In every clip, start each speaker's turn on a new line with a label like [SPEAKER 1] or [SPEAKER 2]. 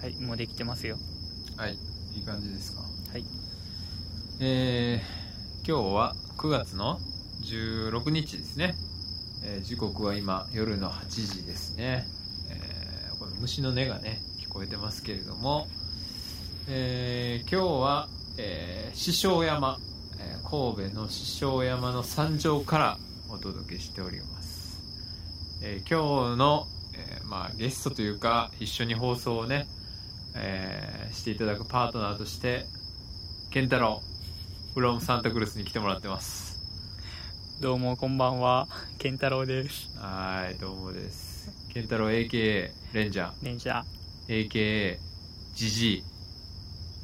[SPEAKER 1] はいもうできてますよ
[SPEAKER 2] はいいい感じですか
[SPEAKER 1] はい
[SPEAKER 2] えー、今日は9月の16日ですね、えー時刻は今夜の8時ですね、えーこの虫の音がね聞こえてますけれども、えー今日は、えー、師匠山、えー神戸の師匠山の山頂からお届けしております、えー今日の、えーまあ、ゲストというか一緒に放送をね、えーしていただくパートナーとして健太郎フロムサンタクルスに来てもらってます
[SPEAKER 1] どうもこんばんは 健太郎です
[SPEAKER 2] はーいどうもです健太郎 AKA レンジャ
[SPEAKER 1] 電車
[SPEAKER 2] ー AKA ジジ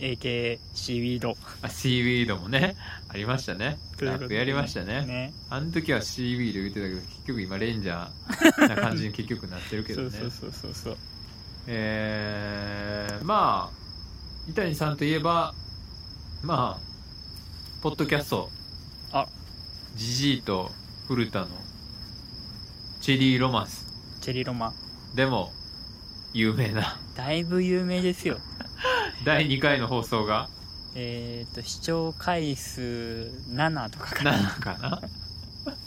[SPEAKER 2] イ
[SPEAKER 1] AKA シーウィード
[SPEAKER 2] あシーウィードもねありましたね
[SPEAKER 1] という
[SPEAKER 2] ラ
[SPEAKER 1] ことで
[SPEAKER 2] ップやりましたね
[SPEAKER 1] ね
[SPEAKER 2] あの時はシーウィード言ってたけど結局今レンジャーな感じに結局なってるけ ど
[SPEAKER 1] そ
[SPEAKER 2] ね
[SPEAKER 1] うそうそうそうそう
[SPEAKER 2] えー、まあ伊谷さんといえばまあポッドキャスト
[SPEAKER 1] あ
[SPEAKER 2] ジジイと古田のチェリーロマンス
[SPEAKER 1] チェリロマン
[SPEAKER 2] でも有 名な
[SPEAKER 1] だいぶ有名ですよ
[SPEAKER 2] 第2回の放送が
[SPEAKER 1] えっ、と視聴回数7とかかな
[SPEAKER 2] 7か な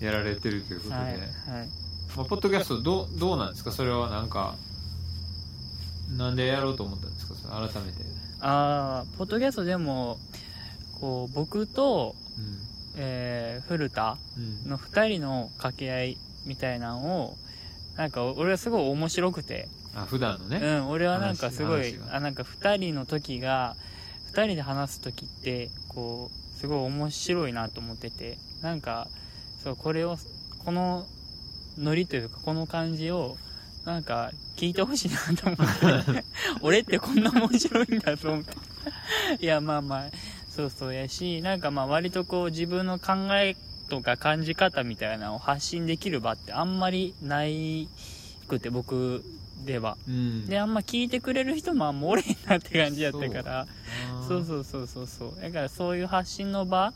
[SPEAKER 2] やられてるということで、
[SPEAKER 1] はいはい
[SPEAKER 2] まあ、ポッドキャストどうどうなんですかそれはなんかなんでやろうと思ったんですかそれ改めて、
[SPEAKER 1] ああポッドキャストでもこう僕と、
[SPEAKER 2] う
[SPEAKER 1] えー古田
[SPEAKER 2] んうん、
[SPEAKER 1] の2人の掛け合いみたいなのをなんか俺はすごい面白くて、
[SPEAKER 2] あ普段のね、
[SPEAKER 1] うん、俺はなんかすごい
[SPEAKER 2] 話話が
[SPEAKER 1] あなんか2人の時が2人で話す時ってこうすごい面白いなと思っててなんかそうこれをこのノリというかこの感じをなんか聞いてほしいなと思って 俺ってこんな面白いんだと思っていやまあまあそうそうやしなんかまあ割とこう自分の考えとか感じ方みたいなのを発信できる場ってあんまりないくて僕では
[SPEAKER 2] うん
[SPEAKER 1] であんま聞いてくれる人もあんまおれへんなって感じやったからそう
[SPEAKER 2] う
[SPEAKER 1] そうそうそうそうだからそういう発信の場
[SPEAKER 2] ん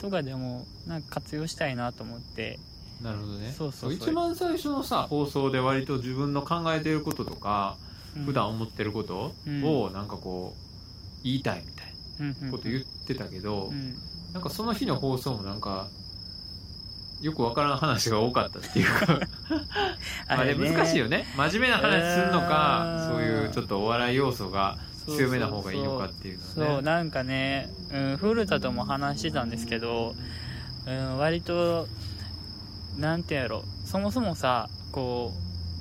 [SPEAKER 1] とかでもなんか活用したいなと思って
[SPEAKER 2] なるほどね
[SPEAKER 1] そうそうそう
[SPEAKER 2] 一番最初のさ放送で割と自分の考えてることとか、
[SPEAKER 1] うん
[SPEAKER 2] 普段思ってることをなんかこう言いたいみたい
[SPEAKER 1] うんうん
[SPEAKER 2] なこと言ってたけど、
[SPEAKER 1] うん
[SPEAKER 2] なんかその日の放送もなんかよくわからん話が多かったっていう かあれ
[SPEAKER 1] ね
[SPEAKER 2] 難しいよね真面目な話するのか
[SPEAKER 1] うーん
[SPEAKER 2] そういうちょっとお笑い要素が強めな方がいいのかっていう
[SPEAKER 1] そう
[SPEAKER 2] のはね
[SPEAKER 1] なんかね、うん、古田とも話してたんですけど、うん、割となんていうんやろそもそもさこ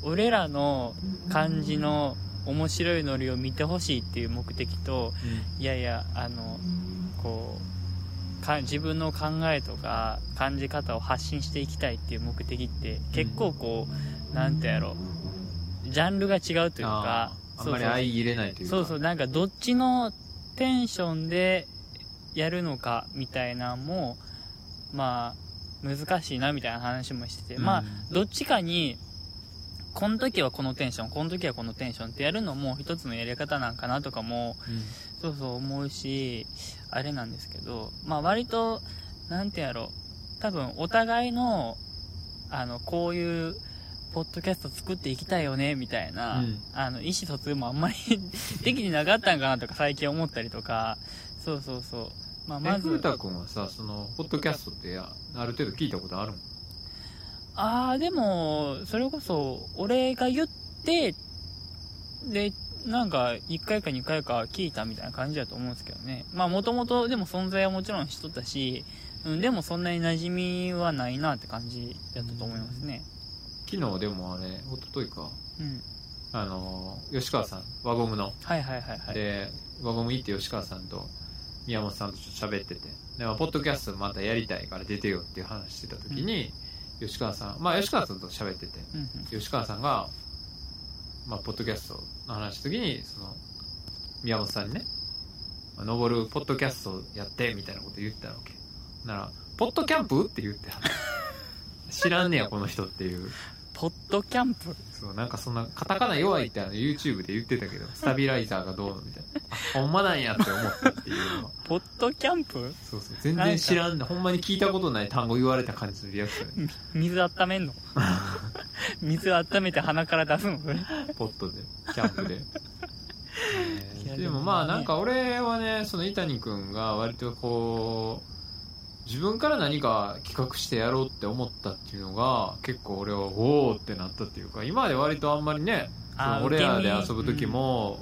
[SPEAKER 1] う俺らの感じの面白いノリを見てほしいっていう目的といやいやあのこうか自分の考えとか感じ方を発信していきたいっていう目的って結構こう、なんていうんやろジャンルが違うというか
[SPEAKER 2] あーあんまり相入れないというか
[SPEAKER 1] そうそうなんかどっちのテンションでやるのかみたいなんもまあ難しいなみたいな話もしてて、まあどっちかにこの時はこのテンションこの時はこのテンションってやるのも一つのやり方なんかなとかも
[SPEAKER 2] うん
[SPEAKER 1] そうそう思うしあれなんですけどまあ割となんてやろう多分お互いのあのこういうポッドキャスト作っていきたいよねみたいな、
[SPEAKER 2] うん
[SPEAKER 1] あの意思疎通もあんまり できてなかったんかなとか最近思ったりとかそうそうそう、まあ、
[SPEAKER 2] え
[SPEAKER 1] ま
[SPEAKER 2] 古
[SPEAKER 1] ず
[SPEAKER 2] 田君はさそのポッドキャストってやある程度聞いたことあるもん
[SPEAKER 1] ああでもそれこそ俺が言ってでなんか1回か2回か聞いたみたいな感じだと思うんですけどねまあもともとでも存在はもちろんしとったし、うん、でもそんなに馴染みはないなって感じだったと思いますね
[SPEAKER 2] 昨日でもあれ一昨日か
[SPEAKER 1] うん
[SPEAKER 2] あの吉川さん輪ゴムの
[SPEAKER 1] はいはいはいはい
[SPEAKER 2] で輪ゴム行って吉川さんと宮本さんとちょっと喋っててで、まあポッドキャストまたやりたいから出てよっていう話してた時に、吉川さんまあ吉川さんと喋ってて
[SPEAKER 1] うんうん
[SPEAKER 2] 吉川さんが、まあ、ポッドキャストの話した時にその宮本さんにね「まあ登るポッドキャストやって」みたいなこと言ったわけなら「ポッドキャンプ?」って言っては った知らんねやこの人っていう
[SPEAKER 1] ポッドキャンプ
[SPEAKER 2] そうなんかそんなカタカナ弱いってあの YouTube で言ってたけ どスタビライザーがどうのみたいなあほんまなんやって思ったっていうの は
[SPEAKER 1] ポッドキャンプ
[SPEAKER 2] そうそう全然 知らんねほんまに聞いたことない単語言われた感じのリアクション
[SPEAKER 1] 水温めんの水温めて鼻から出す のそれ
[SPEAKER 2] ポットでキャン プで
[SPEAKER 1] いや
[SPEAKER 2] で
[SPEAKER 1] で
[SPEAKER 2] も
[SPEAKER 1] も
[SPEAKER 2] まあ
[SPEAKER 1] ね
[SPEAKER 2] なんか俺はねその伊谷君が割とこう自分から何か企画してやろうって思ったっていうのが結構俺はおおってなったっていうか今まで割とあんまりねそ
[SPEAKER 1] あー
[SPEAKER 2] の俺ら
[SPEAKER 1] 受
[SPEAKER 2] で
[SPEAKER 1] け身
[SPEAKER 2] 遊ぶ時も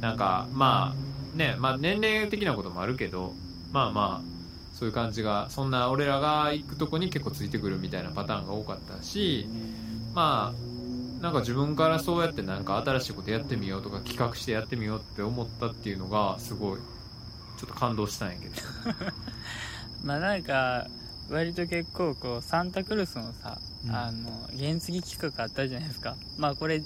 [SPEAKER 2] なんかまあねまあ年齢的なこともあるけどまあまあそういう感じがそんな俺らが行くとこに結構ついてくるみたいなパターンが多かったしまあなんか自分からそうやってなんか新しいことやってみようとか企画してやってみようって思ったっていうのがすごいちょっと感動したんやけど
[SPEAKER 1] まあなんか割と結構こうサンタクルースのさ、
[SPEAKER 2] うん
[SPEAKER 1] あの原付企画あったじゃないですかまあこれ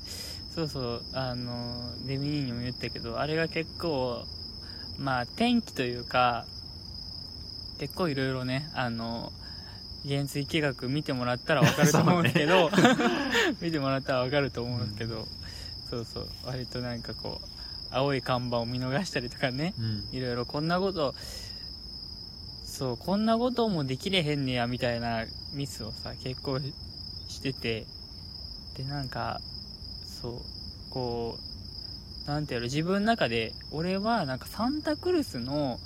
[SPEAKER 1] そうそうあのデミニーにも言ったけどあれが結構まあ天気というか結構いろいろねあの原付企画見てもらったら分かると思うんですけど、 見てもらったら分かると思うんですけど、そうそう割となんかこう青い看板を見逃したりとかね
[SPEAKER 2] うん
[SPEAKER 1] いろいろこんなことそうこんなこともできれへんねやみたいなミスをさ結構ししててでなんかそうこうなんていうの自分の中で俺はなんかサンタクルスの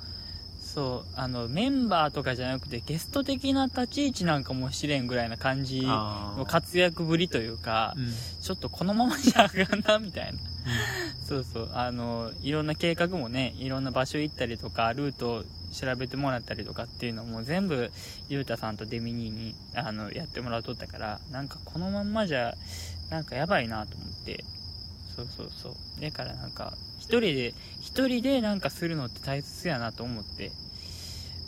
[SPEAKER 1] そうあのメンバーとかじゃなくてゲスト的な立ち位置なんかもしれんぐらいな感じの
[SPEAKER 2] あー
[SPEAKER 1] 活躍ぶりというか
[SPEAKER 2] うん
[SPEAKER 1] ちょっとこのままじゃあかんなみたいなそうそうあのいろんな計画もねいろんな場所行ったりとかルートを調べてもらったりとかっていうのも全部ゆうたさんとデミニーにあのやってもらっとったからなんかこのまんまじゃなんかやばいなと思ってそうそうそうだからなんか一人で一人でなんかするのって大切やなと思って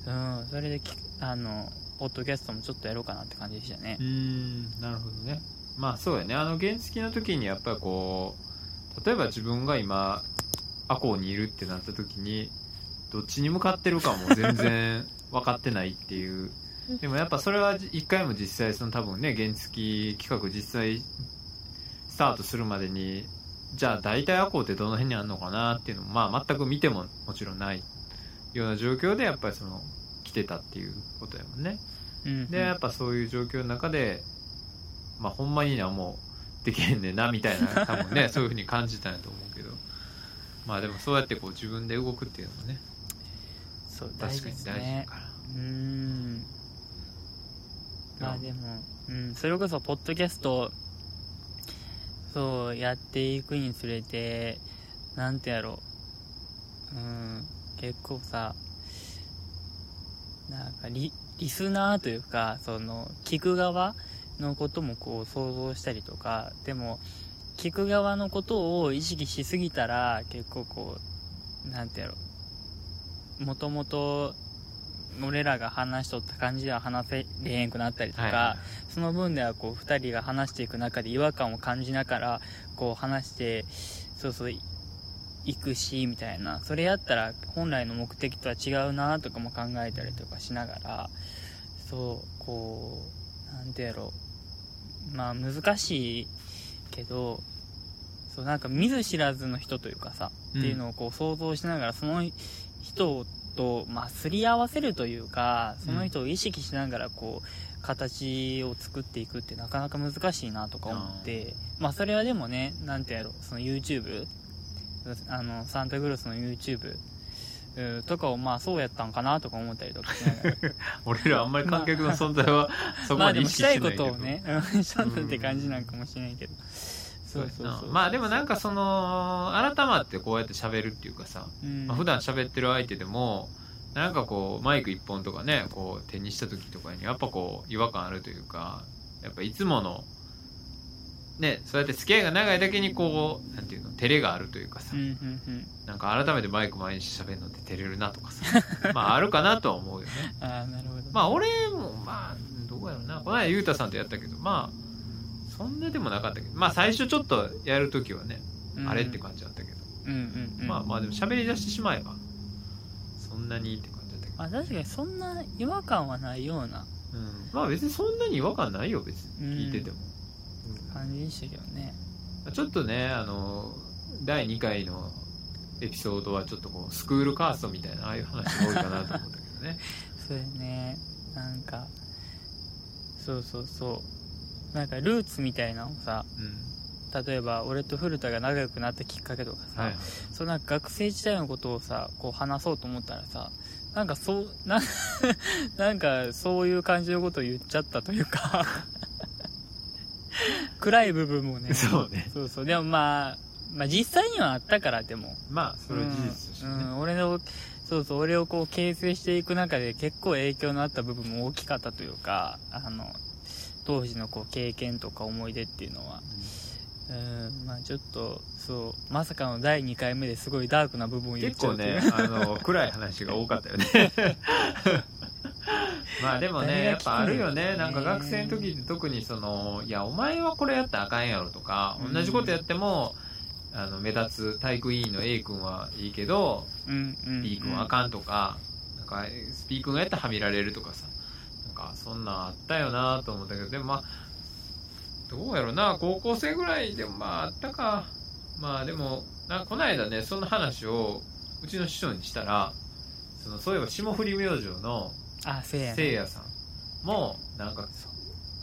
[SPEAKER 1] うんそれできあのポッドキャストもちょっとやろうかなって感じでしたね
[SPEAKER 2] うーんなるほどねまあそうやねあの原付の時にやっぱりこう例えば自分が今アコーにいるってなった時にどっちに向かってるかも全然分かってないっていうでもやっぱそれはじ一回も実際その多分ね原付企画実際スタートするまでにじゃあ大体アコーってどの辺にあるのかなっていうのもまあ全く見てももちろんないような状況でやっぱりその来てたっていうことやもんね
[SPEAKER 1] うん
[SPEAKER 2] でやっぱそういう状況の中で、まあ、ほんまにはもうできへんねんなみたいな多分 ねそういうふうに感じたんやと思うけどまあでもそうやってこう自分で動くっていうのもね
[SPEAKER 1] そう大
[SPEAKER 2] 確
[SPEAKER 1] 事
[SPEAKER 2] か
[SPEAKER 1] で
[SPEAKER 2] に
[SPEAKER 1] す
[SPEAKER 2] 大事
[SPEAKER 1] ね
[SPEAKER 2] やから、
[SPEAKER 1] うーんまあ
[SPEAKER 2] で
[SPEAKER 1] で
[SPEAKER 2] も
[SPEAKER 1] も、うん、それこそポッドキャストそうやっていくにつれてなんてやろううん結構さなんかリリスナーというかその聞く側のこともこう想像したりとかでも聞く側のことを意識しすぎたら結構こうなんてやろうもともと俺らが話しとった感じでは話せれへんくなったりとか、
[SPEAKER 2] はいは
[SPEAKER 1] その分ではこう2人が話していく中で違和感を感じながらこう話してそうそういいくしみたいなそれやったら本来の目的とは違うなとかも考えたりとかしながらそうこうなんてやろうまあ難しいけどそうなんか見ず知らずの人というかさ、
[SPEAKER 2] うん
[SPEAKER 1] っていうのをこう想像しながらその人と、まあ、すり合わせるというかその人を意識しながらこう形を作っていくってなかなか難しいなとか思ってまあそれはでもねなんてやろうその YouTube あのサンタクロースの YouTube うんとかをまあそうやったんかなとか思ったりとかしなが ら
[SPEAKER 2] 俺らあんまり観客の存 在はそこ
[SPEAKER 1] まあ
[SPEAKER 2] ま
[SPEAKER 1] で
[SPEAKER 2] で意
[SPEAKER 1] もし
[SPEAKER 2] 識
[SPEAKER 1] た
[SPEAKER 2] し
[SPEAKER 1] い
[SPEAKER 2] て
[SPEAKER 1] こ
[SPEAKER 2] ないけど
[SPEAKER 1] とをねうん したんだって感じなんかもしれないけど
[SPEAKER 2] そ
[SPEAKER 1] そうう
[SPEAKER 2] や
[SPEAKER 1] そう
[SPEAKER 2] な
[SPEAKER 1] そう
[SPEAKER 2] まあでもなんかその改まってこうやって喋るっていうかさ、
[SPEAKER 1] うん
[SPEAKER 2] まあ、普段喋ってる相手でもなんかこうマイク一本とかねこう手にした時とかにやっぱこう違和感あるというかやっぱいつものねそうやって付き合いが長いだけにこうなんていうの照れがあるというかさ、
[SPEAKER 1] うんうんうん
[SPEAKER 2] なんか改めてマイク毎日喋るのって照れるなとかさ まああるかなとは思うよね
[SPEAKER 1] ああなるほど
[SPEAKER 2] まあ俺もまあどうやろうなこの間ゆうたさんとやったけどまあそんなでもなかったけどまあ最初ちょっとやる時はね、
[SPEAKER 1] うん
[SPEAKER 2] あれって感じだったけど、
[SPEAKER 1] うんうんうん
[SPEAKER 2] まあまあでも喋り出してしまえばそんなにって感じだったけど
[SPEAKER 1] まあ確かにそんな違和感はないような
[SPEAKER 2] うんまあ別にそんなに違和感ないよ別に聞いてても、
[SPEAKER 1] 感じでしたけどね
[SPEAKER 2] うんちょっとねあの第2回のエピソードはちょっとこうスクールカーストみたいなああいう話が多いかなと思ったけどね
[SPEAKER 1] そうやねなんかそうそうそうなんかルーツみたいなのをさ
[SPEAKER 2] うん
[SPEAKER 1] 例えば俺と古田が仲良くなったきっかけとかさ、
[SPEAKER 2] はい
[SPEAKER 1] そのなんか学生時代のことをさこう話そうと思ったらさなんかそうなん なんかそういう感じのことを言っちゃったというか暗い部分もね
[SPEAKER 2] そうね
[SPEAKER 1] そうそうでもまあまあ実際にはあったからでも
[SPEAKER 2] まあそれは事実としてね、
[SPEAKER 1] うんうん、俺のそうそう俺をこう形成していく中で結構影響のあった部分も大きかったというかあの当時のこう経験とか思い出っていうのはうんまあちょっとそうまさかの第2回目ですごいダークな部分を言っ
[SPEAKER 2] 結
[SPEAKER 1] ちゃ
[SPEAKER 2] 構
[SPEAKER 1] うという
[SPEAKER 2] ねあの暗い話が多かったよね まあでもねやっぱあるよねなんか学生の時って特にそのいやお前はこれやったらあかんやろとか同じことやっても、あの目立つ体育委員の A 君はいいけど
[SPEAKER 1] うんうん
[SPEAKER 2] B 君はあかんとか、なんか B 君がやったらはみられるとかさなんかそんなんあったよなと思ったけどでもまあどうやろな高校生ぐらいでもまああったかまあでもなんかこの間ねその話をうちの師匠にしたらそのそういえば霜降り明星の
[SPEAKER 1] あせいや
[SPEAKER 2] せいやさんもなんか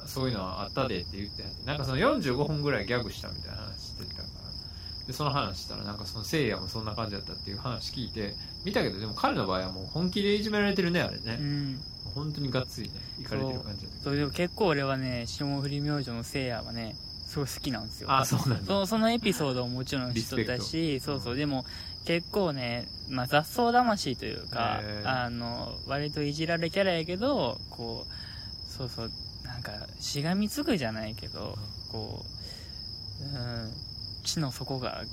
[SPEAKER 2] そそういうのはあったでって言ってはってなんかその45分ぐらいギャグしたみたいな話してたからでその話したらなんかそのせいやもそんな感じだったっていう話聞いて見たけどでも彼の場合はもう本気でいじめられてるねあれ
[SPEAKER 1] う
[SPEAKER 2] ね
[SPEAKER 1] ん
[SPEAKER 2] 本当にがっつりねいかれてる感じだったけど
[SPEAKER 1] そうでも結構俺はね霜降り明星のせいやはねすごい好きなんですよ
[SPEAKER 2] あそうなんだ
[SPEAKER 1] そそのエピソードももちろん知っとったし
[SPEAKER 2] リスペクト
[SPEAKER 1] そうそううんでも結構ね、まあ、雑草魂というか
[SPEAKER 2] へー
[SPEAKER 1] あの割といじられキャラやけどこうそうそうなんかしがみつくじゃないけどこう、うん、地の底が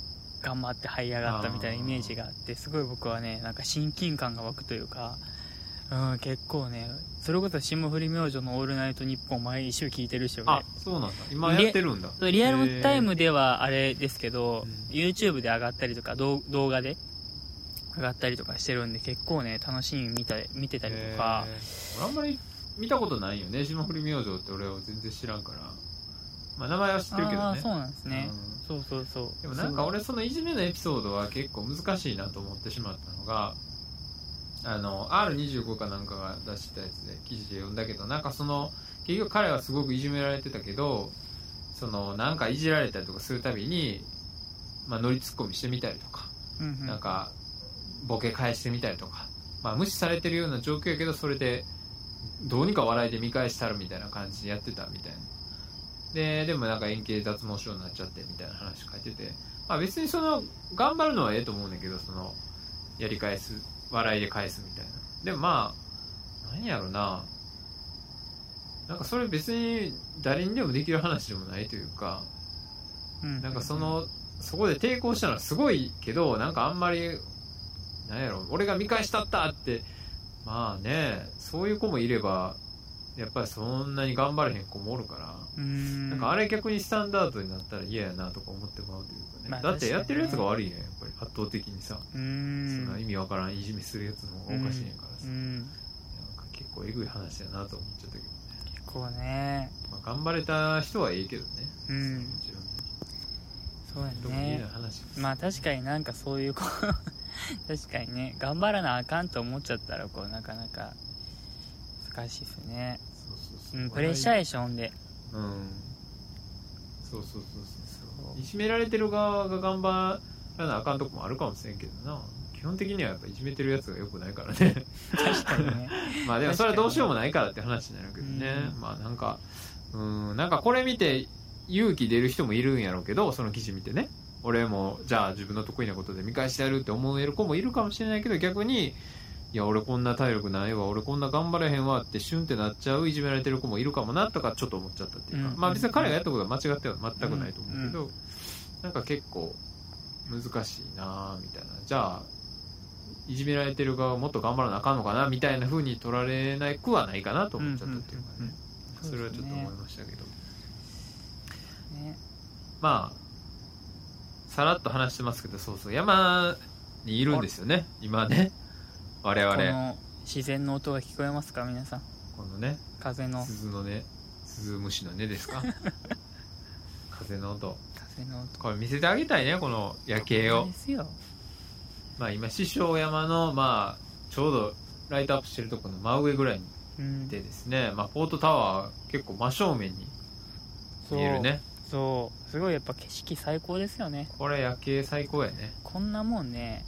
[SPEAKER 1] 頑張って這い上がったみたいなイメージがあってすごい僕はねなんか親近感が湧くというか。うん、結構ねそれこそ霜降り明星の「オールナイトニッポン」毎週聞いてるし俺
[SPEAKER 2] あそうなんだ今やってるんだ
[SPEAKER 1] そうリアルタイムではあれですけど、
[SPEAKER 2] うん
[SPEAKER 1] YouTube で上がったりとか動動画で上がったりとかしてるんで結構ね楽しみに見た見てたりとか、
[SPEAKER 2] へー俺あんまり見たことないよね霜降り明星って俺は全然知らんからまあ名前は知ってる
[SPEAKER 1] あ
[SPEAKER 2] けど
[SPEAKER 1] あ
[SPEAKER 2] ね
[SPEAKER 1] そうなんですね、そ
[SPEAKER 2] うん
[SPEAKER 1] うそうそう
[SPEAKER 2] でもなんか俺そのいじめのエピソードは結構難しいなと思ってしまったのがあの R25 かなんかが出したやつで記事で読んだけどなんかその結局彼はすごくいじめられてたけどそのなんかいじられたりとかするたびに、まあ、乗りツッコミしてみたりとか、
[SPEAKER 1] そううんうん
[SPEAKER 2] なんかボケ返してみたりとか、まあ、無視されてるような状況やけどそれでどうにか笑いで見返したるみたいな感じでやってたみたいなででもなんか円形脱毛症になっちゃってみたいな話書いてて、まあ、別にその頑張るのはええと思うんだけどそのやり返す笑いで返すみたいなでもまあ何やろななんかそれ別に誰にでもできる話でもないというか
[SPEAKER 1] うん
[SPEAKER 2] なんかそのそこで抵抗したのはすごいけどなんかあんまりなんやろ俺が見返したったってまあねそういう子もいればやっぱりそんなに頑張れへん子もおるから、
[SPEAKER 1] うん
[SPEAKER 2] なんかあれ逆にスタンダードになったら嫌やなとか思ってもらうというかね、
[SPEAKER 1] まあ
[SPEAKER 2] だってやってるやつが
[SPEAKER 1] 確か
[SPEAKER 2] 悪いねやっぱり圧倒的にさ、
[SPEAKER 1] う
[SPEAKER 2] そんなん意味わからんいじめするやつの方がおかしいんやから
[SPEAKER 1] う
[SPEAKER 2] さ、
[SPEAKER 1] ん
[SPEAKER 2] なんか結構えぐい話やなと思っちゃったけどね、
[SPEAKER 1] 結構ね
[SPEAKER 2] まあ、頑張れた人はええけどね、
[SPEAKER 1] うん
[SPEAKER 2] もちろんね
[SPEAKER 1] そうや
[SPEAKER 2] 特にいい
[SPEAKER 1] ね
[SPEAKER 2] 話です、
[SPEAKER 1] まあ確かになんかそういうこう 確かにね頑張らなあかんと思っちゃったらこうなかなか難しいですね
[SPEAKER 2] そうそう
[SPEAKER 1] う、
[SPEAKER 2] そうん
[SPEAKER 1] プレッシャーでしょ、ほんで。
[SPEAKER 2] うんそうそうそうそう
[SPEAKER 1] そ
[SPEAKER 2] そうういじめられてる側が頑張らなあかんとこもあるかもしれんけどな基本的にはやっぱいじめてるやつがよくないからね
[SPEAKER 1] 確かにね。
[SPEAKER 2] まあでもそれはどうしようもないからって話になるけどね
[SPEAKER 1] う、ん
[SPEAKER 2] まあなんかうんなんかこれ見て勇気出る人もいるんやろうけどその記事見てね俺もじゃあ自分の得意なことで見返してやるって思える子もいるかもしれないけど逆にいや俺こんな体力ないわ俺こんな頑張れへんわってシュンってなっちゃういじめられてる子もいるかもなとかちょっと思っちゃったっていうか、
[SPEAKER 1] うん
[SPEAKER 2] まあ別に彼がやったことは間違っては全くないと思うけど、なんか結構難しいなあみたいなじゃあいじめられてる側はもっと頑張らなあかんのかなみたいな風に取られなくはないかなと思っちゃったっていうかね、
[SPEAKER 1] うんうんうんうん
[SPEAKER 2] それはちょ
[SPEAKER 1] そうです
[SPEAKER 2] っと
[SPEAKER 1] ね
[SPEAKER 2] 思いましたけど、
[SPEAKER 1] ね
[SPEAKER 2] まあさらっと話してますけどそうそう山にいるんですよね今ね我
[SPEAKER 1] こ
[SPEAKER 2] 々この
[SPEAKER 1] の自然の音が聞こえますか、皆さん。
[SPEAKER 2] ね
[SPEAKER 1] 風の、
[SPEAKER 2] 鈴のね鈴虫の音ですか 風の音
[SPEAKER 1] 風の音。
[SPEAKER 2] これ見せてあげたいねこの夜景を
[SPEAKER 1] ですよ。
[SPEAKER 2] まあ今師匠山のまあちょうどライトアップしてるところの真上ぐらいに
[SPEAKER 1] うん。
[SPEAKER 2] でですね、まあ、ポートタワー結構真正面に
[SPEAKER 1] そう
[SPEAKER 2] 見えるね
[SPEAKER 1] そうすごいやっぱ景色最高ですよね
[SPEAKER 2] これ夜景最高やね
[SPEAKER 1] こんなもんね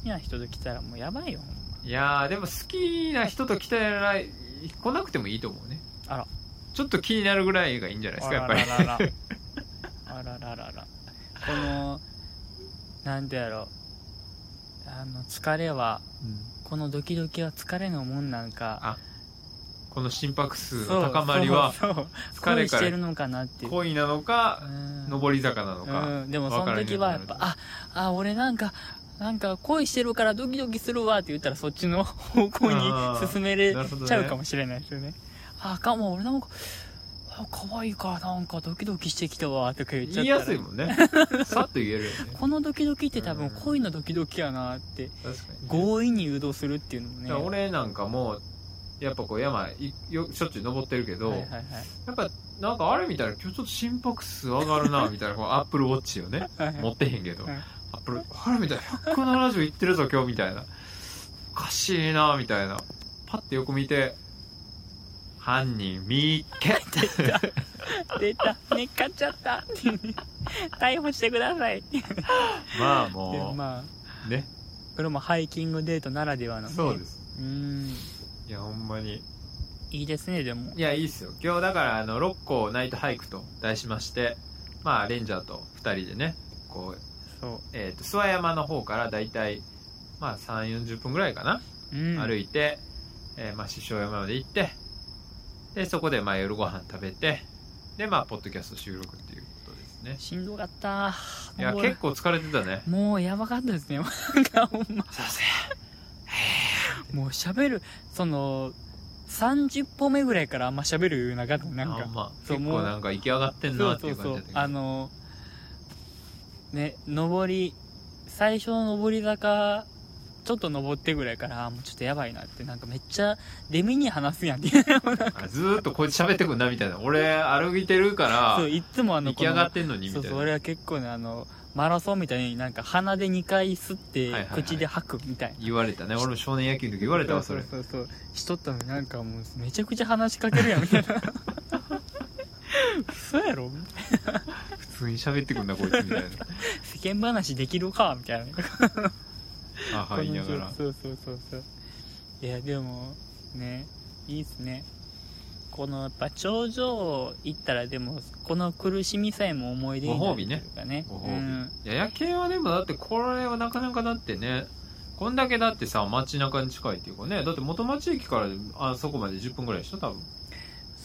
[SPEAKER 1] 好きな人と来たらもうやばいよほんま
[SPEAKER 2] いやーでも好きな人と来たら来なくてもいいと思うね
[SPEAKER 1] あら
[SPEAKER 2] ちょっと気になるぐらいがいいんじゃないですかやっぱり
[SPEAKER 1] あららら らあららららこのなんてやろあの疲れは
[SPEAKER 2] うん
[SPEAKER 1] このドキドキは疲れのもんなんか
[SPEAKER 2] この心拍数の高まりは
[SPEAKER 1] そうそうそう
[SPEAKER 2] 疲れ
[SPEAKER 1] 恋し
[SPEAKER 2] か
[SPEAKER 1] てる
[SPEAKER 2] ら
[SPEAKER 1] のかなっていう
[SPEAKER 2] 恋なのか
[SPEAKER 1] うん
[SPEAKER 2] 上り坂なのか
[SPEAKER 1] うん、でもその時はやっぱああ俺なんかなんか恋してるからドキドキするわって言ったらそっちの方向
[SPEAKER 2] あー
[SPEAKER 1] に進めれ
[SPEAKER 2] なるほどね
[SPEAKER 1] ちゃうかもしれないですよねああかも俺なんかあ可愛いからなんかドキドキしてきたわとか言っちゃったら
[SPEAKER 2] 言いやすいもんねさっと言えるよね
[SPEAKER 1] このドキドキって多分恋のドキドキやなって
[SPEAKER 2] 確かにね
[SPEAKER 1] 強引に誘導するっていうのも
[SPEAKER 2] だ
[SPEAKER 1] ね
[SPEAKER 2] から俺なんかもうやっぱこう山いよしょっちゅう登ってるけど、
[SPEAKER 1] はいはいはい
[SPEAKER 2] やっぱなんかあれみたいな今日ちょっと心拍数上がるなみたいなこのアップルウォッチをね
[SPEAKER 1] はいはい
[SPEAKER 2] 持ってへんけど、
[SPEAKER 1] はい
[SPEAKER 2] アップルあれみたいな170いってるぞ今日みたいなおかしいなみたいなパッて横見て犯人見っけ
[SPEAKER 1] 出た寝っかっちゃったっていうね 逮捕してくださいっていう
[SPEAKER 2] まあ
[SPEAKER 1] でも
[SPEAKER 2] も
[SPEAKER 1] まあ
[SPEAKER 2] うね
[SPEAKER 1] これもハイキングデートならではの
[SPEAKER 2] そうです
[SPEAKER 1] う
[SPEAKER 2] す
[SPEAKER 1] ん
[SPEAKER 2] いやほんまに
[SPEAKER 1] いいですねでも
[SPEAKER 2] いやいいっすよ今日だからあの6個ナイトハイクと題しましてまあレンジャーと2人でねこう、
[SPEAKER 1] そ
[SPEAKER 2] えー、と諏訪山の方からだいたいまあ3 4 0分ぐらいかな、
[SPEAKER 1] う、うん、
[SPEAKER 2] 歩いて、えーまあ、師匠山まで行ってでそこでまあ夜ご飯食べてでまあポッドキャスト収録っていうことですね
[SPEAKER 1] しんどかった
[SPEAKER 2] いや
[SPEAKER 1] 登る
[SPEAKER 2] 結構疲れてた ね
[SPEAKER 1] もうやばかったですね なんかほんま
[SPEAKER 2] そうです
[SPEAKER 1] もう喋るその30歩目ぐらいからあんま喋る余裕なかったな
[SPEAKER 2] ね
[SPEAKER 1] ん
[SPEAKER 2] あ
[SPEAKER 1] か
[SPEAKER 2] んま
[SPEAKER 1] そう
[SPEAKER 2] 結
[SPEAKER 1] もう
[SPEAKER 2] 構なんか行き上がってん
[SPEAKER 1] そう
[SPEAKER 2] なって
[SPEAKER 1] そ
[SPEAKER 2] いうう
[SPEAKER 1] そ
[SPEAKER 2] 感
[SPEAKER 1] う
[SPEAKER 2] じだ
[SPEAKER 1] あ
[SPEAKER 2] った
[SPEAKER 1] のね上り最初の上り坂ちょっと上ってぐらいからあもうちょっとやばいなってなんかめっちゃデミに話すやんっていう
[SPEAKER 2] けどあずーっとこいつ喋ってくんなみたいな俺歩いてるか
[SPEAKER 1] そう
[SPEAKER 2] ら
[SPEAKER 1] いつもあの
[SPEAKER 2] 行き上がってんのにみ
[SPEAKER 1] そ
[SPEAKER 2] たいうな
[SPEAKER 1] そう俺は結構ねあのマラソンみたいになんか鼻で2回吸っ
[SPEAKER 2] はいはい
[SPEAKER 1] て
[SPEAKER 2] はい
[SPEAKER 1] 口で吐くみたいな、
[SPEAKER 2] 言われたね俺も少年野球の時言われたわそれ
[SPEAKER 1] そうそうそうしとったのになんかもうめちゃくちゃ話しかけるやんみたいな嘘やろ
[SPEAKER 2] 普通に喋ってくんなこいつ みたい
[SPEAKER 1] 世間話できるかみたいな
[SPEAKER 2] なあは
[SPEAKER 1] この
[SPEAKER 2] 言いながら
[SPEAKER 1] そうそうそうそういやでもねいいっすねこのやっぱ頂上行ったらでもこの苦しみさえも思い出になるというかね
[SPEAKER 2] ご褒美いや夜景はでもだってこれはなかなかだってねこんだけだってさ街中に近いっていうかねだって元町駅からあそこまで10分ぐらいでしょ多
[SPEAKER 1] う
[SPEAKER 2] 分
[SPEAKER 1] ん、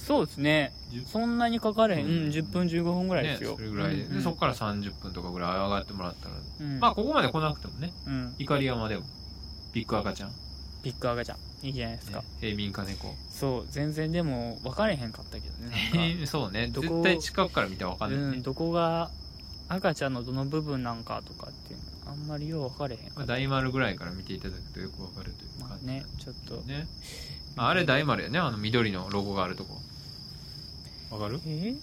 [SPEAKER 1] そうですね
[SPEAKER 2] 10
[SPEAKER 1] そんなにかかれへん、
[SPEAKER 2] う
[SPEAKER 1] うんん10分15分ぐらいですよ、
[SPEAKER 2] ね、それぐらいで,、
[SPEAKER 1] うん
[SPEAKER 2] でそこから30分とかぐらい上がってもらったら、
[SPEAKER 1] うん
[SPEAKER 2] まあここまで来なくてもね
[SPEAKER 1] うん、
[SPEAKER 2] 怒り山でもビッグ赤ちゃん、ね、
[SPEAKER 1] ビッグ赤ちゃんいいじゃないですか、
[SPEAKER 2] 平民か猫
[SPEAKER 1] そう全然でも分かれへんかったけどねなんか
[SPEAKER 2] そう ね
[SPEAKER 1] どこ
[SPEAKER 2] 絶対近くから見たら分かんないね、
[SPEAKER 1] うん、どこが赤ちゃんのどの部分なんかとかっていうのあんまりよう分かれへん
[SPEAKER 2] ま
[SPEAKER 1] か
[SPEAKER 2] あ
[SPEAKER 1] った、
[SPEAKER 2] 大丸ぐらいから見ていただくとよくわかるという
[SPEAKER 1] ま
[SPEAKER 2] 感
[SPEAKER 1] あ、
[SPEAKER 2] じなん
[SPEAKER 1] ね
[SPEAKER 2] で
[SPEAKER 1] ちょっと
[SPEAKER 2] ねまあ、あれ大丸やねあの緑のロゴがあるとこわかる
[SPEAKER 1] え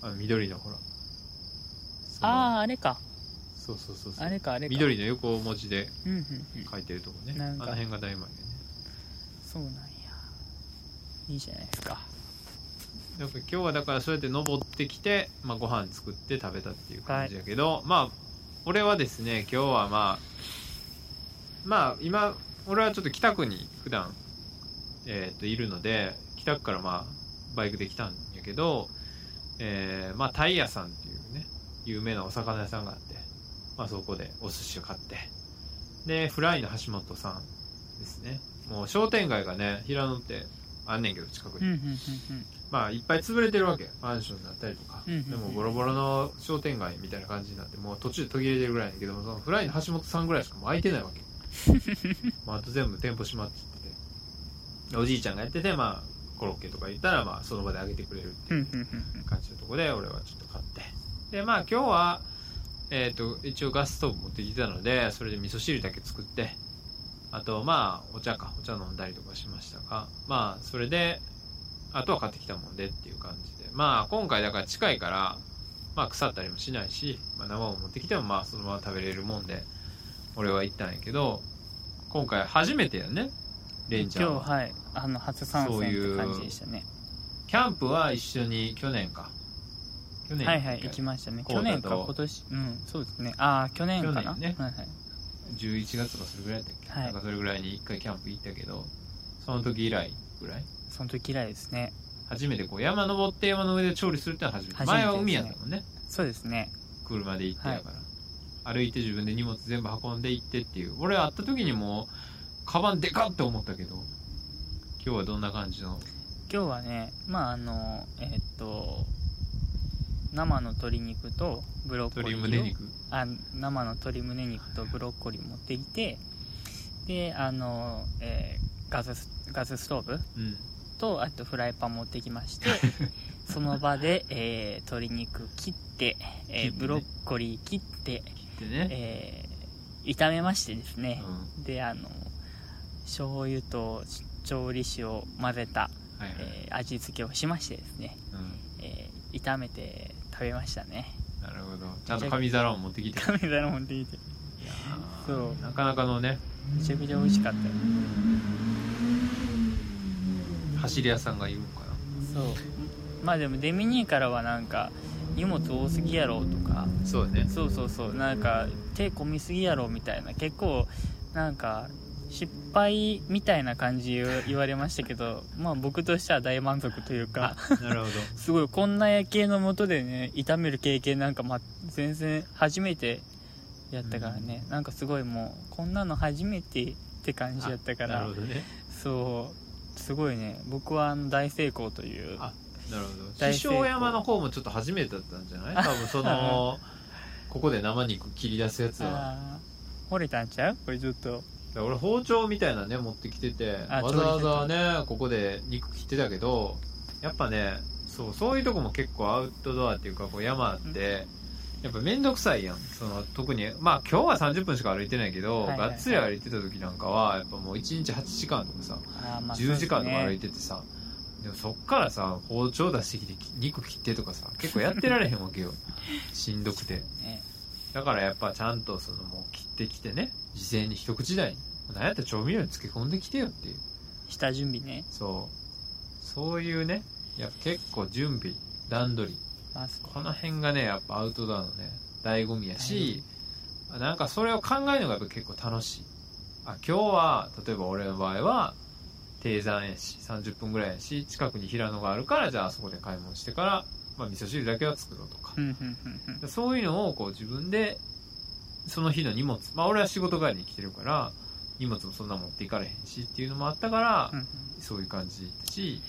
[SPEAKER 2] あの緑のほらその
[SPEAKER 1] あああれか
[SPEAKER 2] そうそうそうそう
[SPEAKER 1] あれかあれか
[SPEAKER 2] 緑の横文字で
[SPEAKER 1] うんうんうん
[SPEAKER 2] 書いてるとこねあ
[SPEAKER 1] なん
[SPEAKER 2] の
[SPEAKER 1] か
[SPEAKER 2] 辺が大丸やね
[SPEAKER 1] そうなんやいいじゃないですか
[SPEAKER 2] だから今日はだからそうやって登ってきて、まあ、ご飯作って食べたっていう感じやけど、まあ俺はですね今日はまあまあ今俺はちょっと北区に普段えーっといるので北区からまあバイクで来たんやけど、えーまあタイヤさんっていうね有名なお魚屋さんがあって、まあ、そこでお寿司を買ってでフライの橋本さんですねもう商店街がね平野ってあんねんけど近くに
[SPEAKER 1] うんうんうん
[SPEAKER 2] まあいっぱい潰れてるわけマンションになったりとか、
[SPEAKER 1] うんうんうん
[SPEAKER 2] でもボロボロの商店街みたいな感じになってもう途中で途切れてるぐらいだけどそのフライの橋本さんぐらいしかもう空い てないわけまああと全部店舗閉まっちゃってておじいちゃんがやっててまあコロッケとか言ったらまあその場であげてくれるって
[SPEAKER 1] うんうん
[SPEAKER 2] いう
[SPEAKER 1] うんうん
[SPEAKER 2] 感じのとこで俺はちょっと買ってでまあ今日はえっ、と一応ガスストーブ持ってきてたのでそれで味噌汁だけ作ってあとまあお茶かお茶飲んだりとかしましたがまあそれであとは買ってきたもんでっていう感じでまあ今回だから近いからまあ腐ったりもしないし、まあ、生を持ってきてもまあそのまま食べれるもんで俺は行ったんやけど今回初めてやねレン
[SPEAKER 1] 今
[SPEAKER 2] ち
[SPEAKER 1] 日
[SPEAKER 2] ゃんは
[SPEAKER 1] はいあの初参戦って感じでしたね
[SPEAKER 2] 今キャンプは一緒に去年か去年
[SPEAKER 1] はいはい行きましたね
[SPEAKER 2] こうだ
[SPEAKER 1] 去
[SPEAKER 2] と
[SPEAKER 1] 年か今年うんそうですねああ去年かな
[SPEAKER 2] 去年ね
[SPEAKER 1] はいはい
[SPEAKER 2] 11月とかそれぐらいだったっけ、
[SPEAKER 1] はい
[SPEAKER 2] なんかそれぐらいに一回キャンプ行ったけどその時以来ぐらい
[SPEAKER 1] その時以来ですね
[SPEAKER 2] 初めてこう山登って山の上で調理するってのは初めて
[SPEAKER 1] 初めて
[SPEAKER 2] 前は
[SPEAKER 1] ですね
[SPEAKER 2] 海やったもんね
[SPEAKER 1] そうですね
[SPEAKER 2] 車で行ってやから、歩いて自分で荷物全部運んで行ってっていう俺会った時にもうカバンでかって思ったけど今日はどんな感じの
[SPEAKER 1] 今日はねまああのえーっと生の鶏肉とブロッコリ
[SPEAKER 2] 鶏
[SPEAKER 1] ーを
[SPEAKER 2] 胸肉
[SPEAKER 1] あ生の鶏胸肉とブロッコリー持ってきてであの、えーガススガスストーブ
[SPEAKER 2] うん
[SPEAKER 1] とあとフライパン持ってきま してその場で、えー鶏肉切って、えー
[SPEAKER 2] 切ってね
[SPEAKER 1] ブロッコリー切って、
[SPEAKER 2] でね、
[SPEAKER 1] えー炒めましてですね
[SPEAKER 2] う、ん
[SPEAKER 1] であの醤油と調理酒を混ぜた、
[SPEAKER 2] はいはい、
[SPEAKER 1] えー味付けをしましてですね、
[SPEAKER 2] う
[SPEAKER 1] えー炒めて食べましたね
[SPEAKER 2] ん、なるほどちゃんと紙皿を持ってきて
[SPEAKER 1] カメラの持ってきて
[SPEAKER 2] いやー
[SPEAKER 1] そう
[SPEAKER 2] なかなかのね
[SPEAKER 1] めちゃくちゃ美味しかったよ
[SPEAKER 2] 走り屋さんがいるのか
[SPEAKER 1] そうまあでもデミニーからはなんか荷物多すぎやろとか
[SPEAKER 2] なそうだね
[SPEAKER 1] そうそうそうなんか手込みすぎやろみたいな結構なんか失敗みたいな感じを言われましたけ どまあ僕としては大満足というか
[SPEAKER 2] なるほど
[SPEAKER 1] すごいこんな夜景の下でね炒める経験なんか、ま、全然初めてやったからね、なんかすごいもうこんなの初めてって感じやったから
[SPEAKER 2] なるほどね
[SPEAKER 1] そうすごいね僕はあの大成功という
[SPEAKER 2] あなるほど
[SPEAKER 1] 大
[SPEAKER 2] 師
[SPEAKER 1] 成功
[SPEAKER 2] 匠山の方もちょっと初めてだったんじゃ ない多分そのここで生肉切り出すやつは
[SPEAKER 1] あー惚れたんちゃうこれちょっと
[SPEAKER 2] だから俺包丁みたいなね持ってきてて
[SPEAKER 1] あ
[SPEAKER 2] わざわざねここで肉切ってたけどやっぱねそうそういうとこも結構アウトドアっていうかこう山ってやっぱ面倒くさいやんその特にまあ今日は30分しか歩いてないけど、
[SPEAKER 1] はいはいはい
[SPEAKER 2] がっつり歩いてた時なんかはやっぱもう1日8時間とかさ
[SPEAKER 1] あーまあ
[SPEAKER 2] 10時間とか歩い
[SPEAKER 1] て
[SPEAKER 2] ててさでもそっからさ包丁出してきて肉切ってとかさ結構やってられへんわけ よしんどくてだからやっぱちゃんとそのもう切ってきてね事前に一口大に何やったら調味料に漬け込んできてよっていう
[SPEAKER 1] 下準備ね
[SPEAKER 2] そうそういうねやっぱ結構準備段取り
[SPEAKER 1] まあそこ
[SPEAKER 2] この辺がねやっぱアウトドアのね醍醐味やし、なんかそれを考えるのがやっぱ結構楽しいあ今日は例えば俺の場合は低山やし30分ぐらいやし近くに平野があるからじゃあそこで買い物してから、まあ、味噌汁だけは作ろうとか
[SPEAKER 1] う、んうんうんうん
[SPEAKER 2] そういうのをこう自分でその日の荷物まあ俺は仕事帰りに来てるから荷物もそんな持っていかれへんしっていうのもあったから、
[SPEAKER 1] うんうん
[SPEAKER 2] そういう感じだし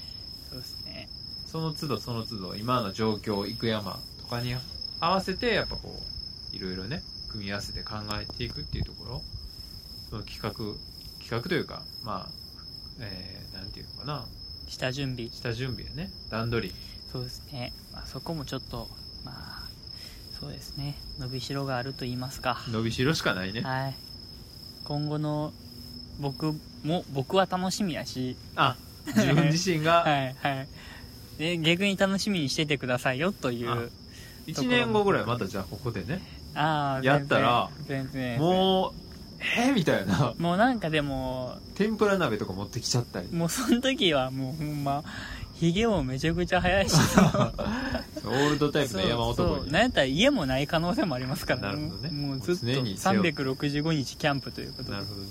[SPEAKER 1] そうですね
[SPEAKER 2] その都度その都度今の状況行く山とかに合わせてやっぱこういろいろね組み合わせて考えていくっていうところその企画企画というかまあえー、なんていうのかな
[SPEAKER 1] 下準備
[SPEAKER 2] 下準備やね段取り
[SPEAKER 1] そうですね、まあ、そこもちょっとまあそうですね伸びしろがあると言いますか
[SPEAKER 2] 伸びしろしかないね
[SPEAKER 1] はい今後の僕も僕は楽しみやし
[SPEAKER 2] あ自分自身が
[SPEAKER 1] はいはいで逆に楽しみにしててくださいよという
[SPEAKER 2] 1年後ぐらいまたじゃあここでね
[SPEAKER 1] ああ
[SPEAKER 2] やったら
[SPEAKER 1] 全然も
[SPEAKER 2] もうえーみたいな
[SPEAKER 1] うもうなんかでも
[SPEAKER 2] 天ぷら鍋とか持ってきちゃったり
[SPEAKER 1] もうその時はもうほんまひげもめちゃくちゃ早いし
[SPEAKER 2] オールドタイプの山
[SPEAKER 1] そう
[SPEAKER 2] 男
[SPEAKER 1] そう
[SPEAKER 2] に
[SPEAKER 1] なんやったら家もない可能性もありますから
[SPEAKER 2] なるほどね
[SPEAKER 1] もうずっと
[SPEAKER 2] もう常に背負う
[SPEAKER 1] 365日キャンプということで
[SPEAKER 2] なるほどね。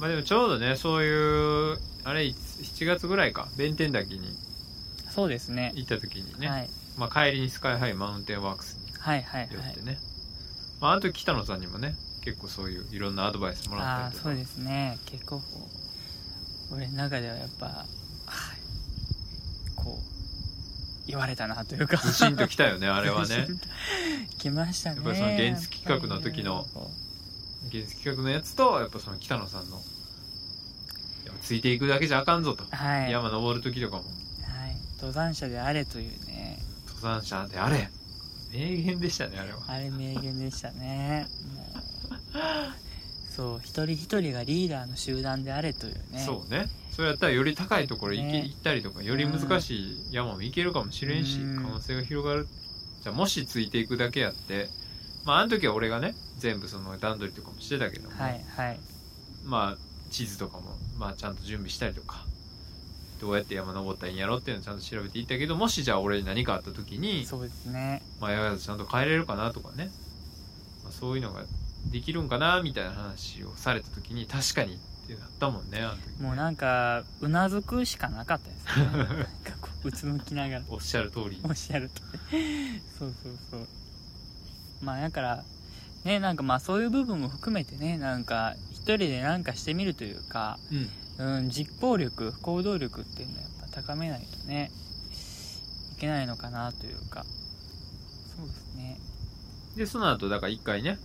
[SPEAKER 2] まあでもちょうどね、そういう、あれ、いつ7月ぐらいか、弁天滝に
[SPEAKER 1] そうですね
[SPEAKER 2] 行った時にね、
[SPEAKER 1] はい、
[SPEAKER 2] まあ帰りにスカイハイマウンテンワークス
[SPEAKER 1] はいはい
[SPEAKER 2] に寄
[SPEAKER 1] は
[SPEAKER 2] っ
[SPEAKER 1] い
[SPEAKER 2] てね、まああの時北野さんにもね、結構そういういろんなアドバイスもら
[SPEAKER 1] ああ
[SPEAKER 2] ったりと
[SPEAKER 1] そう
[SPEAKER 2] か、
[SPEAKER 1] ですね結構こう俺の中ではやっぱはいこう言われたなというか
[SPEAKER 2] 自信ときた よね、あれはね。
[SPEAKER 1] 来ましたね
[SPEAKER 2] やっぱりその原付企画の時の現実企画のやつと、やっぱその北野さんの、やっぱついていくだけじゃあかんぞと。
[SPEAKER 1] はい、はい、
[SPEAKER 2] 山登る時とかも、
[SPEAKER 1] 登山者であれというね
[SPEAKER 2] 登山者であれ。名言でしたね、あれは。
[SPEAKER 1] あれ名言でしたねもうそう一人一人がリーダーの集団であれというね
[SPEAKER 2] そうねそれやったらより高いところ行,、
[SPEAKER 1] ね
[SPEAKER 2] 行ったりとかより難しい山も行けるかもしれんし、
[SPEAKER 1] うん
[SPEAKER 2] 可能性が広がるじゃあもしついていくだけやってまああの時は俺がね全部その段取りとかもしてたけども、
[SPEAKER 1] はいはい
[SPEAKER 2] まあ地図とかも、まあ、ちゃんと準備したりとかどうやって山登ったらいいんやろっていうのをちゃんと調べていったけどもしじゃあ俺に何かあった時に
[SPEAKER 1] そうですね
[SPEAKER 2] 迷わずちゃんと帰れるかなとかね、まあ、そういうのができるんかなみたいな話をされた時に確かにってなったもんねあの時
[SPEAKER 1] もうなんかうなずくしかなかったですねなんかこううつむきながら
[SPEAKER 2] おっしゃる通り
[SPEAKER 1] おっしゃるとそうそうそうまあだからねなんかまあそういう部分も含めてねなんか一人でなんかしてみるというか、
[SPEAKER 2] うん
[SPEAKER 1] うん、実行力行動力っていうのはやっぱ高めないとねいけないのかなというかそうですね
[SPEAKER 2] でその後だから一回ね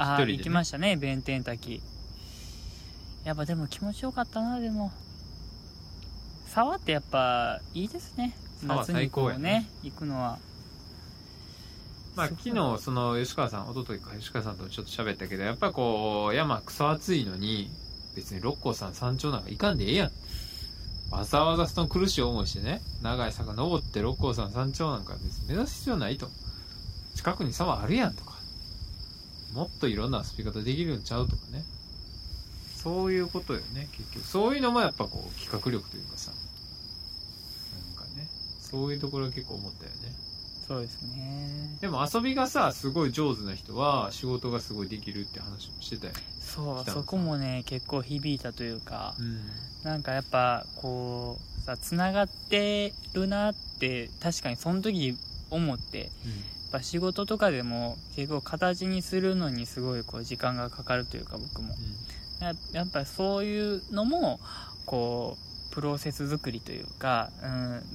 [SPEAKER 1] ああ、
[SPEAKER 2] 一人でね
[SPEAKER 1] 行きましたね弁天滝やっぱでも気持ちよかったなでも沢ってやっぱいいですね
[SPEAKER 2] 沢
[SPEAKER 1] 夏にこう
[SPEAKER 2] 最高や
[SPEAKER 1] ね
[SPEAKER 2] ね
[SPEAKER 1] 行くのは
[SPEAKER 2] まあ、
[SPEAKER 1] そう
[SPEAKER 2] 昨日その吉川さん一昨日か吉川さんともちょっと喋ったけどやっぱこう山クソ暑いのに別に六甲山山頂なんか行かんでええやんわざわざその苦しい思いしてね長い坂登って六甲山山頂なんか別に目指す必要ないと近くに沢あるやんとかもっといろんな遊び方できるんちゃうとかねそういうことよね結局そういうのもやっぱこう企画力というかさなんかねそういうところは結構思ったよね
[SPEAKER 1] そうですね
[SPEAKER 2] でも遊びがさすごい上手な人は仕事がすごいできるって話もしてたよ、
[SPEAKER 1] そ
[SPEAKER 2] 北野
[SPEAKER 1] う
[SPEAKER 2] さん
[SPEAKER 1] そこもね結構響いたというか
[SPEAKER 2] ん、
[SPEAKER 1] なんかやっぱこうさつながってるなって確かにその時思ってやっぱ仕事とかでも結構形にするのにすごいこう時間がかかるというか僕もややっぱそういうのもこうプロセス作りというか、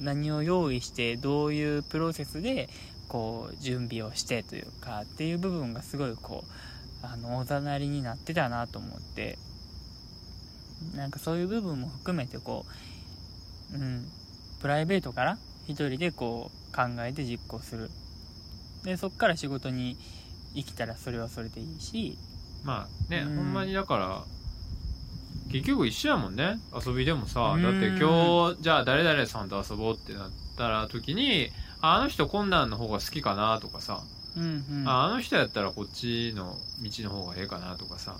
[SPEAKER 1] うん、何を用意してどういうプロセスでこう準備をしてというかっていう部分がすごいこうあのおざなりになってたなと思ってなんかそういう部分も含めてこう、うん、プライベートから一人でこう考えて実行するでそっから仕事に生きたらそれはそれでいいし
[SPEAKER 2] まあね、
[SPEAKER 1] うん
[SPEAKER 2] ほんまにだから結局一緒やもんね遊びでもさ、
[SPEAKER 1] うん
[SPEAKER 2] だって今日じゃあ誰々さんと遊ぼうってなったら時にああの人こんなんの方が好きかなとかさ、
[SPEAKER 1] うんうん
[SPEAKER 2] ああの人やったらこっちの道の方がええかなとかさ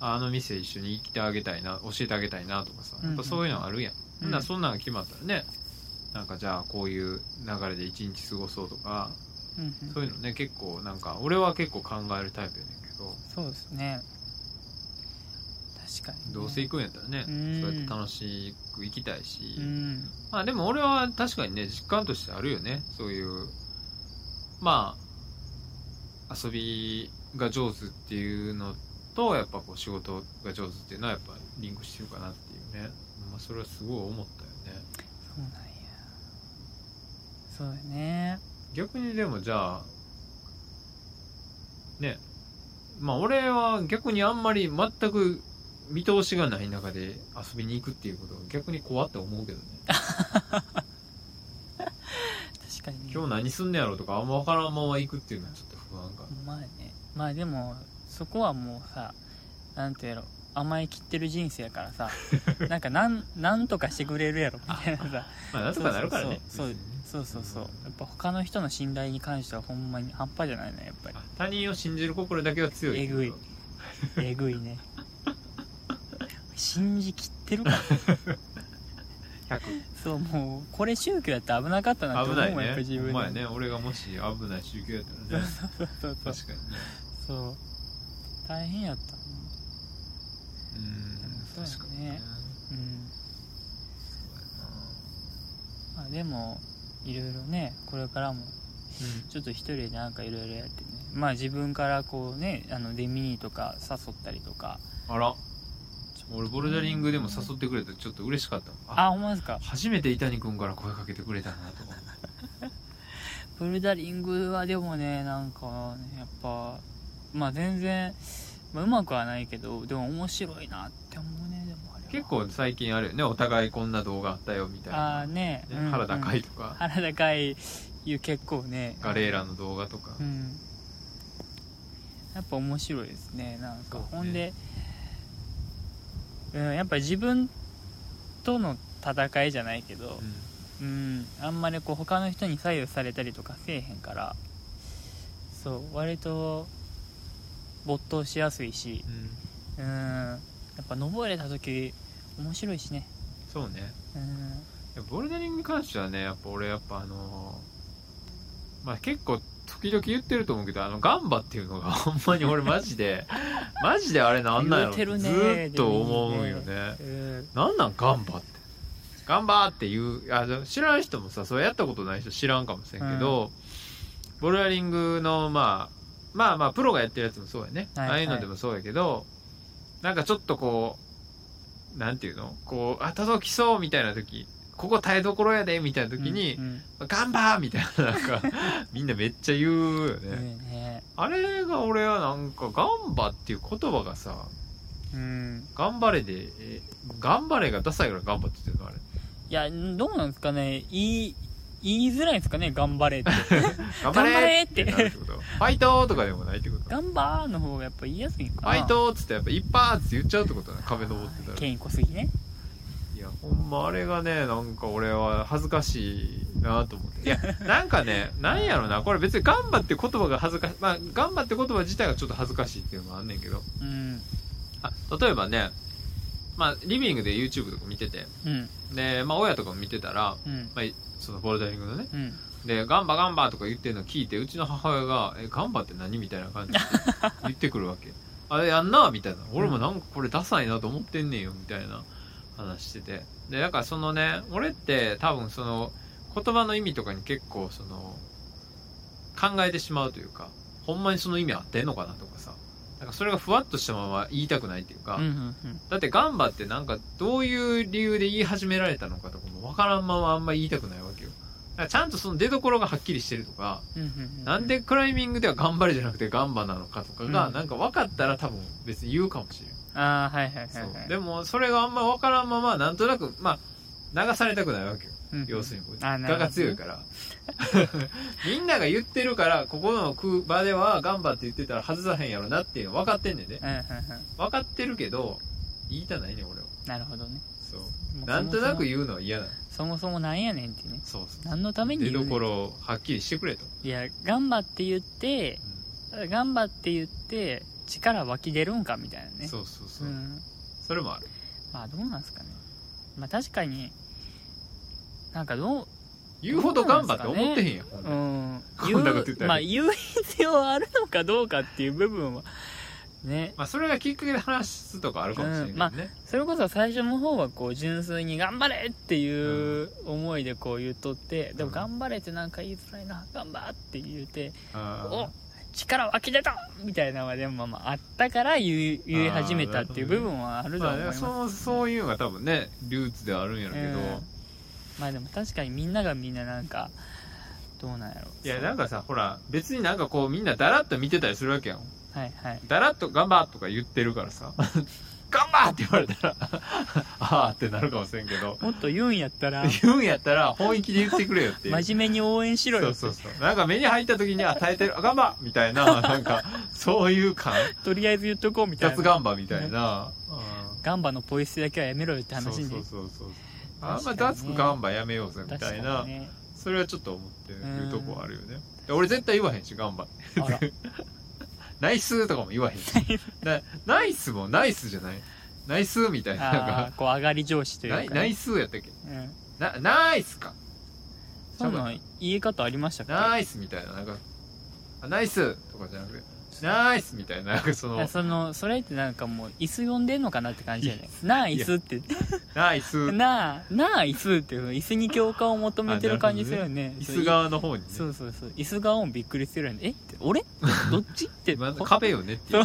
[SPEAKER 2] あの店一緒に来てあげたいな教えてあげたいなとかさやっぱそういうのあるやん、
[SPEAKER 1] うん
[SPEAKER 2] なそんなんが決まったらねなんかじゃあこういう流れで一日過ごそうとか
[SPEAKER 1] うんうん
[SPEAKER 2] そういうのね結構なんか俺は結構考えるタイプやねんけど
[SPEAKER 1] そうですね確かにね、
[SPEAKER 2] どうせ行くんやったらね、
[SPEAKER 1] うん
[SPEAKER 2] そうやって楽しく行きたいし、
[SPEAKER 1] うん
[SPEAKER 2] まあでも俺は確かにね実感としてあるよねそういうまあ遊びが上手っていうのとやっぱこう仕事が上手っていうのはやっぱリンクしてるかなっていうね、まあ、それはすごい思ったよね
[SPEAKER 1] そうなんやそうだね
[SPEAKER 2] 逆にでもじゃあねまあ俺は逆にあんまり全く見通しがない中で遊びに行くっていうことが逆に怖って思うけどね
[SPEAKER 1] 確かにね
[SPEAKER 2] 今日何すんねやろとかあんま分からんまま行くっていうのはちょっと不安かな
[SPEAKER 1] まあねまあでもそこはもうさなんてやろ甘えきってる人生やから さなんかなんなんとかしてくれるやろみたいなさ
[SPEAKER 2] まあ、なんとかなるからね。
[SPEAKER 1] そう
[SPEAKER 2] 別にね
[SPEAKER 1] そうそうそうやっぱ他の人の信頼に関してはほんまに半端じゃないねやっぱり
[SPEAKER 2] あ他人を信じる心だけは強い。
[SPEAKER 1] えぐいえぐいね信じきってるから
[SPEAKER 2] 100。
[SPEAKER 1] そうもうこれ宗教やったら危なかったなって
[SPEAKER 2] 危
[SPEAKER 1] 思う
[SPEAKER 2] ない
[SPEAKER 1] もんやっぱ
[SPEAKER 2] ね。
[SPEAKER 1] 自分
[SPEAKER 2] ほん
[SPEAKER 1] で
[SPEAKER 2] まやね。俺がもし危ない宗教やったらね。
[SPEAKER 1] そうそうそう
[SPEAKER 2] 確かにね。
[SPEAKER 1] そう大変やったなそうんやね
[SPEAKER 2] う。確かにね。
[SPEAKER 1] うん
[SPEAKER 2] そうやな
[SPEAKER 1] まあでもいろいろねこれからも
[SPEAKER 2] うん
[SPEAKER 1] ちょっと一人でなんかいろいろやってねまあ自分からこうねあのデミニとか誘ったりとか
[SPEAKER 2] あら。俺、ボルダリングでも誘ってくれてちょっと嬉しかったもん。
[SPEAKER 1] あ、ほんまですか
[SPEAKER 2] 初めて伊谷君から声かけてくれたなと思って。
[SPEAKER 1] ボルダリングはでもねなんかねやっぱまあ全然、まあ、うまくはないけどでも面白いなって思うねでもあれは
[SPEAKER 2] 結構最近あるよね。お互いこんな動画あったよみたい
[SPEAKER 1] あ
[SPEAKER 2] な。
[SPEAKER 1] あね
[SPEAKER 2] ね原
[SPEAKER 1] うんうん
[SPEAKER 2] 高いとか、
[SPEAKER 1] 腹高いいう結構ね
[SPEAKER 2] ガレーラの動画とか
[SPEAKER 1] う。んやっぱ面白いですねなんか、
[SPEAKER 2] そうね
[SPEAKER 1] ほんで、うん、やっぱ自分との戦いじゃないけど
[SPEAKER 2] う、ん
[SPEAKER 1] うん、あんまりこう他の人に左右されたりとかせえへんからそう割と没頭しやすいし、
[SPEAKER 2] うん
[SPEAKER 1] うん、やっぱ登れた時面白いしね
[SPEAKER 2] そうね
[SPEAKER 1] うん
[SPEAKER 2] いやボルダリングに関してはねやっぱ俺やっぱあのーまあ結構時々言ってると思うけどあのガンバっていうのが ほんまに俺マジでマジであれなんなんやろ
[SPEAKER 1] 言うてるね
[SPEAKER 2] ずーっと思うよ
[SPEAKER 1] で
[SPEAKER 2] ね
[SPEAKER 1] うん
[SPEAKER 2] なんなんガンバってガンバっていうあでも知らん人もさそうやったことない人知らんかもしれんけど、ボルダリングの、まあ、まあまあプロがやってるやつもそうやね、
[SPEAKER 1] はい
[SPEAKER 2] ああいうのでもそうやけどなんかちょっとこうなんていうのこうあ届きそうみたいな時ここ耐えどころやでみたいな時に
[SPEAKER 1] うんうん
[SPEAKER 2] 「ガンバ!」みたいなな んかみんなめっちゃ言うよね、
[SPEAKER 1] 言うね
[SPEAKER 2] あれが俺はなんか「ガンバ」っていう言葉がさ
[SPEAKER 1] うん
[SPEAKER 2] 「頑張れで」え頑張れ」がダサいから「ガンバ」って言ってるのあれ
[SPEAKER 1] いやどうなんですかね言い言いづらいですかね頑張れ って
[SPEAKER 2] 頑張
[SPEAKER 1] 頑張
[SPEAKER 2] れ
[SPEAKER 1] れ
[SPEAKER 2] ーっ
[SPEAKER 1] ってて
[SPEAKER 2] なるって ことファイトーとかでもないってことフ
[SPEAKER 1] 頑張ーの方がやっぱ言いやすいんかな
[SPEAKER 2] ァイトーっつってやっぱ一発って言っちゃうってことだね壁登ってたら
[SPEAKER 1] 権威濃すぎね
[SPEAKER 2] いやほんまあれがねなんか俺は恥ずかしいなと思っ ていやなんかねなんやろなこれ別に「ガンバ」って言葉が恥ずかしいまあ「ガンバ」って言葉自体がちょっと恥ずかしいっていうのもあんねんけど
[SPEAKER 1] うん
[SPEAKER 2] あ例えばねまあリビングで YouTube とか見てて
[SPEAKER 1] うん
[SPEAKER 2] でまあ親とかも見てたら
[SPEAKER 1] うん
[SPEAKER 2] まあそのボルダリングのね
[SPEAKER 1] うん
[SPEAKER 2] で、ガンバガンバとか言ってるの聞いて、うちの母親が、え、ガンバって何みたいな感じで言ってくるわけ。あれやんなみたいな。俺もなんかこれダサいなと思ってんねんよ、みたいな話してて。で、だからそのね、俺って多分その、言葉の意味とかに結構その、考えてしまうというか、ほんまにその意味合ってんのかなとかさ。なんかそれがふわっとしたまま言いたくないっていうか、
[SPEAKER 1] うんうんうん
[SPEAKER 2] だってガンバってなんかどういう理由で言い始められたのかとかもわからんままあんま言いたくないわけよ。だからちゃんとその出所がはっきりしてるとか、
[SPEAKER 1] うんうんう
[SPEAKER 2] なんでクライミングでは頑張れじゃなくてガンバなのかとかが、
[SPEAKER 1] うん
[SPEAKER 2] なんか分かったら多分別に言うかもしれん。
[SPEAKER 1] ああはいはいはい
[SPEAKER 2] そう
[SPEAKER 1] はい
[SPEAKER 2] でもそれがあんま分からんままなんとなく、まあ流されたくないわけよ。
[SPEAKER 1] うん
[SPEAKER 2] 要するにこう、
[SPEAKER 1] あ
[SPEAKER 2] 我
[SPEAKER 1] なるほど
[SPEAKER 2] が強いから。 みんなが言ってるから、ここの空場ではガンバって言ってたら外さへんやろなっていうの分かってんねんで。
[SPEAKER 1] うんうんうん
[SPEAKER 2] 分かってるけど、言いたないねん俺は。
[SPEAKER 1] なるほどね
[SPEAKER 2] そう。
[SPEAKER 1] もう
[SPEAKER 2] なんとなく
[SPEAKER 1] そも
[SPEAKER 2] 言うのは嫌だ。
[SPEAKER 1] そもそもなんやねんってね
[SPEAKER 2] そうそう。
[SPEAKER 1] 何のために
[SPEAKER 2] 出
[SPEAKER 1] 言う
[SPEAKER 2] ど
[SPEAKER 1] ね
[SPEAKER 2] こ
[SPEAKER 1] ん
[SPEAKER 2] ろをはっきりしてくれと。
[SPEAKER 1] いや頑張って言って頑張って言って力湧き出るんかみたいなね
[SPEAKER 2] そうそうそう。
[SPEAKER 1] ん、
[SPEAKER 2] それもある。
[SPEAKER 1] まあどうなんすかねまあ確かになんかどう
[SPEAKER 2] 言うほど頑張って思ってへんやん。
[SPEAKER 1] う
[SPEAKER 2] ほんで
[SPEAKER 1] ん
[SPEAKER 2] こ
[SPEAKER 1] 言
[SPEAKER 2] んなこと言
[SPEAKER 1] う
[SPEAKER 2] ったら
[SPEAKER 1] まあ言う必要あるのかどうかっていう部分はね
[SPEAKER 2] まあ、それがきっかけで話すとかあるかもしれんけどね。
[SPEAKER 1] それこそ最初の方はこう純粋に「頑張れ!」っていう思いでこう言っとって、でも「
[SPEAKER 2] うん
[SPEAKER 1] 頑張れ!」ってなんか言いづらいな「頑張!」って言うて「
[SPEAKER 2] あー
[SPEAKER 1] お力湧き出た!」みたいなのがでもまあまああったから言い言い始めたっていう部分はあると
[SPEAKER 2] ま
[SPEAKER 1] は
[SPEAKER 2] あ
[SPEAKER 1] 思い
[SPEAKER 2] ね、
[SPEAKER 1] ます、まあ
[SPEAKER 2] そう、そういうのが多分ね、ルーツではあるんやろうけど。
[SPEAKER 1] うんでも確かにみんながみんななんかどうなんやろ
[SPEAKER 2] いや、なんかさ、ほら、別になんかこう、みんなだらっと見てたりするわけやん。
[SPEAKER 1] はいはい
[SPEAKER 2] だらっと頑張とか言ってるか らさ。頑張って言われたら、 あーってなるかもしれん けど。
[SPEAKER 1] もっと言うんやったら
[SPEAKER 2] 言うんやったら、本気で言ってくれよっていう。
[SPEAKER 1] 真面目に応援しろ
[SPEAKER 2] そ
[SPEAKER 1] よ
[SPEAKER 2] うそうそう。なんか目に入った時に、あ、耐えてる、あ、ガンバみたいな、なんか、そういう感、
[SPEAKER 1] とりあえず言っとこうみたい
[SPEAKER 2] 脱
[SPEAKER 1] な
[SPEAKER 2] ガンバみたいな。
[SPEAKER 1] ガンバのポイ捨てだけはやめろよって
[SPEAKER 2] うん
[SPEAKER 1] 話に
[SPEAKER 2] そうそうそうそう。あ
[SPEAKER 1] 確か
[SPEAKER 2] んま
[SPEAKER 1] にね
[SPEAKER 2] 脱ガンバやめようぜみたいな、
[SPEAKER 1] ね、
[SPEAKER 2] それはちょっと思ってるとこあるよね。俺絶対言わへんし、ガンバ。
[SPEAKER 1] あら
[SPEAKER 2] ナイスとかも言 わへんし。なナイスもナイスじゃない。ナイスみたい な、なん
[SPEAKER 1] あ
[SPEAKER 2] か
[SPEAKER 1] ーこう上がり上司というか
[SPEAKER 2] ナ
[SPEAKER 1] ね、
[SPEAKER 2] イナイスやったっけ
[SPEAKER 1] うん、
[SPEAKER 2] な、ナイスか。
[SPEAKER 1] そんなん言い方ありましたか
[SPEAKER 2] ナイスみたいな、なんか、あナイスとかじゃなくて、ナイスみたいな、なんかそ
[SPEAKER 1] い
[SPEAKER 2] の
[SPEAKER 1] や、そのそれってなんかもう椅子呼んでんのかなって感じじゃないなあ椅子って
[SPEAKER 2] ナイス。
[SPEAKER 1] なあなあ椅子っていう椅子に共感を求めてる感じするよね
[SPEAKER 2] 椅子側の方にね。
[SPEAKER 1] そうそうそう椅子側もびっくりするよねえって 俺どっちって
[SPEAKER 2] まあ壁よねっていう。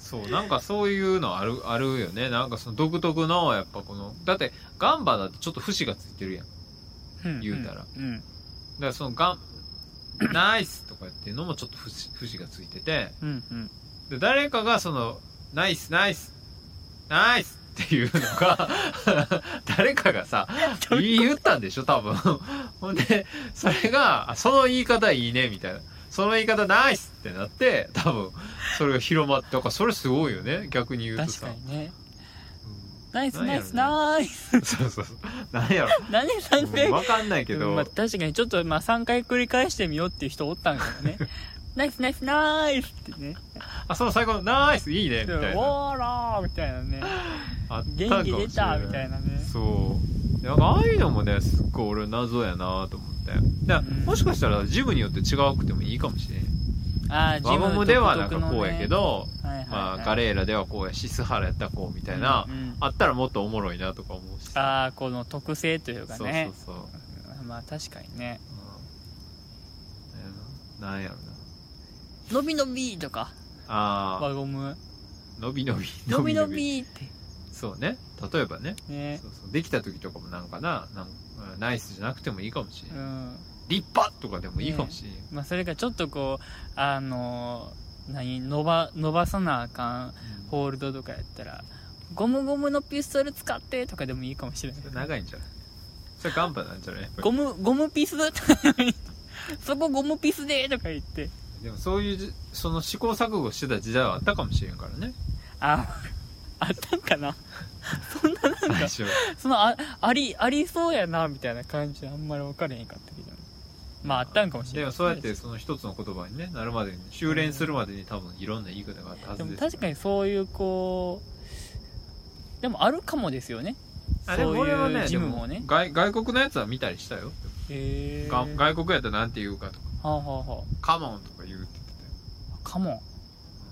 [SPEAKER 2] そう、なんかそういうのある、あるよね。なんかその独特の、やっぱこの、だって、ガンバだってちょっと節がついてるやん。だか言うたら
[SPEAKER 1] うん、うん
[SPEAKER 2] らそのガン、ナイスとかっていうのもちょっと節節がついてて、
[SPEAKER 1] うんうん
[SPEAKER 2] で誰かがその、ナイス、ナイス、ナイスっていうのが、 誰かがさ、言ったんでしょ、多分。 ほんで、それが、あその言い方いいね、みたいな。その言い方ナイスってなって、多分、それが広まって、だからそれすごいよね、逆に言うと
[SPEAKER 1] 確
[SPEAKER 2] さ。
[SPEAKER 1] かにね
[SPEAKER 2] う
[SPEAKER 1] ナイス
[SPEAKER 2] なんや
[SPEAKER 1] ナ
[SPEAKER 2] ろ
[SPEAKER 1] イ
[SPEAKER 2] ね
[SPEAKER 1] スナイス
[SPEAKER 2] ん そうそうそう。なんやろ。
[SPEAKER 1] 何三回
[SPEAKER 2] うんわかんないけ
[SPEAKER 1] うん
[SPEAKER 2] ど
[SPEAKER 1] まあ、、確かにちょっとまあ3回繰り返してみようっていう人おったんか もねナイスナイスナイスってね
[SPEAKER 2] あ、その最後のナイスいいね、み
[SPEAKER 1] でも
[SPEAKER 2] たいな。
[SPEAKER 1] おーらーみたいなね
[SPEAKER 2] あったか
[SPEAKER 1] 元
[SPEAKER 2] もし
[SPEAKER 1] 気
[SPEAKER 2] れな
[SPEAKER 1] 出
[SPEAKER 2] い
[SPEAKER 1] たみたいなね
[SPEAKER 2] そうなんかああいうのもねすっごい俺謎やなと思ってだから
[SPEAKER 1] うん
[SPEAKER 2] もしかしたらジムによって違くてもいいかもしれん
[SPEAKER 1] ああ
[SPEAKER 2] 輪ゴムではなんかこうやけ、ど、
[SPEAKER 1] ジム独特のねはいはいはい
[SPEAKER 2] まあ、ガレーラではこうやしスハラやったらこうみたいな、
[SPEAKER 1] うんうん
[SPEAKER 2] あったらもっとおもろいなとか思うし
[SPEAKER 1] ああこの特性というか
[SPEAKER 2] そう
[SPEAKER 1] ね
[SPEAKER 2] そうそう、
[SPEAKER 1] まあ確かにね
[SPEAKER 2] うん、なんやろな
[SPEAKER 1] 「のびのび」とか輪
[SPEAKER 2] あ
[SPEAKER 1] ゴム
[SPEAKER 2] ー伸び伸び
[SPEAKER 1] 「のびのび」って
[SPEAKER 2] そうね例えばね
[SPEAKER 1] ね
[SPEAKER 2] そうそうできた時とかもなんかななんうんナイスじゃなくてもいいかもしれ
[SPEAKER 1] う
[SPEAKER 2] ない、
[SPEAKER 1] ん
[SPEAKER 2] 立派とかでもいいかもしれない、
[SPEAKER 1] まあそれかちょっとこうあのー何伸ば伸ばさなあかん
[SPEAKER 2] うん
[SPEAKER 1] ホールドとかやったらゴムゴムのピストル使ってとかでもいいかもしれない
[SPEAKER 2] それ長いんじゃないそれガンバなんじゃないやっぱり
[SPEAKER 1] ゴムゴムピス そこゴムピスでとか言って
[SPEAKER 2] でもそういうじその試行錯誤してた時代はあったかもしれんからね
[SPEAKER 1] ああったんかなそんななん
[SPEAKER 2] 最
[SPEAKER 1] か
[SPEAKER 2] 初
[SPEAKER 1] そのあありありそうやなみたいな感じであんまり分かれへんかったけどまああったんかもしれ
[SPEAKER 2] で
[SPEAKER 1] ない
[SPEAKER 2] もそうやってその一つの言葉に、ね、なるまでに修練するまでに多分いろんな言い方があったは
[SPEAKER 1] で
[SPEAKER 2] ず
[SPEAKER 1] も
[SPEAKER 2] です
[SPEAKER 1] 確かにそういうこうでもあるかもですよね
[SPEAKER 2] あで
[SPEAKER 1] そ
[SPEAKER 2] も
[SPEAKER 1] う
[SPEAKER 2] 俺はいね
[SPEAKER 1] うジムも
[SPEAKER 2] で
[SPEAKER 1] ね
[SPEAKER 2] も外外国のやつは見たりしたよ、
[SPEAKER 1] へえ
[SPEAKER 2] が
[SPEAKER 1] は
[SPEAKER 2] 外国やったらなんて言うかとか
[SPEAKER 1] あはあは
[SPEAKER 2] 「カモン」とか言うって言ってたよ
[SPEAKER 1] あカモ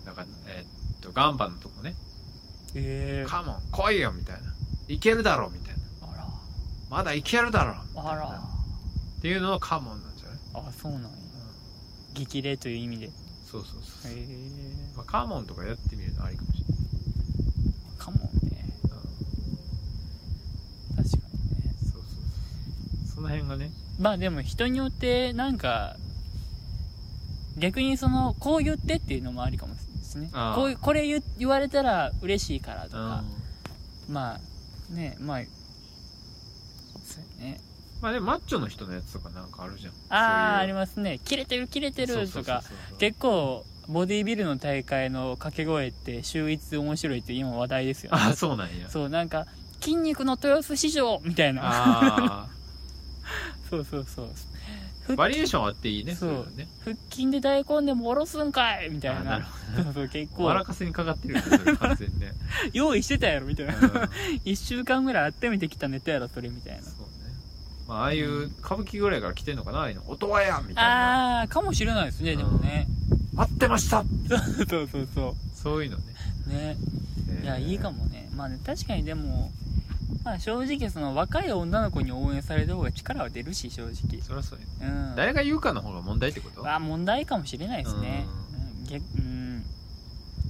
[SPEAKER 1] ン
[SPEAKER 2] なんか、えーっと、ガンバのとこね、
[SPEAKER 1] へえ
[SPEAKER 2] カモン、来いよ、みたいな。いけるだろ、みたいな。
[SPEAKER 1] あ
[SPEAKER 2] まだいけるだろ、みたい
[SPEAKER 1] らあ
[SPEAKER 2] な
[SPEAKER 1] ら
[SPEAKER 2] っていうのはカモンなんじゃない、
[SPEAKER 1] あそうなんや激励という意味でへ
[SPEAKER 2] そうそうそう。
[SPEAKER 1] え
[SPEAKER 2] まあ、カモンとかやってみるのありかもしれない。
[SPEAKER 1] カモンね確かにね
[SPEAKER 2] うんそうそうそう。その辺がね、
[SPEAKER 1] まあでも人によってなんか逆にそのこう言ってっていうのもありかもしれないですね
[SPEAKER 2] あー
[SPEAKER 1] こういうこれ言言われたら嬉しいからと
[SPEAKER 2] うん
[SPEAKER 1] かまあねまあそうやね
[SPEAKER 2] まあでもマッチョの人のやつとかなんかあるじゃん。
[SPEAKER 1] あああり
[SPEAKER 2] ま
[SPEAKER 1] ますね切れてる切れてるとか。
[SPEAKER 2] 結
[SPEAKER 1] 結構ボディビルの大会の掛け声って秀逸面白いって今話題ですよね
[SPEAKER 2] あ、そうなんや。
[SPEAKER 1] そうなんか筋肉の豊洲市場みたいな
[SPEAKER 2] あ
[SPEAKER 1] そうそうそう
[SPEAKER 2] あ、
[SPEAKER 1] 腹
[SPEAKER 2] バ
[SPEAKER 1] 筋
[SPEAKER 2] リエーションあっていいね、
[SPEAKER 1] そう
[SPEAKER 2] そういうのね。
[SPEAKER 1] 腹筋で大根でもおろすんかいみたい
[SPEAKER 2] あ
[SPEAKER 1] な
[SPEAKER 2] ーなる
[SPEAKER 1] そうそう結
[SPEAKER 2] 笑
[SPEAKER 1] 構
[SPEAKER 2] かせにかかってるよね、それ完全 にね。
[SPEAKER 1] 用意してたやろみたいな
[SPEAKER 2] うん
[SPEAKER 1] 1週間ぐらい温めてきたネタやろそれみたい
[SPEAKER 2] そうね。まあ、ああいう歌舞伎ぐらいから来てんのかな、ああいうの。音羽やみたいな。
[SPEAKER 1] なあーかもしれないですねでもね
[SPEAKER 2] 待ってました
[SPEAKER 1] そうそうそ
[SPEAKER 2] そういうのね。
[SPEAKER 1] うねいやいいか
[SPEAKER 2] も。
[SPEAKER 1] もねまあね確かにでもまあ正直その若い女の子に応援された方が力は出るし正直
[SPEAKER 2] そりゃそうや。
[SPEAKER 1] うん
[SPEAKER 2] 誰が言うかの方が問題ってこと
[SPEAKER 1] は問題かもしれないですね
[SPEAKER 2] う
[SPEAKER 1] うん逆うん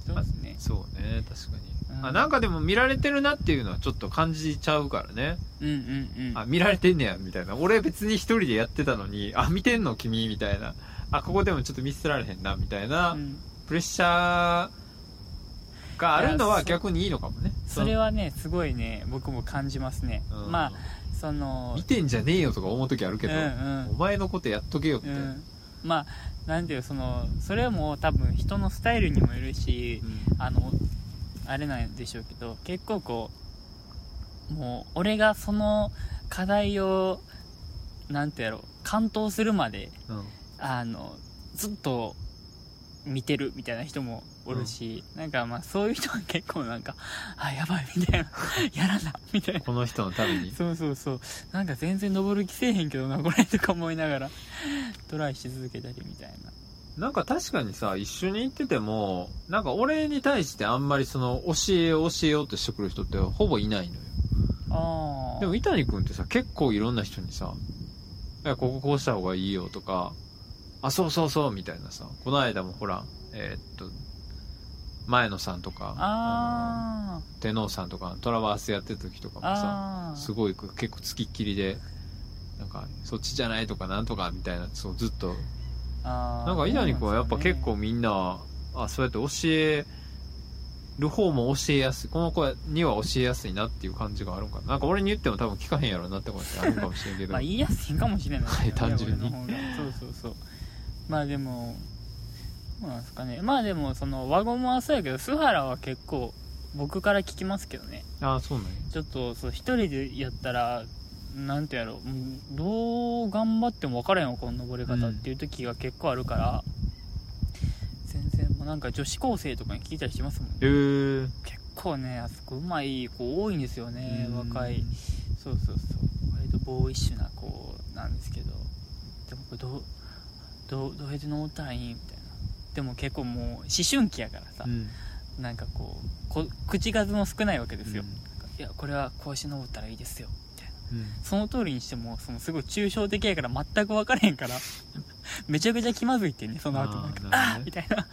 [SPEAKER 1] そうですね
[SPEAKER 2] そうね、確かに。
[SPEAKER 1] うん
[SPEAKER 2] あ、なんかでも見られてるなっていうのはちょっと感じちゃうからね。
[SPEAKER 1] うんうんうん
[SPEAKER 2] あ、見られてんねや、みたいな。俺別に一人でやってたのに、あ、見てんの君、みたいな。あ、ここでもちょっと見せられへんな、みたいな
[SPEAKER 1] う。ん
[SPEAKER 2] プレッシャーがあるの
[SPEAKER 1] い
[SPEAKER 2] は
[SPEAKER 1] や
[SPEAKER 2] 逆にいいのかもね。
[SPEAKER 1] それはねすごいね僕も感じますね、
[SPEAKER 2] その、うん
[SPEAKER 1] まあその
[SPEAKER 2] 見てんじゃねえよとか思う時あるけど、
[SPEAKER 1] うん
[SPEAKER 2] お前のことやっとけよ、み
[SPEAKER 1] うんう
[SPEAKER 2] たいな。
[SPEAKER 1] んまあなんていうそのそれはもう多分人のスタイルにもよるしあのあれなんでしょうけど結構こうもう俺がその課題をなんてやろう完登するまで
[SPEAKER 2] うんうん
[SPEAKER 1] あのずっと見てるみたいな人もおるし、なんかまあそういう人は結構なんかあやばいみたいなやらなみたいな
[SPEAKER 2] この人のために。
[SPEAKER 1] そうそうそうなんか全然登る気せえへんけどなこれとか思いながらトライし続けたりみたいな
[SPEAKER 2] なんか確かにさ、一緒に行ってても、なんか俺に対してあんまりその、教えよう教えようとしてくる人ってほぼいないのよ。
[SPEAKER 1] ああ
[SPEAKER 2] でも、伊谷君ってさ、結構いろんな人にさ、いやこここうした方がいいよとか、あ、そうそうそう、みたいなさ、この間もほら、えーっと、前野さんとか、
[SPEAKER 1] あ
[SPEAKER 2] の天皇さんとか、トラバースやってた時とか
[SPEAKER 1] ー
[SPEAKER 2] もさ、
[SPEAKER 1] あー
[SPEAKER 2] すごい結構つきっきりで、なんか、そっちじゃないとかなんとかみたいな、そうずっと
[SPEAKER 1] あー
[SPEAKER 2] なんか稲荷君はやっぱ結構
[SPEAKER 1] そう
[SPEAKER 2] みんな、あそうやって教える方も教えやすいこの子には教えやすいなっていう感じがあるんかななんか俺に言っても多分聞かへんやろなってことってあるかもしれんけど、
[SPEAKER 1] なんですよねまあ言いやすいかもしれないですよね、
[SPEAKER 2] はい単純に
[SPEAKER 1] 俺の方がそうそうそうまあでもどうなんですかねまあでもその輪ゴムはそうやけど須原は結構僕から聞きますけどね
[SPEAKER 2] ああそうなんや
[SPEAKER 1] ちょっとそう一人でやったらなんてやろうんどう頑張っても分からへんわこの登り方っていう時が結構あるから、全然もうなんか女子高生とかに聞いたりしますもん
[SPEAKER 2] へえ
[SPEAKER 1] 結構ねあそこうまい子多いんですよね
[SPEAKER 2] うん
[SPEAKER 1] 若いそうそうそう割とボーイッシュな子なんですけどでもこれどうどうどうやって登ったらいいみたいなでも結構もう思春期やからさ、
[SPEAKER 2] うん
[SPEAKER 1] なんかこうこ口数も少ないわけですよ、
[SPEAKER 2] うん
[SPEAKER 1] なんかいやこれはこうして登ったらいいですよみたいな
[SPEAKER 2] うん
[SPEAKER 1] その通りにしてもそのすごい抽象的やから全く分からへんから めちゃくちゃ気まずいってねその後
[SPEAKER 2] あー
[SPEAKER 1] なんか
[SPEAKER 2] なるほ
[SPEAKER 1] あ
[SPEAKER 2] どね
[SPEAKER 1] ー みたいな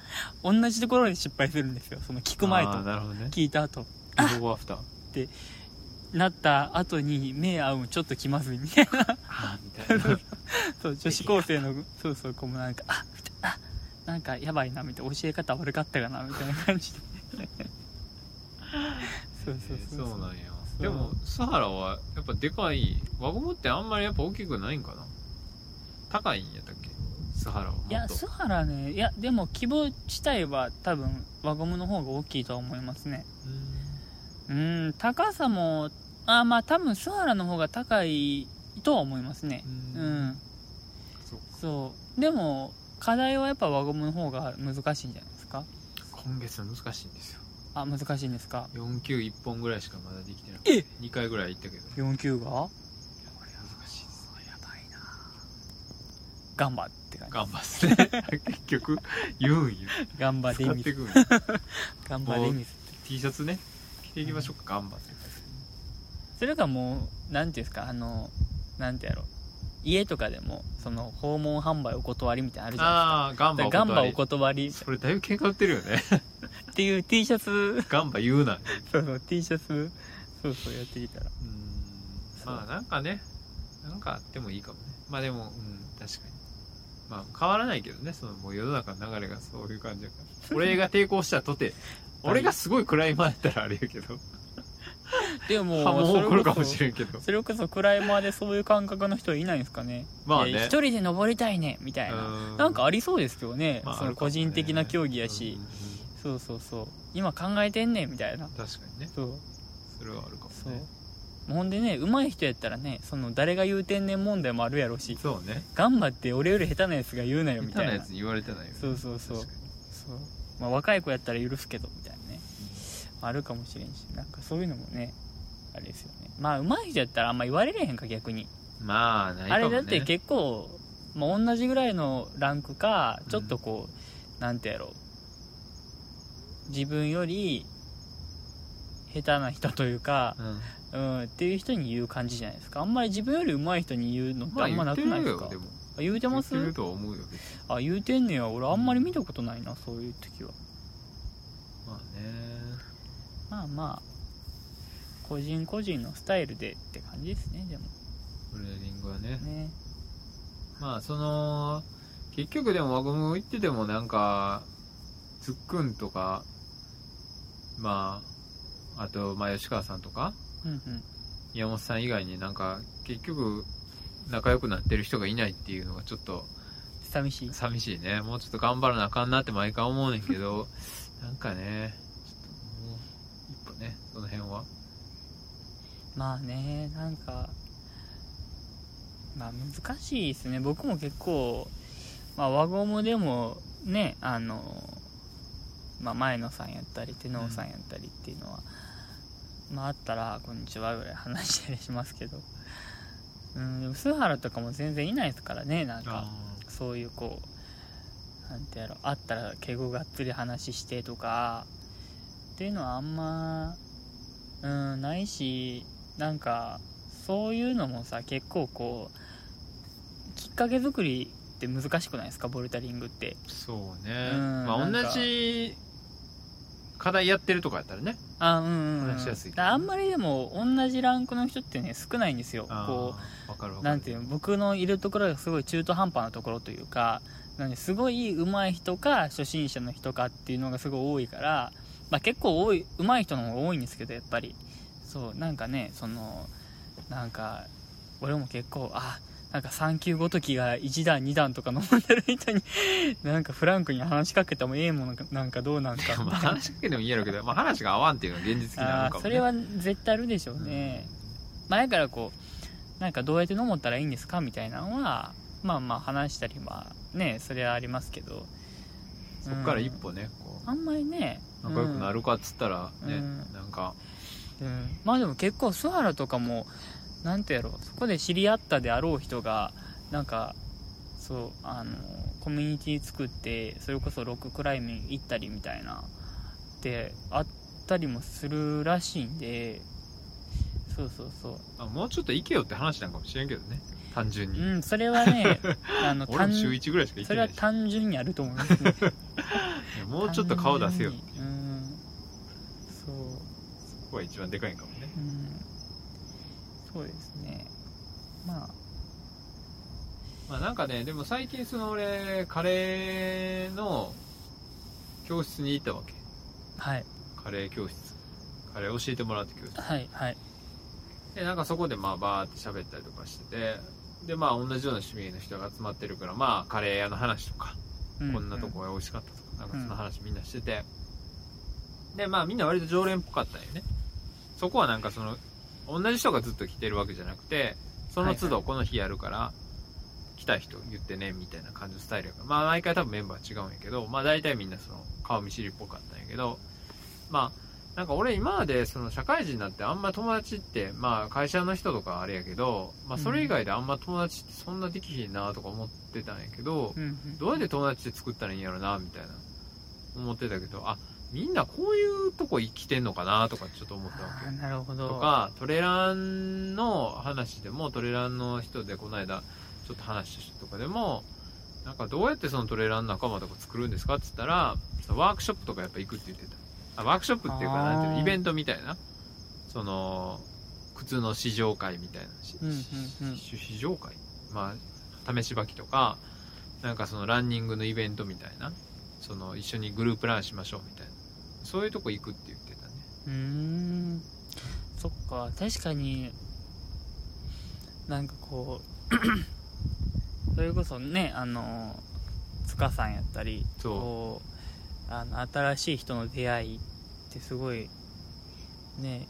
[SPEAKER 1] 同じところで失敗するんですよその聞く前と
[SPEAKER 2] あーなるほどね
[SPEAKER 1] 聞いた後
[SPEAKER 2] ビフォーアフター
[SPEAKER 1] なった後に目合うのちょっと気まずいみたいな
[SPEAKER 2] あーみたいな
[SPEAKER 1] そう女子高生のそうそう子もなんかあみたいなあなんかやばいなみたいな教え方悪かったかなみたいな感 じでそうそうそう
[SPEAKER 2] そうなんや
[SPEAKER 1] そう
[SPEAKER 2] でもスハラはやっぱでかい輪ゴムってあんまりやっぱ大きくないんかな高いんやったっけスハラはもっと
[SPEAKER 1] いや須原ねいやでも規模自体は多分輪ゴムの方が大きいとは思いますね
[SPEAKER 2] うん
[SPEAKER 1] うん高さもあまあ多分須原の方が高いとは思いますねうん、
[SPEAKER 2] そう
[SPEAKER 1] そうでも課題はやっぱ輪ゴムの方が難しいんじゃないですか
[SPEAKER 2] 今月は難しいんですよ
[SPEAKER 1] あ難しいんですか
[SPEAKER 2] 4級1本ぐらいしかまだできてな
[SPEAKER 1] え
[SPEAKER 2] い2回ぐらい行ったけどこ
[SPEAKER 1] 4級がや
[SPEAKER 2] れ難しいですね
[SPEAKER 1] ばいなガンバって感じ
[SPEAKER 2] 頑張 って結局言うんよ
[SPEAKER 1] ガンバ
[SPEAKER 2] 使
[SPEAKER 1] デ
[SPEAKER 2] っ
[SPEAKER 1] ミ
[SPEAKER 2] て
[SPEAKER 1] ス
[SPEAKER 2] くんよ
[SPEAKER 1] ガンバデミス
[SPEAKER 2] T シャツね着ていきましょうか頑張って
[SPEAKER 1] それがもうなんていうんですかあのなんてやろう家とかでもその訪問販売お断りみたいなのあるじゃないですか
[SPEAKER 2] ああガンバ
[SPEAKER 1] だ
[SPEAKER 2] お
[SPEAKER 1] からガンバ
[SPEAKER 2] 断
[SPEAKER 1] お
[SPEAKER 2] り
[SPEAKER 1] 断り
[SPEAKER 2] それだいぶ喧嘩売ってるよね
[SPEAKER 1] っていう T シャツ
[SPEAKER 2] ガンバ言うな
[SPEAKER 1] そうそう T シャツそうそうやってきたら
[SPEAKER 2] うーんまあなんかねなんかあってもいいかもねまあでもうん確かにまあ変わらないけどねそのもう世の中の流れがそういう感じだか ら俺が抵抗したとて俺がすごい暗い前やったらあれやけど
[SPEAKER 1] でも
[SPEAKER 2] 波紋起こる かもし
[SPEAKER 1] れ
[SPEAKER 2] れんけど
[SPEAKER 1] こそそれこそクライマーでそういう感覚の人はいないんですかね
[SPEAKER 2] まあ
[SPEAKER 1] いや
[SPEAKER 2] ね
[SPEAKER 1] 一人で登りたいねみたいななんかありそうですけどね、
[SPEAKER 2] まあ
[SPEAKER 1] そ
[SPEAKER 2] あ
[SPEAKER 1] の
[SPEAKER 2] るかも
[SPEAKER 1] 個
[SPEAKER 2] ね
[SPEAKER 1] 人的な競技やし
[SPEAKER 2] うん、うん
[SPEAKER 1] そうそうそう今考えてんねんみたいな
[SPEAKER 2] うん確かにね
[SPEAKER 1] そう
[SPEAKER 2] それはあるかも
[SPEAKER 1] そう、
[SPEAKER 2] ね
[SPEAKER 1] もうほんでね上手い人やったらねその誰が言うてんねん問題もあるやろし
[SPEAKER 2] そうね
[SPEAKER 1] 頑張って俺より下手なやつが言うなよみ
[SPEAKER 2] 下
[SPEAKER 1] た
[SPEAKER 2] 手
[SPEAKER 1] い
[SPEAKER 2] な
[SPEAKER 1] な
[SPEAKER 2] やつに言われてないよね
[SPEAKER 1] そうそうそう
[SPEAKER 2] 確かに
[SPEAKER 1] そう、まあ、若い子やったら許すけどみたいなねあるかもしれんしなんかそういうのもねあれですよねまあ上手い人やったらあんま言われれへんか逆に、
[SPEAKER 2] まあない
[SPEAKER 1] あ
[SPEAKER 2] かも
[SPEAKER 1] れ
[SPEAKER 2] ね
[SPEAKER 1] だって結構、まあ、同じぐらいのランクかちょっとこう、なんてやろう自分より下手な人というか、
[SPEAKER 2] うん
[SPEAKER 1] うん、っていう人に言う感じじゃないですかあんまり自分より上手い人に言うのって
[SPEAKER 2] ま
[SPEAKER 1] あ
[SPEAKER 2] あ
[SPEAKER 1] んま
[SPEAKER 2] 言
[SPEAKER 1] な
[SPEAKER 2] って
[SPEAKER 1] くない
[SPEAKER 2] る
[SPEAKER 1] です
[SPEAKER 2] よ
[SPEAKER 1] か、
[SPEAKER 2] でも
[SPEAKER 1] あ言うて
[SPEAKER 2] 言
[SPEAKER 1] ま
[SPEAKER 2] って
[SPEAKER 1] す
[SPEAKER 2] るとは思うよ別に
[SPEAKER 1] あ言うてんねや俺あんまり見たことないなそういう時は
[SPEAKER 2] まあね
[SPEAKER 1] まあまあ個人個人のスタイルでって感じですねでも
[SPEAKER 2] ブレーディングはね
[SPEAKER 1] ね
[SPEAKER 2] まあその結局でも輪ゴム行っててもなんかつっくんとかまああとまあ吉川さんとか
[SPEAKER 1] うんうん
[SPEAKER 2] 宮本さん以外になんか結局仲良くなってる人がいないっていうのがちょっと
[SPEAKER 1] 寂しい
[SPEAKER 2] 寂しいねもうちょっと頑張らなあかんなって毎回思うねんけどなんかねちょっともう一歩ねその辺は
[SPEAKER 1] まあねなんかまあ難しいですね僕も結構、まあ、輪ゴムでもねあの、まあ、前野さんやったり手能さんやったりっていうのは、まああったら「こんにちは」ぐらい話したりしますけどうんでも須原とかも全然いないですからねなんか。そういうこうなんてやろあったら敬語がっつり話してとかっていうのはあんまうんないしなんかそういうのもさ結構こうきっかけ作りって難しくないですかボルタリングって
[SPEAKER 2] そうね、
[SPEAKER 1] うん
[SPEAKER 2] まあ
[SPEAKER 1] なん
[SPEAKER 2] 同
[SPEAKER 1] か
[SPEAKER 2] じ課題やってるとかやったらね
[SPEAKER 1] あうんうん、うん、
[SPEAKER 2] 話しやすい
[SPEAKER 1] だからあんまりでも同じランクの人ってね少ないんですよこう
[SPEAKER 2] う分かる分かる
[SPEAKER 1] なんていうの僕のいるところがすごい中途半端なところというかなんですごい上手い人か初心者の人かっていうのがすごい多いから、まあ、結構多い上手い人の方が多いんですけどやっぱりそうなんかねそのなんか俺も結構あなんか3級ごときが1段2段とか飲んでる人に なんかフランクに話しかけてもええものかなんかどうなんか
[SPEAKER 2] まあ話しかけてもいいやろうけど、まあ、話が合わんっていうのは現実的な
[SPEAKER 1] あ
[SPEAKER 2] の
[SPEAKER 1] ー
[SPEAKER 2] かも、ね、
[SPEAKER 1] それは絶対あるでしょうね、前からこうなんかどうやって飲もったらいいんですかみたいなのはまあまあ話したりはねそれはありますけど
[SPEAKER 2] そこから一
[SPEAKER 1] うん
[SPEAKER 2] 歩ねこ
[SPEAKER 1] あんまりね
[SPEAKER 2] 仲良くなるかっつったらね、
[SPEAKER 1] うん
[SPEAKER 2] なんか
[SPEAKER 1] うん、まあでも結構須原とかもなんてやろうそこで知り合ったであろう人がなんかそうあのコミュニティ作ってそれこそロッククライミング行ったりみたいなってあったりもするらしいんでそうそうそ
[SPEAKER 2] あもうちょっと行けよって話なんかもしれんけどね単純
[SPEAKER 1] う
[SPEAKER 2] に、
[SPEAKER 1] うんそれは ねあの
[SPEAKER 2] 俺
[SPEAKER 1] 単
[SPEAKER 2] も週1ぐらいしか行っ
[SPEAKER 1] そ
[SPEAKER 2] て
[SPEAKER 1] れ
[SPEAKER 2] な
[SPEAKER 1] はい
[SPEAKER 2] し
[SPEAKER 1] 単純にあると思いますね
[SPEAKER 2] いや もうちょっと顔出せよ
[SPEAKER 1] 単純にうんそう
[SPEAKER 2] ここが一番でかいんかもね
[SPEAKER 1] うんそうですねまあ
[SPEAKER 2] まあなんかねでも最近その俺カレーの教室に行ったわけ
[SPEAKER 1] はい
[SPEAKER 2] カレー教室カレー教えてもらって教室
[SPEAKER 1] はいはい
[SPEAKER 2] でなんかそこでまあバーって喋ったりとかしててでまあ同じような趣味の人が集まってるからまあカレー屋の話とかこんなとこが美味しかったとか、なんかその話みんなしてて。で、まあみんな割と常連っぽかったんよね。そこはなんかその、同じ人がずっと来てるわけじゃなくて、その都
[SPEAKER 1] はいは
[SPEAKER 2] 度この日やるから、来た人言ってね、みたいな感じのスタイルやから。まあ毎回多分メンバー違うんやけど、まあ大体みんなその顔見知りっぽかったんやけど、まあなんか俺今までその社会人になってあんま友達って、まあ会社の人とかあれやけど、まあそれ以外であんま友達ってそんなできひんなとか思ってたんやけど、
[SPEAKER 1] うんうん
[SPEAKER 2] どうやって友達で作ったらいいんやろなみたいな思ってたけどあみんなこういうとこ生きてんのかなとかちょっと思ったわ
[SPEAKER 1] あ
[SPEAKER 2] け
[SPEAKER 1] ーなるほど
[SPEAKER 2] とかトレランの話でもトレランの人でこの間ちょっと話した人とかでもなんかどうやってそのトレラン仲間とか作るんですかって言ったらそのワークショップとかやっぱ行くって言ってたあワークショップっていうか
[SPEAKER 1] あー
[SPEAKER 2] なんていうのイベントみたいなその靴の試乗会みたいな、し
[SPEAKER 1] うんうんうん
[SPEAKER 2] し試乗会まあ試し履きとかなんかそのランニングのイベントみたいなその一緒にグループランしましょうみたいなそういうとこ行くって言ってたね
[SPEAKER 1] うーんそっか確かになんかこうそれこそねあの塚さんやったり
[SPEAKER 2] そう
[SPEAKER 1] こうあの新しい人の出会いってすごいね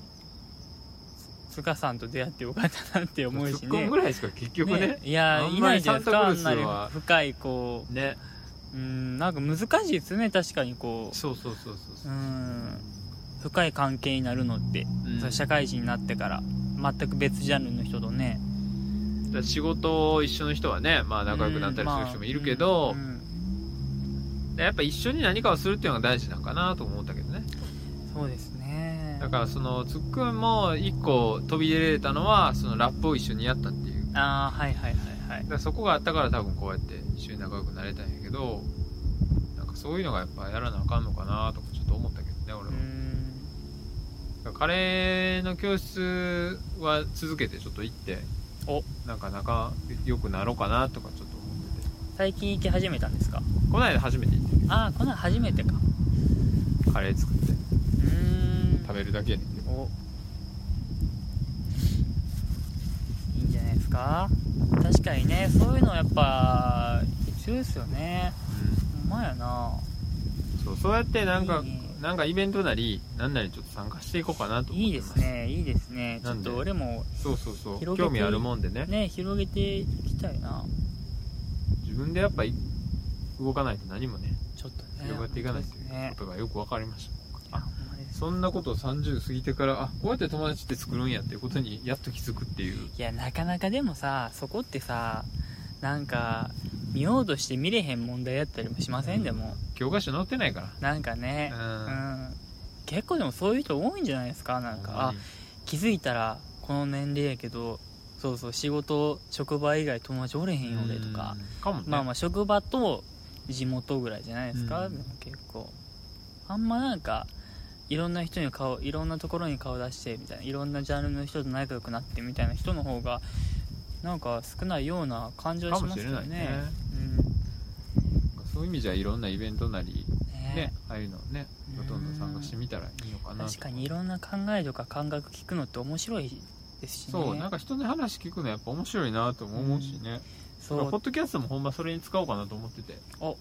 [SPEAKER 1] つ塚さんと出会ってよかったなって思うし
[SPEAKER 2] ツ
[SPEAKER 1] ね
[SPEAKER 2] ッコむぐらいしか結局ね
[SPEAKER 1] ねいや
[SPEAKER 2] あん
[SPEAKER 1] い
[SPEAKER 2] ま
[SPEAKER 1] な
[SPEAKER 2] り
[SPEAKER 1] いじゃないですか
[SPEAKER 2] サ
[SPEAKER 1] あ
[SPEAKER 2] ン
[SPEAKER 1] ん
[SPEAKER 2] タ
[SPEAKER 1] な
[SPEAKER 2] クロ
[SPEAKER 1] に
[SPEAKER 2] ースは
[SPEAKER 1] 深いこう
[SPEAKER 2] ね
[SPEAKER 1] うんなんか難しいですね確かにこう
[SPEAKER 2] そうそうそうそうそうう、
[SPEAKER 1] ん深い関係になるのって、
[SPEAKER 2] うん
[SPEAKER 1] その社会人になってから全く別ジャンルの人とね
[SPEAKER 2] だから仕事を一緒の人はね、まあ、仲良くなったりする人もいるけど、
[SPEAKER 1] うんまあうん
[SPEAKER 2] でやっぱ一緒に何かをするっていうのが大事なんかなと思ったけどね
[SPEAKER 1] そうですね
[SPEAKER 2] だからそのツッコミも一個飛び出れたのはそのラップを一緒にやったっていうだ
[SPEAKER 1] ああはいはいはいはい
[SPEAKER 2] からそこがあったから多分こうやって一緒に仲良くなれたんやけどなんかそういうのがやっぱやらなあかんのかなとかちょっと思ったけどね俺は
[SPEAKER 1] う、ん
[SPEAKER 2] だからカレーの教室は続けてちょっと行って
[SPEAKER 1] お
[SPEAKER 2] なんか仲良くなろうかなとかちょっと思ってて
[SPEAKER 1] 最近行き始めたんですか
[SPEAKER 2] この間初めて行って
[SPEAKER 1] ああこんなん初めてか
[SPEAKER 2] カレー作って
[SPEAKER 1] うーん
[SPEAKER 2] 食べるだけやねんけど
[SPEAKER 1] おいいんじゃないですか確かにねそういうのやっぱ必要ですよねほんまやな
[SPEAKER 2] そうそうやってなんか
[SPEAKER 1] いいね
[SPEAKER 2] なんかイベントなりなんなりちょっと参加していこうかなと思
[SPEAKER 1] いい
[SPEAKER 2] って
[SPEAKER 1] で
[SPEAKER 2] ます
[SPEAKER 1] すねいいですねち
[SPEAKER 2] な
[SPEAKER 1] ょ
[SPEAKER 2] ん
[SPEAKER 1] っ
[SPEAKER 2] で
[SPEAKER 1] と俺も
[SPEAKER 2] そうそうそう
[SPEAKER 1] 広げ
[SPEAKER 2] 興
[SPEAKER 1] て
[SPEAKER 2] 味あるもんでね
[SPEAKER 1] ね広げていきたいな
[SPEAKER 2] 自分でやっぱい動かないと何もね
[SPEAKER 1] ちょっとね
[SPEAKER 2] 広がっていかないと
[SPEAKER 1] 本当で
[SPEAKER 2] い
[SPEAKER 1] す
[SPEAKER 2] う
[SPEAKER 1] ね
[SPEAKER 2] ことがよく分かりました
[SPEAKER 1] あ
[SPEAKER 2] あ
[SPEAKER 1] ほんまです
[SPEAKER 2] そんなことを30過ぎてからあこうやって友達って作るんやっていうことにやっと気づくっていう
[SPEAKER 1] いやなかなかでもさそこってさなんか見ようとして見れへん問題やったりもしませんでも
[SPEAKER 2] 教科書載ってないから
[SPEAKER 1] なんかね
[SPEAKER 2] うん
[SPEAKER 1] うん結構でもそういう人多いんじゃないですかなんかあ気づいたらこの年齢やけどそうそう仕事職場以外友達おれへんよ俺とか
[SPEAKER 2] うんかもね
[SPEAKER 1] まあまあ職場と地元ぐらいじゃないですか、
[SPEAKER 2] うん
[SPEAKER 1] でも結構あんまなんかいろんな人に顔いろんなところに顔出してみたいないろんなジャンルの人と仲良くなってみたいな人の方がなんか少ないような感じは
[SPEAKER 2] か
[SPEAKER 1] し
[SPEAKER 2] も
[SPEAKER 1] ま
[SPEAKER 2] し
[SPEAKER 1] す
[SPEAKER 2] れ
[SPEAKER 1] よ
[SPEAKER 2] ない
[SPEAKER 1] ね
[SPEAKER 2] ね
[SPEAKER 1] うん
[SPEAKER 2] そういう意味じゃいろんなイベントなり
[SPEAKER 1] ね
[SPEAKER 2] ねああいうのね
[SPEAKER 1] うん
[SPEAKER 2] どんどん参加してみたらいいのかなと
[SPEAKER 1] 確かにいろんな考えとか感覚聞くのって面白いですしね
[SPEAKER 2] そうなんか人の話聞くのやっぱ面白いなとも思うしね、
[SPEAKER 1] そ
[SPEAKER 2] だからポ
[SPEAKER 1] う
[SPEAKER 2] ッドキャストもほんまそれに使おうかなと思ってて
[SPEAKER 1] お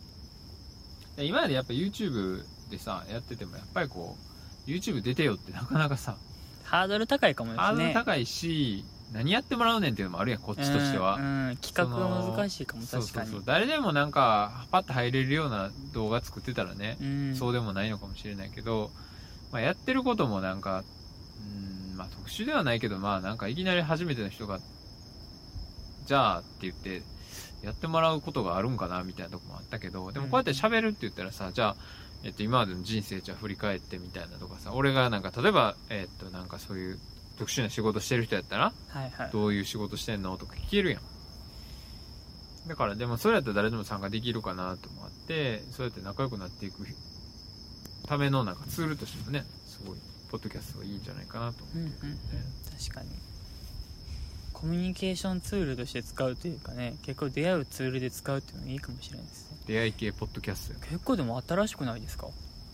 [SPEAKER 2] で今までやっぱ YouTube でさやっててもやっぱりこう YouTube 出てよってなかなかさ
[SPEAKER 1] ハードル高いかもですね
[SPEAKER 2] ハードル高いし、何やってもらうねんっていうのもあるやんこっちとしては、
[SPEAKER 1] うんうん、企画は難しいかも
[SPEAKER 2] そう
[SPEAKER 1] 確
[SPEAKER 2] そ
[SPEAKER 1] か
[SPEAKER 2] う
[SPEAKER 1] に
[SPEAKER 2] そう誰でもなんかパッと入れるような動画作ってたらね、
[SPEAKER 1] うん
[SPEAKER 2] そうでもないのかもしれないけど、まあ、やってることもなんかうん、まあ、特殊ではないけど、まあ、なんかいきなり初めての人がじゃあって言ってやってもらうことがあるんかなみたいなとこもあったけどでもこうやって喋るって言ったらさ、じゃあえっと、今までの人生じゃあ振り返ってみたいなとかさ俺がなんか例えば、えっと、なんかそういう特殊な仕事してる人やったら
[SPEAKER 1] はいはい
[SPEAKER 2] どういう仕事してんのとか聞けるやん。だから、でもそれやったら誰でも参加できるかなと思って、そうやって仲良くなっていくためのなんかツールとしてもね、すごい、ポッドキャストはいいんじゃないかなと思
[SPEAKER 1] うんうんうん確かにコミュニケーションツールとして使うというかね結構出会うツールで使うっていうのもいいかもしれないですね
[SPEAKER 2] う。出会い系ポッドキャストや
[SPEAKER 1] 結構でも新しくないですか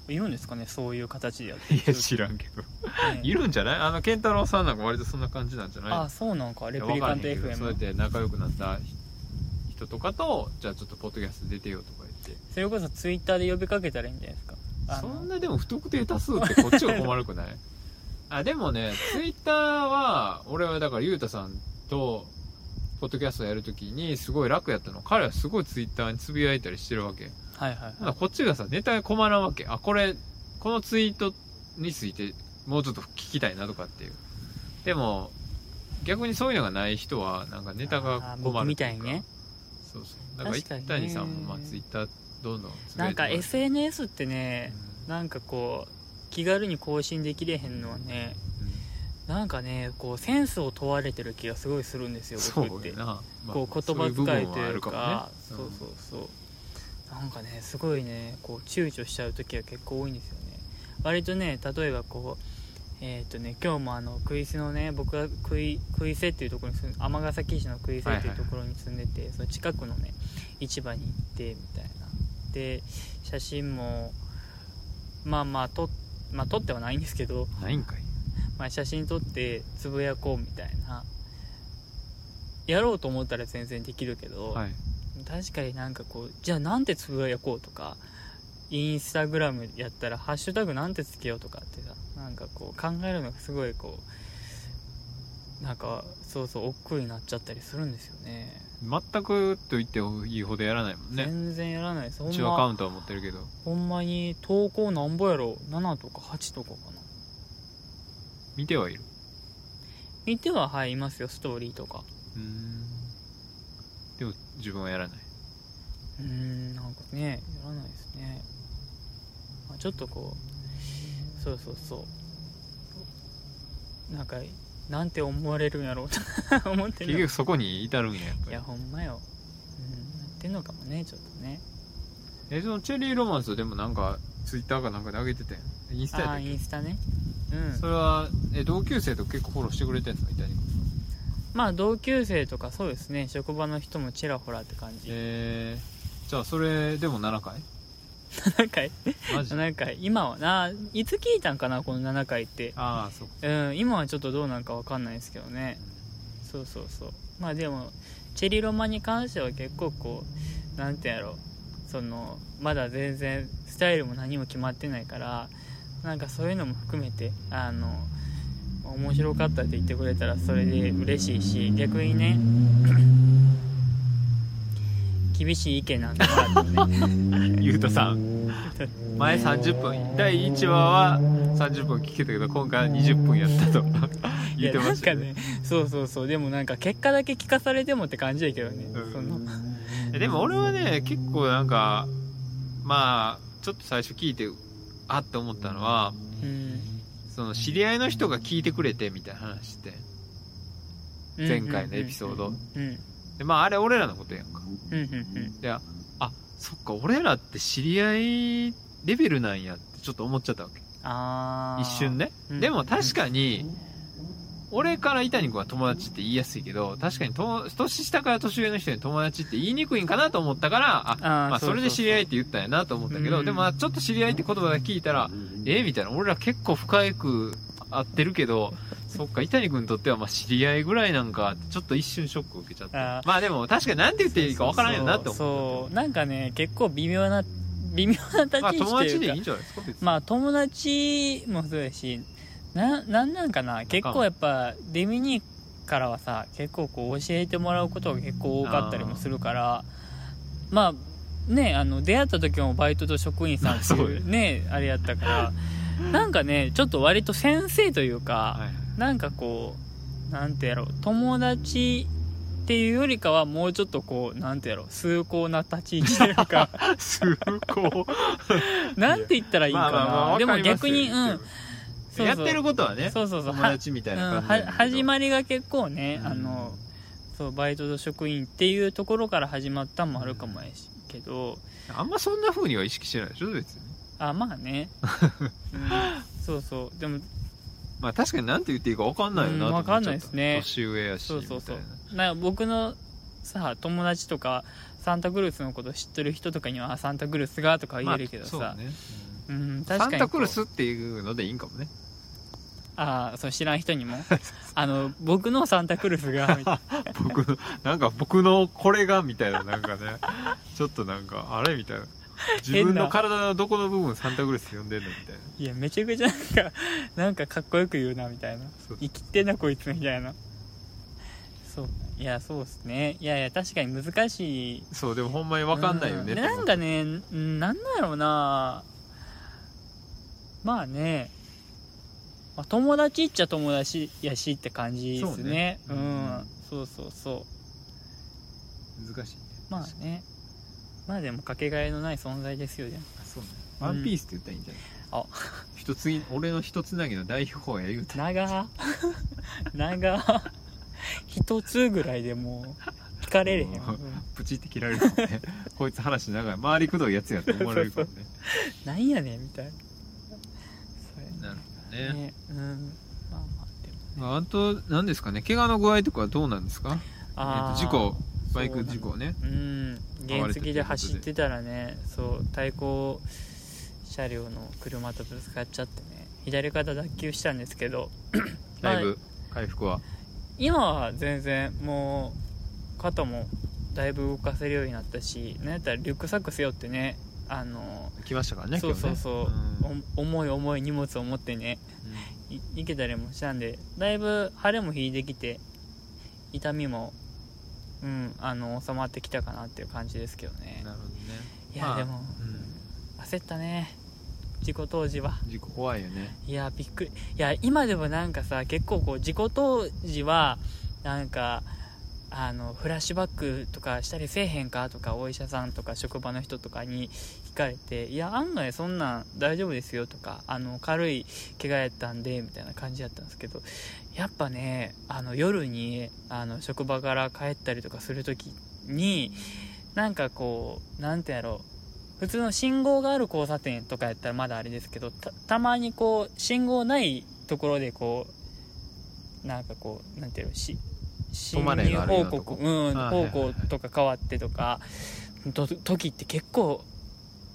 [SPEAKER 1] いるんですかねそう いう形でやって
[SPEAKER 2] いや、知らんけど。
[SPEAKER 1] ね
[SPEAKER 2] いるんじゃないあの、ケンタロウさんなんか割とそんな感じなんじゃない
[SPEAKER 1] あそうなんか
[SPEAKER 2] い
[SPEAKER 1] レ
[SPEAKER 2] や
[SPEAKER 1] プリカント
[SPEAKER 2] わからへんけどそうやっ
[SPEAKER 1] FM
[SPEAKER 2] て仲良くなった人とかと、じゃあちょっとポッドキャスト出てよとか言って。
[SPEAKER 1] それこそツイッターで呼びかけたらいいんじゃないですかあ
[SPEAKER 2] そ
[SPEAKER 1] の
[SPEAKER 2] んなでも不特定多数ってこっちが困 るくないあでもねツイッターは俺はだからゆうたさんとポッドキャストやるときにすごい楽やったの彼はすごいツイッターにつぶやいたりしてるわけ
[SPEAKER 1] はいはい
[SPEAKER 2] ほ
[SPEAKER 1] は
[SPEAKER 2] ないこっちがさネタが困らんわけあこれこのツイートについてもうちょっと聞きたいなとかっていうでも逆にそういうのがない人はなんかネタが
[SPEAKER 1] あー
[SPEAKER 2] 困
[SPEAKER 1] 僕
[SPEAKER 2] る
[SPEAKER 1] み
[SPEAKER 2] って
[SPEAKER 1] た
[SPEAKER 2] い
[SPEAKER 1] いうに
[SPEAKER 2] か
[SPEAKER 1] ね
[SPEAKER 2] そうそうだから一
[SPEAKER 1] 確かにね
[SPEAKER 2] 谷さんもまあツイッターどんどんつぶ
[SPEAKER 1] な
[SPEAKER 2] や
[SPEAKER 1] ん
[SPEAKER 2] いて
[SPEAKER 1] か
[SPEAKER 2] も
[SPEAKER 1] ら
[SPEAKER 2] って
[SPEAKER 1] SNS って
[SPEAKER 2] う
[SPEAKER 1] ねなんかこう気軽に更新できれへんのはね
[SPEAKER 2] んうん
[SPEAKER 1] なんかねこうセンスを問われてる気がすごいするんですよ
[SPEAKER 2] そう
[SPEAKER 1] 僕って
[SPEAKER 2] やな、まあ
[SPEAKER 1] こう言葉
[SPEAKER 2] そう
[SPEAKER 1] 遣
[SPEAKER 2] う部
[SPEAKER 1] い
[SPEAKER 2] 分
[SPEAKER 1] と
[SPEAKER 2] はあ
[SPEAKER 1] い
[SPEAKER 2] る
[SPEAKER 1] う
[SPEAKER 2] かも
[SPEAKER 1] かそ
[SPEAKER 2] ね
[SPEAKER 1] うそうそうなんかねすごいねこう躊躇しちゃう時は結構多いんですよね割とね例えばこうえっ、とね今日もあのクイスのね僕がクイクイセっていうところに住ん尼崎市のクイセっていうところに住んでて、その近くのね市場に行ってみたいなで写真もまあまあ撮,、まあ、撮ってはないんですけど、
[SPEAKER 2] うんないんかい
[SPEAKER 1] まあ、写真撮ってつぶやこうみたいなやろうと思ったら全然できるけど、
[SPEAKER 2] はい
[SPEAKER 1] 確かになんかこうじゃあなんてつぶやこうとかインスタグラムやったら「ハッシュタグなんてつけよう」とかってさなんかこう考えるのがすごいこうなんかそうそう億劫になっちゃったりするんですよね
[SPEAKER 2] 全くと言っていいほどやらないもんね
[SPEAKER 1] 全然やらないですほん
[SPEAKER 2] 一応アカ
[SPEAKER 1] ま
[SPEAKER 2] ウントは持ってるけど
[SPEAKER 1] ほんまに投稿なんぼやろ7とか8とかかな
[SPEAKER 2] 見てはいる
[SPEAKER 1] 見てははいいますよストーリーとか
[SPEAKER 2] うーんでも自分はやらないう
[SPEAKER 1] ーんなんかねやらないですね、まあ、ちょっとこうそうそうそうなんかなんて思われるんやろうと 思って
[SPEAKER 2] 結
[SPEAKER 1] る
[SPEAKER 2] 局そこに至るんややっ
[SPEAKER 1] い
[SPEAKER 2] ぱり
[SPEAKER 1] やほんまよ、うん、なってんのかもねちょっとね
[SPEAKER 2] えそのチェリーロマンスでもなんかツイッターかなんかで上げててインスタやった
[SPEAKER 1] あ
[SPEAKER 2] っ
[SPEAKER 1] ーイ
[SPEAKER 2] け
[SPEAKER 1] ンスタねうん
[SPEAKER 2] それはえ同級生と結構フォローしてくれてんのイタリア
[SPEAKER 1] まあ同級生とかそうですね職場の人もちらほらって感じ
[SPEAKER 2] えー、じゃあそれでも7回
[SPEAKER 1] 7回
[SPEAKER 2] マジあ
[SPEAKER 1] 7回今はないつ聞いたんかなこの7回って
[SPEAKER 2] あーそうか
[SPEAKER 1] うん今はちょっとどうなんかわかんないですけどねそうそうそうまあでもチェリロマに関しては結構こうなんてやろそのまだ全然スタイルも何も決まってないからなんかそういうのも含めてあの面白かったって言ってくれたらそれで嬉しいし逆にね 厳しい意見なんかもあってね
[SPEAKER 2] ゆうたさん前30分第1話は30分聞けたけど今回は20分やったと
[SPEAKER 1] い
[SPEAKER 2] 言
[SPEAKER 1] や
[SPEAKER 2] って
[SPEAKER 1] な
[SPEAKER 2] ま
[SPEAKER 1] ん
[SPEAKER 2] した
[SPEAKER 1] か
[SPEAKER 2] よね
[SPEAKER 1] ねそうそうそうでもなんか結果だけ聞かされてもって感じやけどね、
[SPEAKER 2] うん
[SPEAKER 1] その
[SPEAKER 2] えでも俺はね結構なんかまあちょっと最初聞いてあって思ったのは
[SPEAKER 1] うん
[SPEAKER 2] その知り合いの人が聞いてくれてみたいな話って前回のエピソード
[SPEAKER 1] うんうん
[SPEAKER 2] でまああれ俺らのことやんか
[SPEAKER 1] うんうんうん
[SPEAKER 2] でああそっか俺らって知り合いレベルなんやってちょっと思っちゃったわけ
[SPEAKER 1] あー
[SPEAKER 2] 一瞬ね
[SPEAKER 1] うん
[SPEAKER 2] でも確かに俺から伊谷君は友達って言いやすいけど確かにと年下から年上の人に友達って言いにくいんかなと思ったからあ
[SPEAKER 1] あー
[SPEAKER 2] まあ、
[SPEAKER 1] う
[SPEAKER 2] そうれ
[SPEAKER 1] う
[SPEAKER 2] で知り合いって言ったんやなと思ったけ
[SPEAKER 1] う
[SPEAKER 2] ど
[SPEAKER 1] ん
[SPEAKER 2] でもまあちょっと知り合いって言葉だけ聞いたらえみたいな俺ら結構深く合ってるけどそっか伊谷君にとってはまあ知り合いぐらいなんかちょっと一瞬ショック受けちゃった
[SPEAKER 1] あー
[SPEAKER 2] まあでも確かに何て言っていいか分からんよなって思う
[SPEAKER 1] そうそうなんかね結構微妙な微妙な立ち位
[SPEAKER 2] まあ
[SPEAKER 1] 置というか
[SPEAKER 2] 友達でいいんじゃないですか別に
[SPEAKER 1] まあ友達もそうやしななんなんかな結構やっぱデミニからはさ結構こう教えてもらうことが結構多かったりもするからまあねあの出会った時もバイトと職員さんって
[SPEAKER 2] まあそう
[SPEAKER 1] い
[SPEAKER 2] よ
[SPEAKER 1] うねあれやったからなんかねちょっと割と先生というか、
[SPEAKER 2] はいはい
[SPEAKER 1] なんかこうなんてやろう友達っていうよりかはもうちょっとこうなんてやろう崇高な立ち位置という か
[SPEAKER 2] 崇高
[SPEAKER 1] なんて言ったらいいんかな、でも逆にうん
[SPEAKER 2] わかりますよやってることはね
[SPEAKER 1] そうそうそう
[SPEAKER 2] 友達みたいな
[SPEAKER 1] うん、
[SPEAKER 2] 感じなんだけ
[SPEAKER 1] は
[SPEAKER 2] ど
[SPEAKER 1] 始まりが結構ね、
[SPEAKER 2] うん
[SPEAKER 1] あのそうバイトと職員っていうところから始まったんもあるかもやしけど
[SPEAKER 2] あんまそんな風には意識してないでしょ別に
[SPEAKER 1] あまあ ね、うんそうそうでも
[SPEAKER 2] まあ確かになんて言っていいか分かんないよな
[SPEAKER 1] うん
[SPEAKER 2] と思っち
[SPEAKER 1] 分
[SPEAKER 2] ゃ
[SPEAKER 1] か
[SPEAKER 2] っ
[SPEAKER 1] ん
[SPEAKER 2] た
[SPEAKER 1] ないですね
[SPEAKER 2] 年上やし
[SPEAKER 1] そうそうそう
[SPEAKER 2] みたいな
[SPEAKER 1] な僕のさ友達とかサンタクルースのこと知ってる人とかにはあ「サンタクルースが」とかは言えるけどさ、
[SPEAKER 2] まあそうね
[SPEAKER 1] うん、
[SPEAKER 2] うん
[SPEAKER 1] 確
[SPEAKER 2] サ
[SPEAKER 1] か
[SPEAKER 2] ン
[SPEAKER 1] に
[SPEAKER 2] タクル
[SPEAKER 1] こう
[SPEAKER 2] スっていうのでいいんかもね
[SPEAKER 1] ああそう知らん人にもあの僕のサンタクルースがみたいな
[SPEAKER 2] 僕のなんか僕のこれがみたいななんかねちょっとなんかあれみたいな自分の体のどこの部分サンタクルス呼んでんのみたいない
[SPEAKER 1] やめちゃくちゃなんかなんかかっこよく言うなみたいな
[SPEAKER 2] そう
[SPEAKER 1] 生きてんなこいつみたいなそういやそうっすねいやいや確かに難しい
[SPEAKER 2] そうでもほんまに分かんないよ
[SPEAKER 1] う
[SPEAKER 2] ねって
[SPEAKER 1] な
[SPEAKER 2] 思
[SPEAKER 1] ん
[SPEAKER 2] う
[SPEAKER 1] かねうんなんだろうなまあね、まあ、友達っちゃ友達やしって感じです
[SPEAKER 2] そう
[SPEAKER 1] ね
[SPEAKER 2] ね
[SPEAKER 1] う
[SPEAKER 2] うん
[SPEAKER 1] んそうそうそう
[SPEAKER 2] 難しいね
[SPEAKER 1] まあねまあでもかけがえのない存在ですよね
[SPEAKER 2] あそうねワンピースって言ったらいいんじゃない、
[SPEAKER 1] あ
[SPEAKER 2] 一つい俺の一つなぎの代表や言うた
[SPEAKER 1] 長ー長ー一つぐらいでもう聞かれれへん、
[SPEAKER 2] うん
[SPEAKER 1] うん
[SPEAKER 2] プチって切られるも んねこいつ話長い周りくどいやつやって思われるからね
[SPEAKER 1] なんやねんみたいな
[SPEAKER 2] なるほど
[SPEAKER 1] そ
[SPEAKER 2] ね
[SPEAKER 1] れねうんまあまあでも
[SPEAKER 2] まあ、あと何ですかね怪我の具合とかはどうなんですか、え
[SPEAKER 1] あー
[SPEAKER 2] っと事故バイク事故ね
[SPEAKER 1] うん原付で走ってたらねそう対向車両の車とぶつかっちゃってね左肩脱臼したんですけど
[SPEAKER 2] だい
[SPEAKER 1] は
[SPEAKER 2] ぶ回復は、
[SPEAKER 1] 今は全然もう肩もだいぶ動かせるようになったしなんやったらリュックサック背負ってねあの
[SPEAKER 2] 来ましたからね
[SPEAKER 1] そうそうそう、
[SPEAKER 2] 今日ね
[SPEAKER 1] お重い重い荷物を持ってね
[SPEAKER 2] うん
[SPEAKER 1] い行けたりもしたんでだいぶ腫れも引いてきて痛みもうんあの収まってきたかなっていう感じですけど
[SPEAKER 2] うん
[SPEAKER 1] ね
[SPEAKER 2] なるほどね
[SPEAKER 1] いや、
[SPEAKER 2] まあ
[SPEAKER 1] でも、焦ったね事故当時は
[SPEAKER 2] うん、事故怖いよね
[SPEAKER 1] いやびっくりいや今でもなんかさ結構こう事故当時はなんかあのフラッシュバックとかしたりせえへんかとかお医者さんとか職場の人とかに聞かれていや案外そんなん大丈夫ですよとかあの軽い怪我やったんでみたいな感じだったんですけどやっぱねあの夜にあの職場から帰ったりとかする時になんかこうなんてやろう普通の信号がある交差点とかやったらまだあれですけどたたまにこう信号ないところでこうなんかこうなんていうのし進
[SPEAKER 2] 止まれ
[SPEAKER 1] 入
[SPEAKER 2] があるよう
[SPEAKER 1] 方
[SPEAKER 2] なとこ
[SPEAKER 1] 向,、うん、
[SPEAKER 2] あーはい
[SPEAKER 1] 方
[SPEAKER 2] はいはい
[SPEAKER 1] 向とか変わってとかと時って結構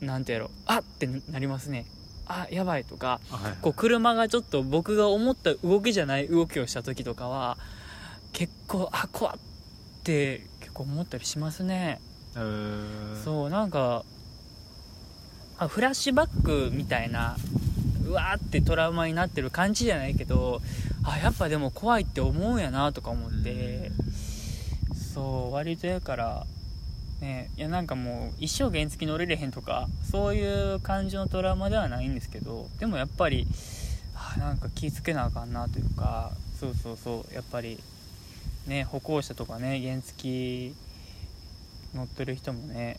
[SPEAKER 1] なんてやろうあってなりますねあやばいとか
[SPEAKER 2] あはいはい
[SPEAKER 1] こう車がちょっと僕が思った動きじゃない動きをした時とかは結構あ怖って結構思ったりしますね
[SPEAKER 2] えー
[SPEAKER 1] そうなんかあフラッシュバックみたいなうわーってトラウマになってる感じじゃないけどあやっぱでも怖いって思うんやなとか思ってそう割とやからねいやなんかもう一生原付乗れれへんとかそういう感じのトラウマではないんですけどでもやっぱりあなんか気ぃつけなあかんなというかそうそうそうやっぱりね歩行者とかね原付乗ってる人もね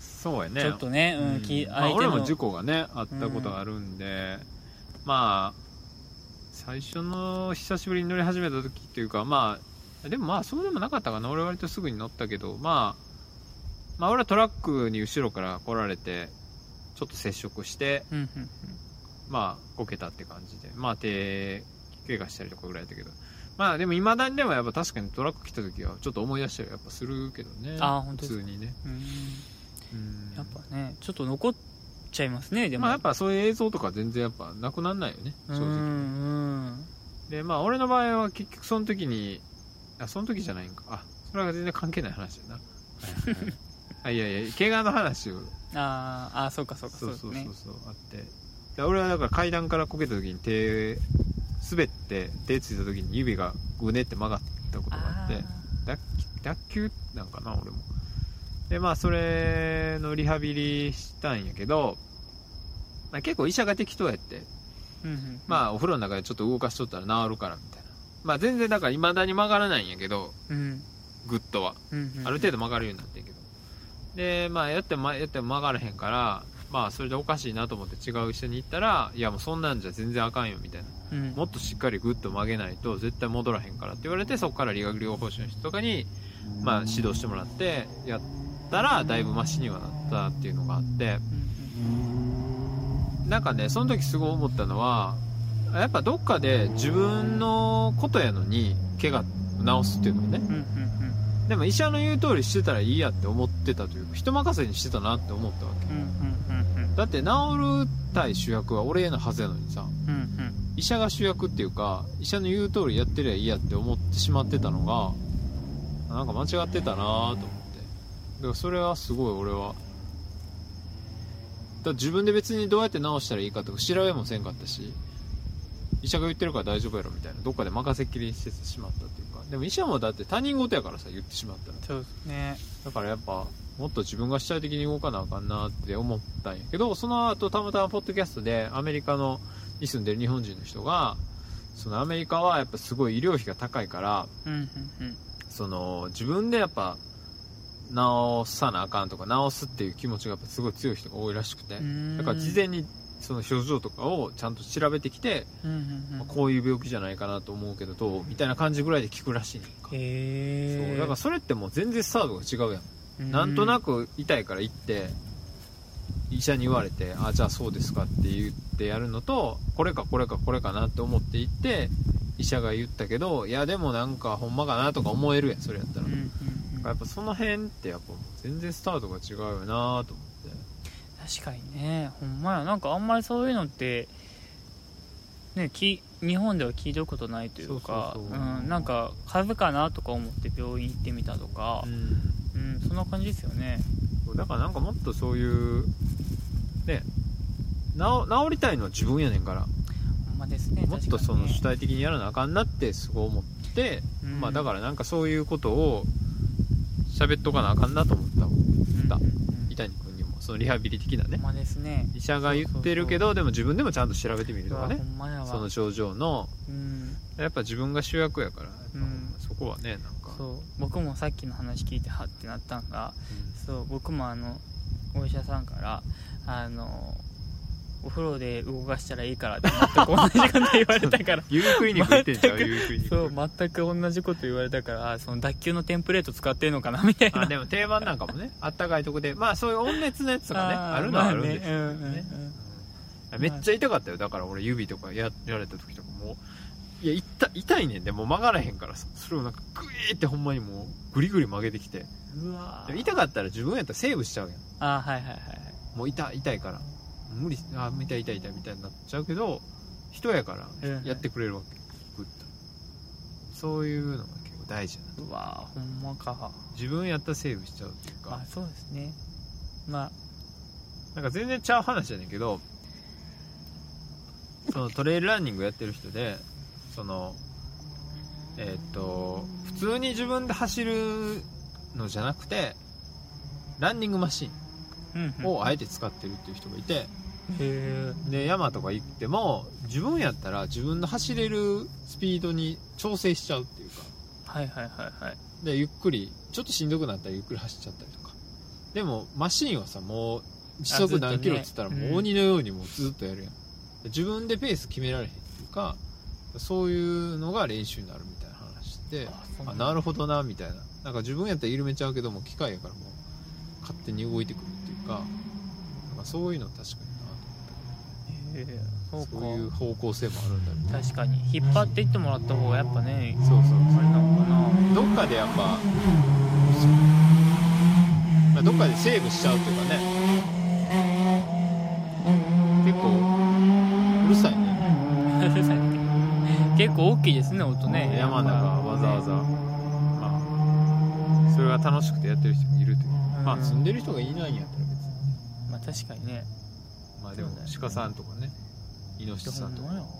[SPEAKER 2] そうやね
[SPEAKER 1] ちょっとね、うん、き
[SPEAKER 2] うんまあ、
[SPEAKER 1] 相手
[SPEAKER 2] 俺
[SPEAKER 1] の、
[SPEAKER 2] も事故がねあったことがあるんで、まあ最初の久しぶりに乗り始めた時っていうかまあでもまあそうでもなかったかな俺割とすぐに乗ったけどまあまあ俺はトラックに後ろから来られてちょっと接触して
[SPEAKER 1] うんうんうん
[SPEAKER 2] まあこけたって感じでまあ手怪我したりとかぐらいだけどまあでもいまだにでもやっぱ確かにトラック来た時はちょっと思い出したりやっぱするけどね
[SPEAKER 1] あー本当です
[SPEAKER 2] 普
[SPEAKER 1] か
[SPEAKER 2] 通にね
[SPEAKER 1] うん
[SPEAKER 2] うん
[SPEAKER 1] やっぱねちょっと残っちゃいますねでも、
[SPEAKER 2] まあやっぱそういう映像とか全然やっぱなくならないよね正
[SPEAKER 1] う
[SPEAKER 2] 直
[SPEAKER 1] んうん
[SPEAKER 2] でまあ俺の場合は結局その時にあその時じゃないんかあそれは全然関係ない話だなあいやいや怪我の話を
[SPEAKER 1] あーあーそうかそうかそ
[SPEAKER 2] そうう
[SPEAKER 1] です
[SPEAKER 2] そうそう
[SPEAKER 1] ね
[SPEAKER 2] そうあってで俺はだから階段からこけた時に手滑って手ついた時に指がぐねって曲がっったことがあって
[SPEAKER 1] あ
[SPEAKER 2] 脱脱臼なんかな俺もでまあそれのリハビリしたんやけど、まあ、結構医者が適当やって
[SPEAKER 1] ーうんうん、
[SPEAKER 2] まあお風呂の中でちょっと動かしとったら治るからみたいなまあ全然だから未だに曲がらないんやけど
[SPEAKER 1] うん
[SPEAKER 2] グッとは
[SPEAKER 1] うんうん、
[SPEAKER 2] ある程度曲がるようになってんけどでまあやってもまやっても曲がらへんからまあそれでおかしいなと思って違う医者に行ったらいやもうそんなんじゃ全然あかんよみたいな
[SPEAKER 1] 度、うん、
[SPEAKER 2] もっとしっかりグッと曲げないと絶対戻らへんからって言われてそこから理学療法士の人とかに、まあ、指導してもらってやったらだいぶマシにはなったっていうのがあって
[SPEAKER 1] うん
[SPEAKER 2] なんかねその時すごい思ったのはやっぱどっかで自分のことやのに怪我を治すっていうのをね
[SPEAKER 1] うんうんうん
[SPEAKER 2] でも医者の言う通りしてたらいいやって思ってたというか人任せにしてたなって思ったわけ
[SPEAKER 1] うんうんうん
[SPEAKER 2] だって治る対主役は俺のはずやのにさ
[SPEAKER 1] うんうん
[SPEAKER 2] 医者が主役っていうか医者の言う通りやってりゃいいやって思ってしまってたのがなんか間違ってたなと思ってだからそれはすごい俺はだから自分で別にどうやって治したらいいかとか調べもせんかったし医者が言ってるから大丈夫やろみたいなどっかで任せっきりしてしまったっていうかでも医者もだって他人事やからさ言ってしまったら
[SPEAKER 1] そうですね
[SPEAKER 2] だからやっぱもっと自分が主体的に動かなあかんなって思ったんやけどその後たまたまポッドキャストでアメリカのに住んでる日本人の人がそのアメリカはやっぱすごい医療費が高いから
[SPEAKER 1] うんうんうん
[SPEAKER 2] その自分でやっぱ治さなあかんとか治すっていう気持ちがやっぱすごい強い人が多いらしくて
[SPEAKER 1] うーん
[SPEAKER 2] だから事前にその症状とかをちゃんと調べてきて、
[SPEAKER 1] うんうんう
[SPEAKER 2] ま
[SPEAKER 1] ん
[SPEAKER 2] あこういう病気じゃないかなと思うけどどうみたいな感じぐらいで聞くらしいねんか、
[SPEAKER 1] へえ
[SPEAKER 2] そうだからそれってもう全然スタートが違うやん
[SPEAKER 1] ら
[SPEAKER 2] なんとな
[SPEAKER 1] く
[SPEAKER 2] く痛いから行って医者に言われてあじゃあそうですかって言ってやるのとこれかこれかこれかなって思って行って医者が言ったけどいやでもなんかほんまかなとか思えるやんそれやったら、
[SPEAKER 1] うんう
[SPEAKER 2] だ
[SPEAKER 1] んうん
[SPEAKER 2] からやっぱその辺ってやっぱもう全然スタートが違うよなと思って
[SPEAKER 1] 確かにねほんまやなんかあんまりそういうのってねき日本では聞いたことないというか、
[SPEAKER 2] そうそうそうん
[SPEAKER 1] なんか風邪かなとか思って病院行ってみたとか、うんそんな感じですよね
[SPEAKER 2] そうだからなんかもっとそういうね治治りたいのは自分やねんから
[SPEAKER 1] ほんまですね
[SPEAKER 2] もっとその主
[SPEAKER 1] 体、
[SPEAKER 2] 体的にやらなあかんなってすごい思って、
[SPEAKER 1] うん
[SPEAKER 2] まあだからなんかそういうことを喋っとかなあかんなと思った
[SPEAKER 1] うん
[SPEAKER 2] だ
[SPEAKER 1] うんうん
[SPEAKER 2] 伊谷君にもそのリハビリ的な
[SPEAKER 1] ほ
[SPEAKER 2] ね
[SPEAKER 1] んまですね
[SPEAKER 2] 医者が言ってるけどでも自分でもちゃんと調べてみるとか
[SPEAKER 1] うわ
[SPEAKER 2] ね
[SPEAKER 1] ほんまやわ
[SPEAKER 2] その症状の
[SPEAKER 1] うん、
[SPEAKER 2] やっぱ自分が主役やから、やっぱ
[SPEAKER 1] うん
[SPEAKER 2] そこはねなんか
[SPEAKER 1] そう僕もさっきの話聞いてはってなったんが
[SPEAKER 2] う
[SPEAKER 1] そう僕もあのお医者さんからあのお風呂で動かしたらいいからって全く同じこと言わ れたから
[SPEAKER 2] ん、ゆうクリニック行ってんちゃう
[SPEAKER 1] 全
[SPEAKER 2] ゆうクリニック
[SPEAKER 1] そう全く同じこと言われたからあその脱臼のテンプレート使ってんのかなみたいな
[SPEAKER 2] あでも定番なんかもねあったかいとこでまあそういう温熱のやつとかね
[SPEAKER 1] あー
[SPEAKER 2] あるのはあるんですけど
[SPEAKER 1] まあねうんうんうん
[SPEAKER 2] ねうんめっちゃ痛かったよだから俺指とかややられた時とかもういや痛痛いねんでもう曲がらへんからさそれをなんかグイーってほんまにもうグリグリ曲げてきて
[SPEAKER 1] うわ
[SPEAKER 2] でも痛かったら自分やったらセーブしちゃうやん
[SPEAKER 1] あはいはいはい
[SPEAKER 2] もう痛い痛いから無理あ痛い痛い痛いみたいになっちゃうけど人やから
[SPEAKER 1] うん
[SPEAKER 2] やってくれるわけグッとそういうのが結構大事やな
[SPEAKER 1] うわほんまか
[SPEAKER 2] 自分やったらセーブしちゃうっていうか、
[SPEAKER 1] まあそうですねまあ
[SPEAKER 2] なんか全然ちゃう話やねんけどそのトレイルランニングやってる人でそのえーっと普通に自分で走るのじゃなくてランニングマシ
[SPEAKER 1] うん
[SPEAKER 2] ン
[SPEAKER 1] うんへ
[SPEAKER 2] をあえて使ってるっていう人がいて、
[SPEAKER 1] え
[SPEAKER 2] で山とか行っても自分やったら自分の走れるスピードに調整しちゃうっていうか
[SPEAKER 1] はいはいはいはい
[SPEAKER 2] でゆっくりちょっとしんどくなったらゆっくり走っちゃったりとかでもマシンはさもう時
[SPEAKER 1] あずっ
[SPEAKER 2] 速
[SPEAKER 1] とね
[SPEAKER 2] 何キロっつったらもう鬼のようにもうずっとやるやん、自分でペース決められへんっていうかそういうのが練習になるみたいな話で
[SPEAKER 1] あそう
[SPEAKER 2] あ
[SPEAKER 1] なんだ
[SPEAKER 2] なるほどなみたいななんか自分やったら緩めちゃうけども機械やからもう勝手に動いてくるっていうかなんかそういうの確かになと
[SPEAKER 1] へえそうか
[SPEAKER 2] そういう方向性もあるんだみたいな
[SPEAKER 1] 確かに引っ張っていってもらった方がやっぱね
[SPEAKER 2] そうそう
[SPEAKER 1] あれなのかな
[SPEAKER 2] どっかでやっぱ、まあ、どっかでセーブしちゃうというかね結構うるさいね
[SPEAKER 1] うるさいって結構大きいですね音ね
[SPEAKER 2] 山の中わざわざ、まあ、それが楽しくてやってる人もいるというまあ住んでる人がいないんやったら別に
[SPEAKER 1] まあ確かにね
[SPEAKER 2] まあでも
[SPEAKER 1] そうだよね
[SPEAKER 2] 鹿さんとかねイノシシさんとか
[SPEAKER 1] ほんまや
[SPEAKER 2] まあ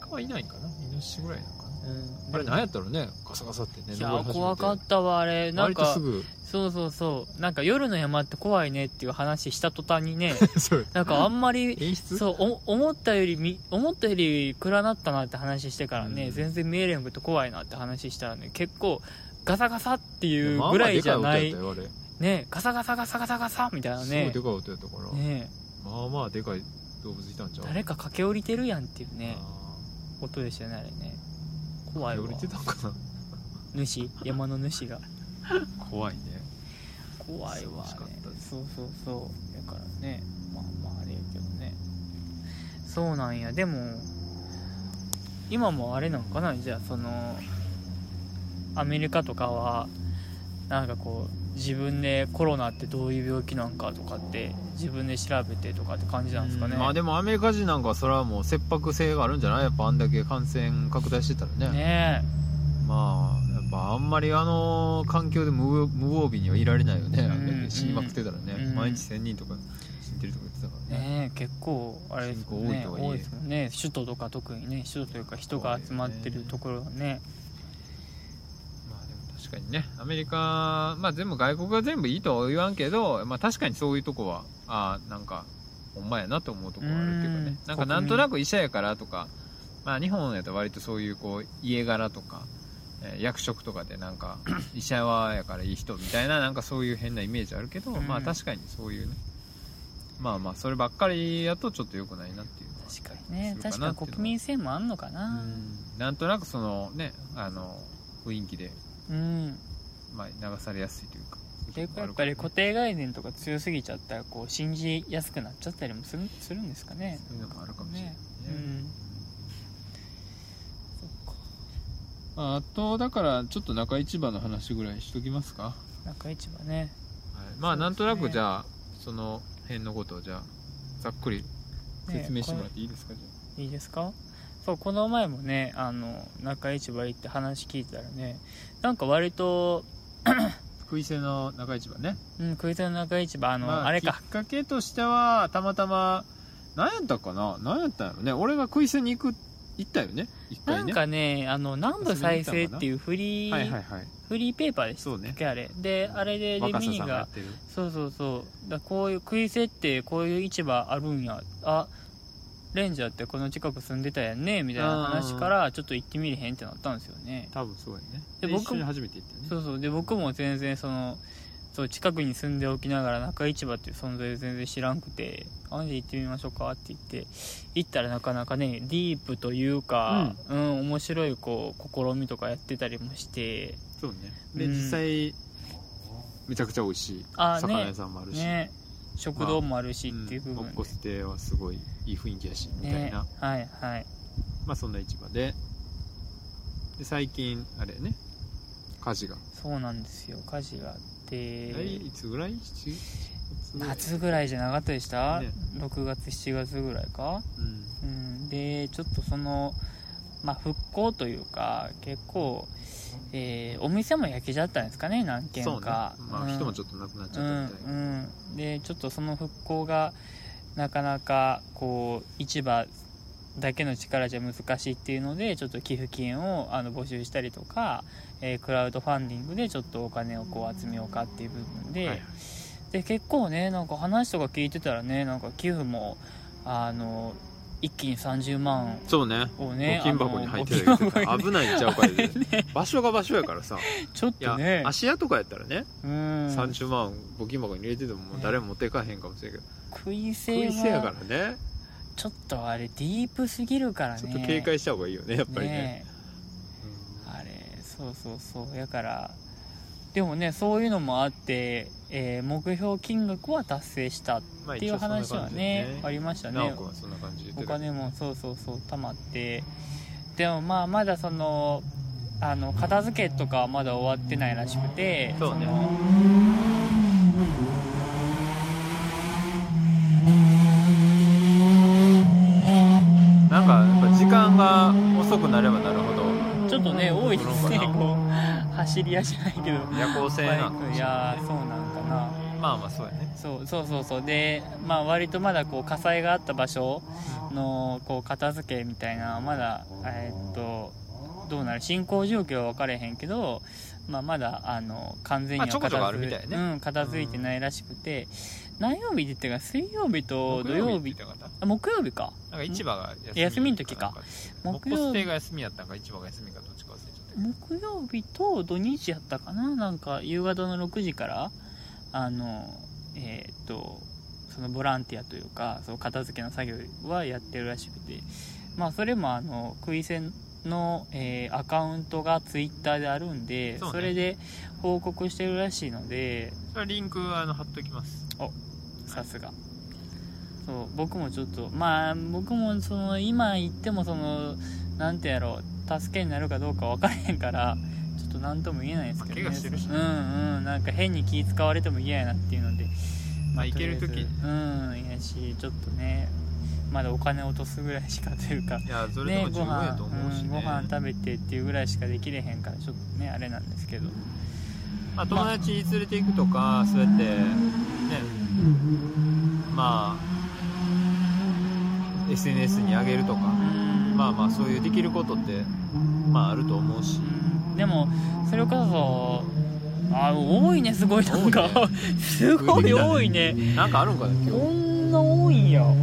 [SPEAKER 2] 鹿はいないかなイノシシぐらいなのかな
[SPEAKER 1] うん
[SPEAKER 2] あれ何やったろうねガサガサってね
[SPEAKER 1] い
[SPEAKER 2] 登
[SPEAKER 1] や
[SPEAKER 2] り始めて
[SPEAKER 1] 怖かったわあれなん
[SPEAKER 2] 割と
[SPEAKER 1] か
[SPEAKER 2] すぐ
[SPEAKER 1] そうそうそうなんか夜の山って怖いねっていう話した途端にね
[SPEAKER 2] そう
[SPEAKER 1] なんかあんまり
[SPEAKER 2] 演出
[SPEAKER 1] そうお思ったよりみ思ったより暗なったなって話してからね、
[SPEAKER 2] うん
[SPEAKER 1] 全然見えれんくて怖いなって話したらね結構ガサガサってい
[SPEAKER 2] まあ
[SPEAKER 1] うぐらいじゃない、
[SPEAKER 2] まあでかい音やったよ
[SPEAKER 1] ねガサガサガサガサガサみたい
[SPEAKER 2] あ
[SPEAKER 1] な
[SPEAKER 2] れすごい
[SPEAKER 1] ね
[SPEAKER 2] でかい音やったから、
[SPEAKER 1] ね
[SPEAKER 2] まあまあでかい動物いたんちゃう
[SPEAKER 1] 誰か駆け下りてるやんっていうね
[SPEAKER 2] あ
[SPEAKER 1] 音でしたよねあれね怖
[SPEAKER 2] ー
[SPEAKER 1] いわ
[SPEAKER 2] 寄りてたんかな
[SPEAKER 1] 主山の主が
[SPEAKER 2] 怖いね
[SPEAKER 1] 怖いわ、
[SPEAKER 2] 楽しかった
[SPEAKER 1] ね
[SPEAKER 2] で、す
[SPEAKER 1] そうそうそうだからねまあまああれやけどねそうなんやでも今もあれなんかなじゃあそのアメリカとかはなんかこう自分でコロナってどういう病気なんかとかって自分で調べてとかって感じなんですかね
[SPEAKER 2] うんまあでもアメリカ人なんかはそれはもう切迫性があるんじゃないやっぱあんだけ感染拡大してたらね
[SPEAKER 1] ね
[SPEAKER 2] まあやっぱあんまりあの環境で無無防備にはいられないよね、
[SPEAKER 1] うん
[SPEAKER 2] あんだけ死にまくってたらね、
[SPEAKER 1] うん
[SPEAKER 2] 毎日1000人とか死んでるとか言ってた
[SPEAKER 1] え
[SPEAKER 2] からね
[SPEAKER 1] ねえ結構あれですもんね
[SPEAKER 2] 人口多いとはいえ
[SPEAKER 1] 多いですもんね首都とか特にね首都というか人が集まってるところはね
[SPEAKER 2] まあでも確かにねアメリカまあ全部外国は全部いいとは言わんけど、まあ、確かにそういうとこはああなんかほんまやなと思うとこはあるっていうかね
[SPEAKER 1] うん
[SPEAKER 2] なんかなんとなく医者やからとかまあ日本やと割とそういうこう家柄とか、えー役職とかでなん か医者はやからいい人みたいななんかそういう変なイメージあるけど、
[SPEAKER 1] うん
[SPEAKER 2] まあ確かにそういうねまあまあそればっかりやとちょっと良くないなっていうのは
[SPEAKER 1] 確かにね
[SPEAKER 2] する
[SPEAKER 1] 確
[SPEAKER 2] な
[SPEAKER 1] か
[SPEAKER 2] っていうのは
[SPEAKER 1] 国民性もあんのかな
[SPEAKER 2] うんなんとなくそのねあの雰囲気で
[SPEAKER 1] うん
[SPEAKER 2] まあ、流されやすいというか
[SPEAKER 1] 結構やっぱり固定概念とか強すぎちゃったらこう信じやすくなっちゃったりもするするんですかね
[SPEAKER 2] そういうのもあるかもしれないね
[SPEAKER 1] うん
[SPEAKER 2] ああとだからちょっと中市場の話ぐらいしときますか、
[SPEAKER 1] 中市場ね
[SPEAKER 2] まあ
[SPEAKER 1] そう
[SPEAKER 2] な
[SPEAKER 1] ですね
[SPEAKER 2] んとなくじゃあその辺のことをじゃあざっくり
[SPEAKER 1] ね
[SPEAKER 2] 説明してもらっていいですか、じ
[SPEAKER 1] いいですかそうこの前もねあの中市場行って話聞いたらねなんか割と、
[SPEAKER 2] ゃあ福井製の中市場ね
[SPEAKER 1] うん、クイズの中市場あ
[SPEAKER 2] あ
[SPEAKER 1] の、あれか
[SPEAKER 2] きっかけとしてはたまたま何やったかな何やったんやろね俺が福井製に行く行ったよね一
[SPEAKER 1] な
[SPEAKER 2] 回
[SPEAKER 1] ん
[SPEAKER 2] ね
[SPEAKER 1] かねあの南部再生っていうフリー、
[SPEAKER 2] はいはいはい
[SPEAKER 1] フリーペーパーでした
[SPEAKER 2] そうね
[SPEAKER 1] っけあれであれでレミ
[SPEAKER 2] 若狭
[SPEAKER 1] ー
[SPEAKER 2] さん
[SPEAKER 1] が
[SPEAKER 2] がやってる
[SPEAKER 1] そうそうそうだこういう食い設定こういう市場あるんやあレンジャーってこの近く住んでたやんねみたいな話からちょっと行ってみれへんってなったんですよね
[SPEAKER 2] 多分そうやね
[SPEAKER 1] で僕
[SPEAKER 2] 一緒に初めて行ったよね
[SPEAKER 1] そうそうで僕も全然そのそう近くに住んでおきながら中市場っていう存在を全然知らんくて「あんで行ってみましょうか」って言って行ったらなかなかねディープというか、うん面白いこう試みとかやってたりもして
[SPEAKER 2] そうねで、
[SPEAKER 1] うん
[SPEAKER 2] 実際めちゃくちゃ美味しい
[SPEAKER 1] あね
[SPEAKER 2] 魚屋さんもあるし、
[SPEAKER 1] ね食堂もあるしっていう部
[SPEAKER 2] お
[SPEAKER 1] 分
[SPEAKER 2] っ
[SPEAKER 1] で、
[SPEAKER 2] こすてはすごいいい雰囲気やしみたい
[SPEAKER 1] ね
[SPEAKER 2] な、
[SPEAKER 1] はいはい
[SPEAKER 2] まあそんな市場でで最近あれね火事が、
[SPEAKER 1] そうなんですよ火事があって
[SPEAKER 2] えいつぐらい7月ぐらい
[SPEAKER 1] 夏ぐらいじゃなかったでした、
[SPEAKER 2] ね
[SPEAKER 1] 6月7月ぐらいか、
[SPEAKER 2] うん
[SPEAKER 1] うん、でちょっとその、まあ、復興というか結構、えーお店も焼けちゃったんですかね何軒
[SPEAKER 2] そうね
[SPEAKER 1] か
[SPEAKER 2] まあ人も
[SPEAKER 1] ょ
[SPEAKER 2] ちょっとなくなっち
[SPEAKER 1] う
[SPEAKER 2] ゃ
[SPEAKER 1] ん
[SPEAKER 2] ったみたいな、
[SPEAKER 1] うんうん、でちょっとその復興がなかなかこう市場だけの力じゃ難しいっていうのでちょっと寄付金をあの募集したりとか、えークラウドファンディングでちょっとお金をこう集めようかっていう部分で,、
[SPEAKER 2] はいはい
[SPEAKER 1] で結構ねなんか話とか聞いてたらねなんか寄付もあの一気に30万
[SPEAKER 2] そうね
[SPEAKER 1] を
[SPEAKER 2] 募
[SPEAKER 1] ね
[SPEAKER 2] 金箱に入ってる
[SPEAKER 1] あの募金箱
[SPEAKER 2] けど
[SPEAKER 1] に
[SPEAKER 2] 危ないんちゃうかいで場所が場所やからさ
[SPEAKER 1] ちょっ
[SPEAKER 2] いや、
[SPEAKER 1] とね
[SPEAKER 2] 芦屋とかやったらね、
[SPEAKER 1] うん
[SPEAKER 2] 30万募金箱に入れててももう誰も持っていかへんかもしれんけど、
[SPEAKER 1] 食い
[SPEAKER 2] 食
[SPEAKER 1] せ
[SPEAKER 2] いせやから
[SPEAKER 1] は
[SPEAKER 2] ね
[SPEAKER 1] ちょっとあれディープすぎるからね
[SPEAKER 2] ちょっと警戒した方がいいよねやっぱりね
[SPEAKER 1] ねあれそうそうそうやからでもねそういうのもあって、えー目標金額は達成したっ
[SPEAKER 2] うんまあ
[SPEAKER 1] てい
[SPEAKER 2] 一
[SPEAKER 1] う
[SPEAKER 2] 応そんな感
[SPEAKER 1] 話
[SPEAKER 2] じだ
[SPEAKER 1] はねありましたね
[SPEAKER 2] 直子はそんな感じで
[SPEAKER 1] お
[SPEAKER 2] 言ってた
[SPEAKER 1] 金もそうそうそう貯まってでもまあまだそのあの片付けとかはまだ終わってないらしくて
[SPEAKER 2] そうね
[SPEAKER 1] の
[SPEAKER 2] なんかやっぱ時間が遅くなればなるほど
[SPEAKER 1] ちょっとね多いですね
[SPEAKER 2] そうかな
[SPEAKER 1] こう走り屋じゃないけど
[SPEAKER 2] 夜行性な
[SPEAKER 1] バ
[SPEAKER 2] んか
[SPEAKER 1] イ
[SPEAKER 2] も
[SPEAKER 1] ク
[SPEAKER 2] しれな
[SPEAKER 1] や
[SPEAKER 2] いね
[SPEAKER 1] そうなんかな
[SPEAKER 2] まあまあそうやね
[SPEAKER 1] そうそうそうそうで、まあ、割とまだこう火災があった場所のこう片付けみたいなのはまだえーっとどうなる進行状況は分かれへんけど、まあ、まだあの完全には
[SPEAKER 2] まあちょこちょこあ
[SPEAKER 1] 片
[SPEAKER 2] る
[SPEAKER 1] 付,、
[SPEAKER 2] みたいね
[SPEAKER 1] うん、片付いてないらしくて、何曜日でっていうか水曜日と土曜日
[SPEAKER 2] 木って言ってなかった
[SPEAKER 1] あ木曜日か
[SPEAKER 2] なんか市場が
[SPEAKER 1] 休みの時か木
[SPEAKER 2] 木曜
[SPEAKER 1] 曜
[SPEAKER 2] 日
[SPEAKER 1] 日
[SPEAKER 2] が休みやったんか市場が休みかどっちか忘れちゃったけど
[SPEAKER 1] 木曜日と土日やったかななんか夕方の6時からあのえーっとそのボランティアというかその片付けの作業はやってるらしくてまあそれもあのクイセンの、えーアカウントがツイッターであるんで
[SPEAKER 2] そ
[SPEAKER 1] そ,、
[SPEAKER 2] うね
[SPEAKER 1] れで報告してるらしいので
[SPEAKER 2] それはリンクあの貼っときます
[SPEAKER 1] さすがそう僕もちょっとまあ僕もその今言ってもそのなんてやろう助けになるかどうか分からへんからちょっと何とも言えないですけど、ね、
[SPEAKER 2] まあ怪我してるし
[SPEAKER 1] うんうんなんか変に気使われても嫌やなっていうので
[SPEAKER 2] まあ行ける
[SPEAKER 1] と
[SPEAKER 2] 時
[SPEAKER 1] りあえずうんいやしちょっとねまだお金落とすぐらいしかというか
[SPEAKER 2] いやそれで
[SPEAKER 1] ね
[SPEAKER 2] も十
[SPEAKER 1] ご
[SPEAKER 2] 分や
[SPEAKER 1] 飯
[SPEAKER 2] と思うし
[SPEAKER 1] うんご
[SPEAKER 2] ね
[SPEAKER 1] 飯食べてっていうぐらいしかできれへんからちょっとねあれなんですけど
[SPEAKER 2] まあ、友達連れて行くとかそうやってねまあ SNS に上げるとか
[SPEAKER 1] うん
[SPEAKER 2] まあまあそういうできることってまああると思うし
[SPEAKER 1] うんでもそれこそあ多いねすごいなんか、
[SPEAKER 2] 多
[SPEAKER 1] すごい多いね
[SPEAKER 2] なんかあるんかな今
[SPEAKER 1] こ
[SPEAKER 2] 日
[SPEAKER 1] んな多いんやお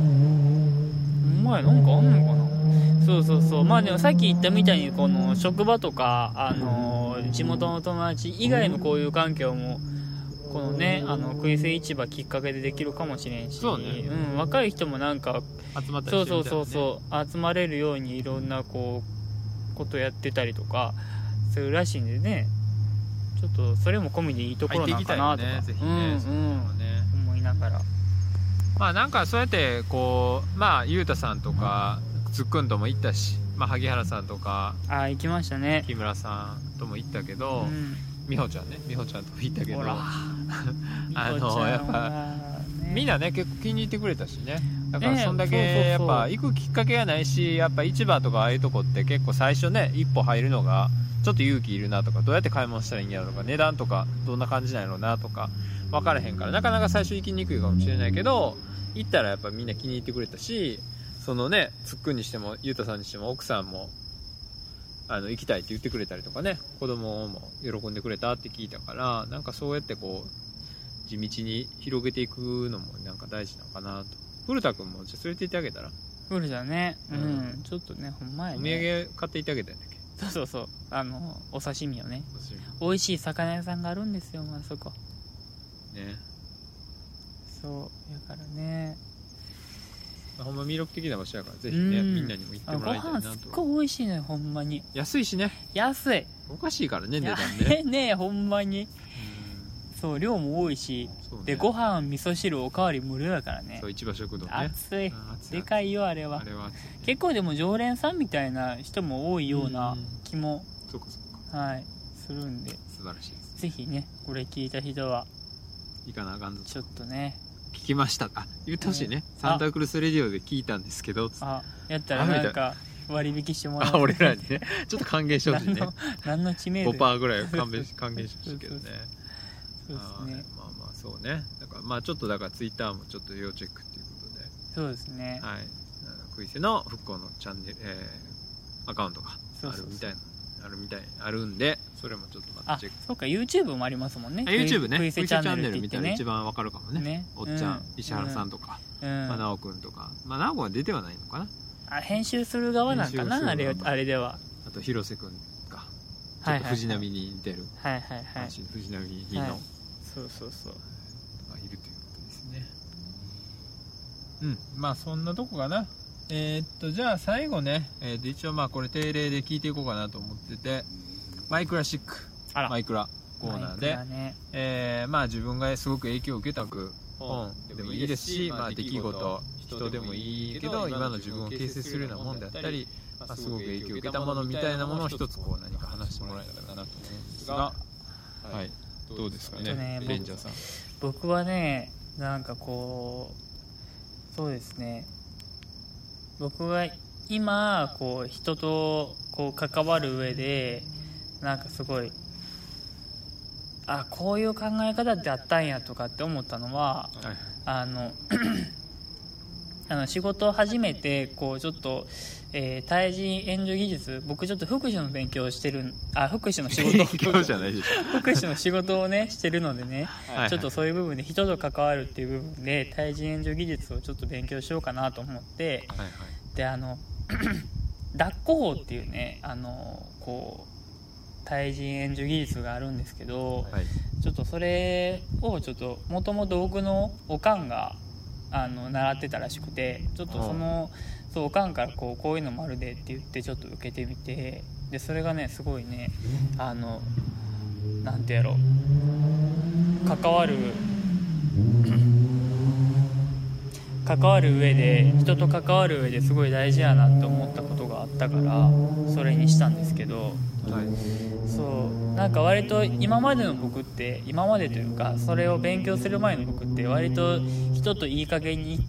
[SPEAKER 1] 前なんかあんのかなそうそうそうまあでもさっき言ったみたいにこの職場とかあの地元の友達以外の交友関係もこのねあのクイズ市場きっかけでできるかもしれんし
[SPEAKER 2] そうね
[SPEAKER 1] うん、若い人もなんか
[SPEAKER 2] 集まったり
[SPEAKER 1] そう
[SPEAKER 2] して
[SPEAKER 1] そ
[SPEAKER 2] み
[SPEAKER 1] う
[SPEAKER 2] たいな
[SPEAKER 1] そう
[SPEAKER 2] ね
[SPEAKER 1] そう集まれるようにいろんなこうことやってたりとかするらしいんでねちょっとそれも込みでいいところなのかなと
[SPEAKER 2] 入
[SPEAKER 1] か、
[SPEAKER 2] ってきた
[SPEAKER 1] う
[SPEAKER 2] よ
[SPEAKER 1] ん
[SPEAKER 2] ねぜひね
[SPEAKER 1] うん
[SPEAKER 2] そうね
[SPEAKER 1] 思いながら
[SPEAKER 2] まあなんかそうやってこうまあゆうたさんとかつっくんとも行ったし、まあ、萩原さんとか
[SPEAKER 1] あー行きましたね
[SPEAKER 2] 木村さんとも行ったけど、
[SPEAKER 1] うん
[SPEAKER 2] 美穂ちゃんね美穂ちゃんとも行ったけど
[SPEAKER 1] ほら
[SPEAKER 2] あの
[SPEAKER 1] みこちゃんは
[SPEAKER 2] やっ
[SPEAKER 1] ね
[SPEAKER 2] みんなね結構気に入ってくれたしねだから
[SPEAKER 1] ねえ
[SPEAKER 2] そんだ
[SPEAKER 1] そうそうそう
[SPEAKER 2] けやっぱ行くきっかけがないしやっぱ市場とかああいうとこって結構最初ね一歩入るのがちょっと勇気いるなとかどうやって買い物したらいいんやろうとか値段とかどんな感じなんやろうなとか分からへんからなかなか最初行きにくいかもしれないけど行ったらやっぱみんな気に入ってくれたしそのねつっくんにしてもゆうたさんにしても奥さんもあの行きたいって言ってくれたりとかね子供も喜んでくれたって聞いたからなんかそうやってこう地道に広げていくのもなんか大事なのかなと古田君もじゃあ連れて行ってあげたら、
[SPEAKER 1] フルじゃねうん、
[SPEAKER 2] う
[SPEAKER 1] ちょっとねほんま
[SPEAKER 2] お
[SPEAKER 1] や
[SPEAKER 2] 土
[SPEAKER 1] ね
[SPEAKER 2] 産買って行ってあげたんだっけ
[SPEAKER 1] そうそうそうあのお刺身をね美味しい魚屋さんがあるんですよまあそこ
[SPEAKER 2] ね
[SPEAKER 1] そうやからね
[SPEAKER 2] ほんま魅力的な場所やからぜひね
[SPEAKER 1] うん
[SPEAKER 2] みんなにも行っ
[SPEAKER 1] あ
[SPEAKER 2] て
[SPEAKER 1] の
[SPEAKER 2] も
[SPEAKER 1] ご
[SPEAKER 2] らいたいな
[SPEAKER 1] 飯
[SPEAKER 2] と
[SPEAKER 1] すっごい美味しいのよほんまに
[SPEAKER 2] 安いしね
[SPEAKER 1] 安い
[SPEAKER 2] おかしいからね値段
[SPEAKER 1] ね
[SPEAKER 2] ね
[SPEAKER 1] ねえほんまにそう量も多いし
[SPEAKER 2] そうね
[SPEAKER 1] でご飯味噌汁おかわり無料やからね
[SPEAKER 2] そう市場食堂ね
[SPEAKER 1] 熱い
[SPEAKER 2] うん熱い
[SPEAKER 1] でかいよあれ
[SPEAKER 2] あ
[SPEAKER 1] は
[SPEAKER 2] れは
[SPEAKER 1] 結構でも常連さんみたいな人も多いような気も
[SPEAKER 2] そっかそっか
[SPEAKER 1] はいするんで
[SPEAKER 2] 素晴らしいです
[SPEAKER 1] ぜひねこれ聞いた人は
[SPEAKER 2] 行かなあかんぞ
[SPEAKER 1] ちょっとね
[SPEAKER 2] 聞きましたあ言ってほしいね
[SPEAKER 1] あ
[SPEAKER 2] サンタクルスレディオで聞いたんですけどつって
[SPEAKER 1] あやったらなんか割引してもら
[SPEAKER 2] あ
[SPEAKER 1] う
[SPEAKER 2] 俺らにねちょっと還元してほしい
[SPEAKER 1] 何
[SPEAKER 2] ね
[SPEAKER 1] の何の知名度
[SPEAKER 2] 5%ぐらいは還元し還元してほしいけどね
[SPEAKER 1] そうですね
[SPEAKER 2] あーまあまあそうねだからまあちょっとだからツイッターもちょっと要チェックっていうことで
[SPEAKER 1] そうですね
[SPEAKER 2] はいあのクイセの復興のチャンネル、えーアカウントが
[SPEAKER 1] そう
[SPEAKER 2] あ
[SPEAKER 1] そうそ
[SPEAKER 2] る
[SPEAKER 1] う
[SPEAKER 2] みたいなあるみたいあるんでそれもちょっとまた
[SPEAKER 1] あ
[SPEAKER 2] チェック
[SPEAKER 1] そうか YouTube もありますもんね
[SPEAKER 2] あ YouTube ね
[SPEAKER 1] クイ
[SPEAKER 2] ク
[SPEAKER 1] セ
[SPEAKER 2] イセ
[SPEAKER 1] チ
[SPEAKER 2] チ
[SPEAKER 1] ャ
[SPEAKER 2] ャン
[SPEAKER 1] ンネル
[SPEAKER 2] ネ
[SPEAKER 1] って
[SPEAKER 2] ル
[SPEAKER 1] 言って
[SPEAKER 2] 見たら
[SPEAKER 1] ね
[SPEAKER 2] 一番わかるかもね
[SPEAKER 1] ね
[SPEAKER 2] おっちゃん、
[SPEAKER 1] う
[SPEAKER 2] 石原さんとか、
[SPEAKER 1] うん
[SPEAKER 2] まあ、直くんとかまあ直くんは出てはないのかな
[SPEAKER 1] あ編集する側なんか
[SPEAKER 2] 編集
[SPEAKER 1] なあ
[SPEAKER 2] する
[SPEAKER 1] れ
[SPEAKER 2] 側
[SPEAKER 1] あれでは
[SPEAKER 2] あと広瀬くんかちょ
[SPEAKER 1] はいはい
[SPEAKER 2] っと
[SPEAKER 1] はい
[SPEAKER 2] 藤波に似てる、
[SPEAKER 1] はいはいはい
[SPEAKER 2] 阪神藤波にの、
[SPEAKER 1] はいそうそうそう
[SPEAKER 2] がいるということですねうんまあそんなとこかなえーっとじゃあ最後ね、えーっと一応まあこれ定例で聞いていこうかなと思っててマイクラシック
[SPEAKER 1] あら
[SPEAKER 2] マイクラコーナーで、
[SPEAKER 1] マイクラね
[SPEAKER 2] えーまあ自分がすごく影響を受けたく本
[SPEAKER 3] 本
[SPEAKER 2] でもいいですし、まあ、出来事人でもいいけど今の自分を形成するようなもんであったり、まあ、すごく影響を受けたものみたいなものを一つこう何か話してもらえたらなと思うんですが、はい、どうですか
[SPEAKER 1] えっとね
[SPEAKER 2] ねレンジャーさん
[SPEAKER 1] 僕はねなんかこうそうですね僕が今こう人とこう関わる上でなんかすごいあこういう考え方ってあったんやとかって思ったのは
[SPEAKER 2] はい
[SPEAKER 1] あのあの仕事を始めてこうちょっと、えー、対人援助技術僕ちょっと福祉の勉強をしてるんあ福祉の仕 事を
[SPEAKER 2] 今日じゃないでしょ。
[SPEAKER 1] 福祉の仕事をねしてるのでね
[SPEAKER 2] はいはい
[SPEAKER 1] ちょっとそういう部分で人と関わるっていう部分で対人援助技術をちょっと勉強しようかなと思って
[SPEAKER 2] はいはい。
[SPEAKER 1] であの 抱っこ法っていうねあのこう対人援助技術があるんですけど
[SPEAKER 2] はい。
[SPEAKER 1] ちょっとそれをちょっともともと僕のおかんがあの習ってたらしくてちょっとそのそうおかんからこうこういうのもあるでって言ってちょっと受けてみてでそれがねすごいねあのなんてやろ関わる 関わる上で人と関わる上ですごい大事やなって思ったことがあったからそれにしたんですけど
[SPEAKER 2] はい。
[SPEAKER 1] そうなんか割と今までの僕って今までというかそれを勉強する前の僕って割と人といい加減に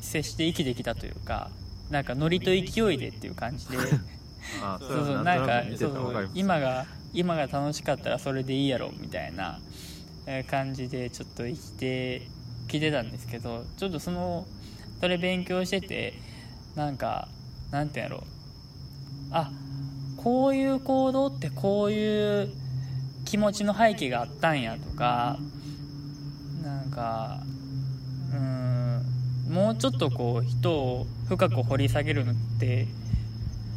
[SPEAKER 1] 接して生きてきたというかなんかノリと勢いでっていう感じで
[SPEAKER 2] あ
[SPEAKER 1] そうそうなんか
[SPEAKER 2] 見て
[SPEAKER 1] そ
[SPEAKER 2] た
[SPEAKER 1] う
[SPEAKER 2] らわか
[SPEAKER 1] そ
[SPEAKER 2] り
[SPEAKER 1] う
[SPEAKER 2] ます。
[SPEAKER 1] 今が今が楽しかったらそれでいいやろみたいなえー感じでちょっと生きてきてたんですけどちょっとそのそれ勉強しててなんかなんてやろうあこういう行動ってこういう気持ちの背景があったんやとかなんかうーんもうちょっとこう人を深く掘り下げるのって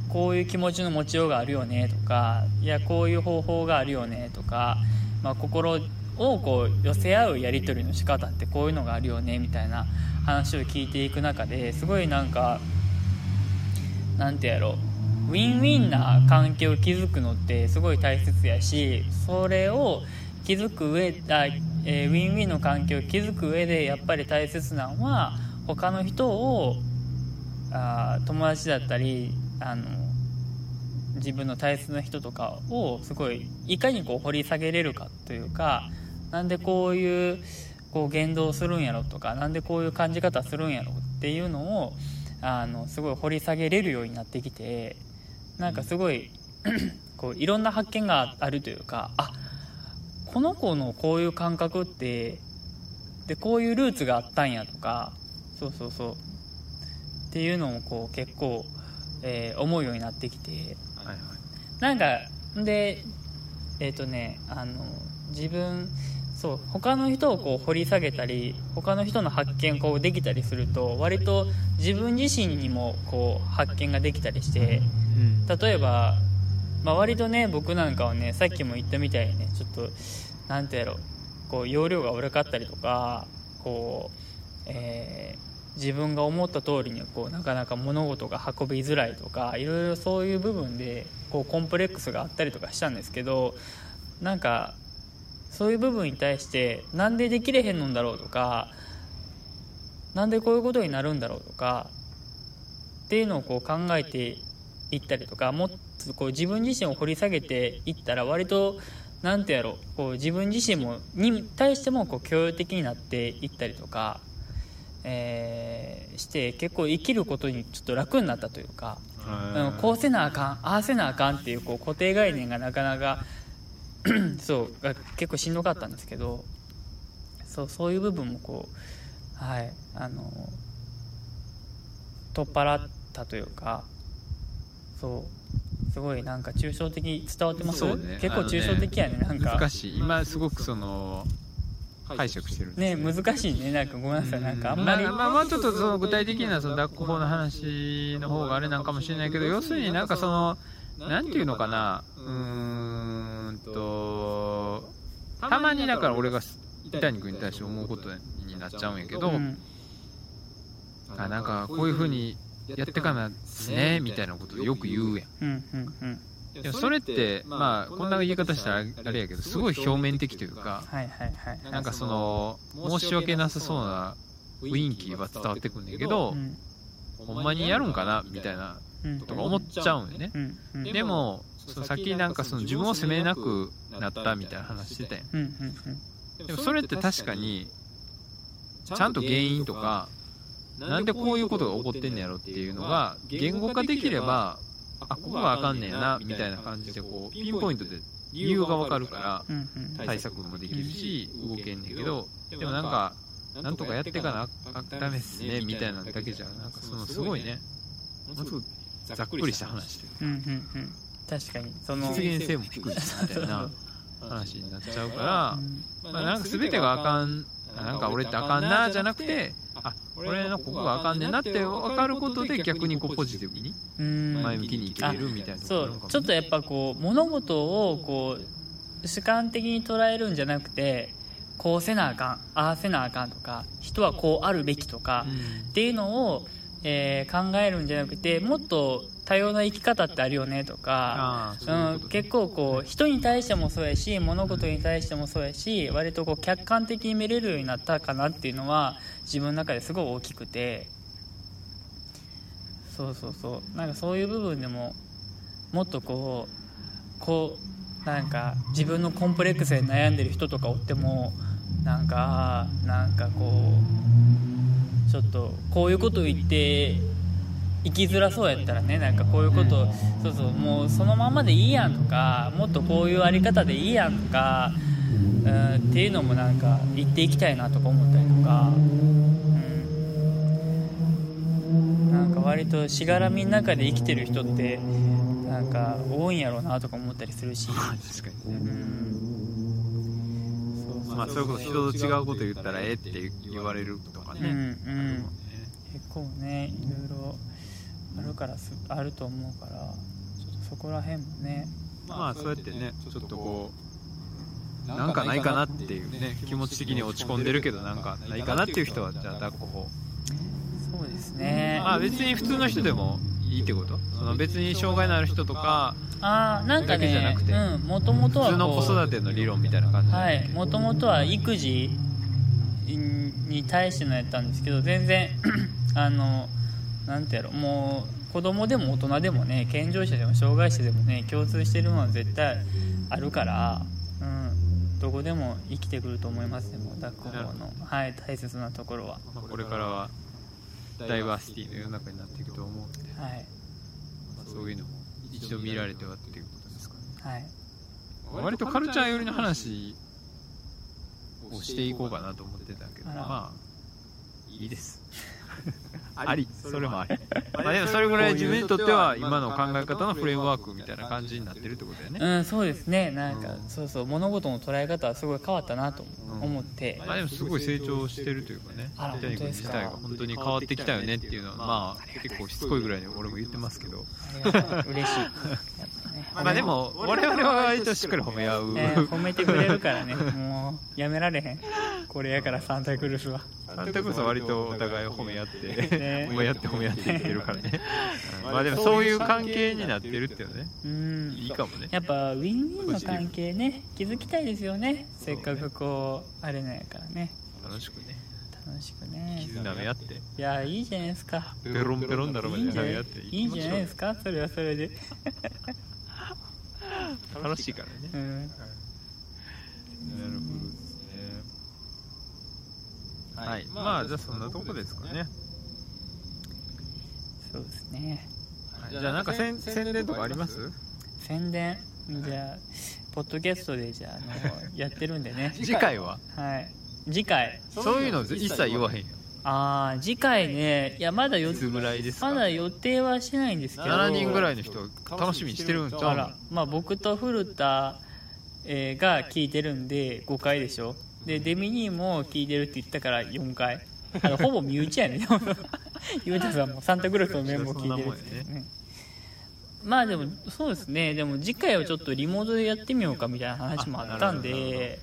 [SPEAKER 1] こういう気持ちの持ちようがあるよねとかいやこういう方法があるよねとか、まあ、心をこう寄せ合うやり取りの仕方ってこういうのがあるよねみたいな話を聞いていく中ですごいなんかなんてやろうウィンウィンな関係を築くのってすごい大切やしそれを築く上あ、えーウィンウィンの関係を築く上でやっぱり大切なのは他の人をあー友達だったりあの自分の大切な人とかをすごいいかにこう掘り下げれるかというかなんでこういうこう言動するんやろとかなんでこういう感じ方するんやろっていうのをあのすごい掘り下げれるようになってきてなんかすごい こういろんな発見があるというかあこの子のこういう感覚ってでこういうルーツがあったんやとかそうそうそうっていうのをこう結構、えー思うようになってきて
[SPEAKER 2] はいはい。
[SPEAKER 1] なんかでえっ、とねあの自分そう他の人をこう掘り下げたり他の人の発見こうできたりすると割と自分自身にもこう発見ができたりして
[SPEAKER 2] うん。
[SPEAKER 1] 例えば、まあ、割とね僕なんかはねさっきも言ったみたいにねちょっとなんてやろうこう容量が悪かったりとかこう、えー自分が思った通りにこうなかなか物事が運びづらいとかいろいろそういう部分でこうコンプレックスがあったりとかしたんですけどなんかそういう部分に対してなんでできれへんのんだろうとかなんでこういうことになるんだろうとかっていうのをこう考えていったりとかもっとこう自分自身を掘り下げていったら割となんてやろうこう自分自身もに対してもこう協力的になっていったりとか、えーして結構生きることにちょっと楽になったというか。
[SPEAKER 2] は
[SPEAKER 1] う
[SPEAKER 2] い
[SPEAKER 1] んこうせなあかんああせなあかんっていうこう固定概念がなかなか そうが結構しんどかったんですけどそうそういう部分もこうはいあの取っ払ったというかそうすごいなんか抽象的伝わってます、
[SPEAKER 2] そうね
[SPEAKER 1] 結構抽象的やねなんか
[SPEAKER 2] 難しい。今すごくその解釈してるんです
[SPEAKER 1] ね難しいねなんかごめんなさいなんかあんまり、
[SPEAKER 2] まあ、まあまあちょっとその具体的なその抱っこ法の話の方があれなんかもしれないけど要するになんかそのなんていうのかなうーんとたまにだから俺が伊谷君に対して思うことになっちゃうんやけど、
[SPEAKER 1] うん
[SPEAKER 2] あなんかこういうふうにやってかなですねみたいなことをよく言うやん
[SPEAKER 1] うんうんうん
[SPEAKER 2] でもそれってまあこんな言い方したらあれやけどすごい表面的というか
[SPEAKER 1] はいはいはいはい
[SPEAKER 2] なんかその申し訳なさそうな雰囲気は伝わってくるんだけど、
[SPEAKER 1] うん
[SPEAKER 2] ほんまにやるんかなみたいな
[SPEAKER 1] うん
[SPEAKER 2] とか思っちゃうんよね。
[SPEAKER 1] うんうん
[SPEAKER 2] でも、そのさっきなんかその自分を責めなくなったみたいな話してたやん。
[SPEAKER 1] うんうんうん
[SPEAKER 2] でもそれって確かに、ちゃんと原因とか、なんでこういうことが起こってんねやろっていうのが、言語化できれば、あ、ここがあかんねやな、みたいな感じで、こう、ピンポイントで理由がわかるから、
[SPEAKER 1] うんうん
[SPEAKER 2] 対策もできるし、動けんねんけど、でもなんか、なんとかやってかなあダメっすねみたいなだけじゃなんかそのすごいねも
[SPEAKER 3] も
[SPEAKER 2] うす
[SPEAKER 3] う
[SPEAKER 2] ぐ
[SPEAKER 3] すぐ
[SPEAKER 2] ざ
[SPEAKER 3] ざ
[SPEAKER 2] っ
[SPEAKER 3] っ
[SPEAKER 2] く
[SPEAKER 3] く
[SPEAKER 2] り
[SPEAKER 3] り
[SPEAKER 2] し
[SPEAKER 3] したた
[SPEAKER 2] 話
[SPEAKER 3] 話
[SPEAKER 2] というか
[SPEAKER 1] うんうんうん確かにその
[SPEAKER 2] 実現性も低いしみたい な話になっちゃうから
[SPEAKER 1] うん
[SPEAKER 2] まあ、なんか全てがあかんあなんか俺ってあかんなじゃなくてあ俺のここがあかんねんなって分かることで逆にこうポジティブに
[SPEAKER 1] うん
[SPEAKER 2] 前向きにいけるみたいなとこ
[SPEAKER 1] そ
[SPEAKER 2] ろな
[SPEAKER 1] う
[SPEAKER 2] のかも
[SPEAKER 1] ちょっとやっぱこう物事をこう主観的に捉えるんじゃなくてこうせなあかんああせなあかんとか人はこうあるべきとか
[SPEAKER 2] う、ん
[SPEAKER 1] っていうのを、えー考えるんじゃなくてもっと多様な生き方ってあるよねとか
[SPEAKER 2] ああ
[SPEAKER 1] う
[SPEAKER 2] そういうこと
[SPEAKER 1] ん、
[SPEAKER 2] ね
[SPEAKER 1] 結構こう人に対してもそうやし物事に対してもそうやし割とこう客観的に見れるようになったかなっていうのは自分の中ですごい大きくてそうそうそうなんかそういう部分でももっとこうこうなんか自分のコンプレックスで悩んでる人とかおってもなんかなんかこうちょっとこういうこと言って生きづらそうやったらねなんかこういうこと、そうそうもうそのままでいいやんとかもっとこういうあり方でいいやんとか、うん、っていうのもなんか言っていきたいなとか思ったりとか、うん、なんか割としがらみの中で生きてる人ってなんか多いんやろうなとか思ったりするし、
[SPEAKER 2] まあ確かに
[SPEAKER 1] う
[SPEAKER 2] ね
[SPEAKER 1] ん、
[SPEAKER 2] まあそれこそ人と違うこと言ったらええって言われるとか
[SPEAKER 1] うんう
[SPEAKER 2] ね
[SPEAKER 1] ん結構ねいろいろあるからすあると思うからちょっとそこら辺もね
[SPEAKER 2] まあそうやってねちょっとこうなんかないかなっていうね気持ち的に落ち込んでるけどなんかないかなっていう人はじゃあ抱っこ法
[SPEAKER 1] そうですね
[SPEAKER 2] まあ別に普通の人でもいいってことその別に障害のある人とか
[SPEAKER 1] あーなんか
[SPEAKER 2] だけじゃな
[SPEAKER 1] ね
[SPEAKER 2] くて
[SPEAKER 1] うんもともと
[SPEAKER 2] 普
[SPEAKER 1] は
[SPEAKER 2] 通の子
[SPEAKER 1] こ
[SPEAKER 2] 育ての理論みたいな感じ
[SPEAKER 1] う
[SPEAKER 2] だ
[SPEAKER 1] は
[SPEAKER 2] よ
[SPEAKER 1] い
[SPEAKER 2] ね
[SPEAKER 1] もともとは育児に対してのやったんですけど全然 あのなんてやろもう子供でも大人でもね健常者でも障害者でもね共通してるのは絶対あるから、うん、どこでも生きてくると思いますでも抱っこ法の、はい、大切なところは、
[SPEAKER 2] まあこれからはダイバーシティの世の中になっていくと思うんで
[SPEAKER 1] はい
[SPEAKER 2] まあそういうのも一度見られてはっていうことですかね
[SPEAKER 1] はい、
[SPEAKER 2] 割とカルチャー寄りの話をしていこうかなと思ってたけど
[SPEAKER 1] あら
[SPEAKER 2] まあいいですあ
[SPEAKER 3] あ
[SPEAKER 2] り
[SPEAKER 3] り
[SPEAKER 2] それもありまあでもそれぐらい自分にとっては今の考え方のフレームワークみたいな感じになってるってことだよね
[SPEAKER 1] うん、そうですねなんか、
[SPEAKER 2] うん
[SPEAKER 1] そうそう物事の捉え方はすごい変わったなと思って、
[SPEAKER 2] まあでもすごい成長してるというかね
[SPEAKER 1] あら
[SPEAKER 2] 三谷君自体が本当に変わってきたよねっていうのはまあ結構しつこいぐらいに俺も言ってますけど
[SPEAKER 1] ありがとう嬉しい、やっぱね
[SPEAKER 2] まあでも我々は割としっかり褒め合う
[SPEAKER 1] えー褒めてくれるからねもうやめられへんこれやからサンタクルースは
[SPEAKER 2] あんたこそ割とお互いを褒め合って、
[SPEAKER 1] ね
[SPEAKER 2] 褒め合って褒め合っていってるから ねうんまあでもそういう関係になってるっていうのはね
[SPEAKER 1] うん
[SPEAKER 2] いいかもね
[SPEAKER 1] やっぱウィンウィンの関係ね築きたいですよねせっかくこうあれなんやからね
[SPEAKER 2] 楽しくね
[SPEAKER 1] 楽しくね
[SPEAKER 2] 絆め合って
[SPEAKER 1] いやいいじゃないですか
[SPEAKER 2] ペロンペロンだろまで
[SPEAKER 1] いいんじゃ
[SPEAKER 2] 舐
[SPEAKER 1] ない
[SPEAKER 2] め合って
[SPEAKER 1] いいんじゃないですかそれはそれで
[SPEAKER 2] 楽しいからね
[SPEAKER 1] うん
[SPEAKER 2] なるほどですねはいまあじゃあそんなとこですかね
[SPEAKER 1] そうですね
[SPEAKER 2] はいじゃあなんか宣宣伝とかあります
[SPEAKER 1] 宣伝じゃあポッドキャストでじゃああのやってるんでね
[SPEAKER 2] 次回は
[SPEAKER 1] はい次回
[SPEAKER 2] そういうの一切言わへんよ
[SPEAKER 1] ああ次回ねいやまだ予
[SPEAKER 2] いつぐらいですか
[SPEAKER 1] まだ予定はしてないんですけど
[SPEAKER 2] 7人ぐらいの人楽しみにしてるんちゃうの
[SPEAKER 1] あらまあ僕と古田、えーが聞いてるんで5回でしょでデミニーも聞いてるって言ったから4回あのほぼ身内やね ゆうたさんもサンタクロースのメンバー聞いてるって言ってねまあでもそうですねでも次回はちょっとリモートでやってみようかみたいな話もあったん
[SPEAKER 2] あなるほどな
[SPEAKER 1] で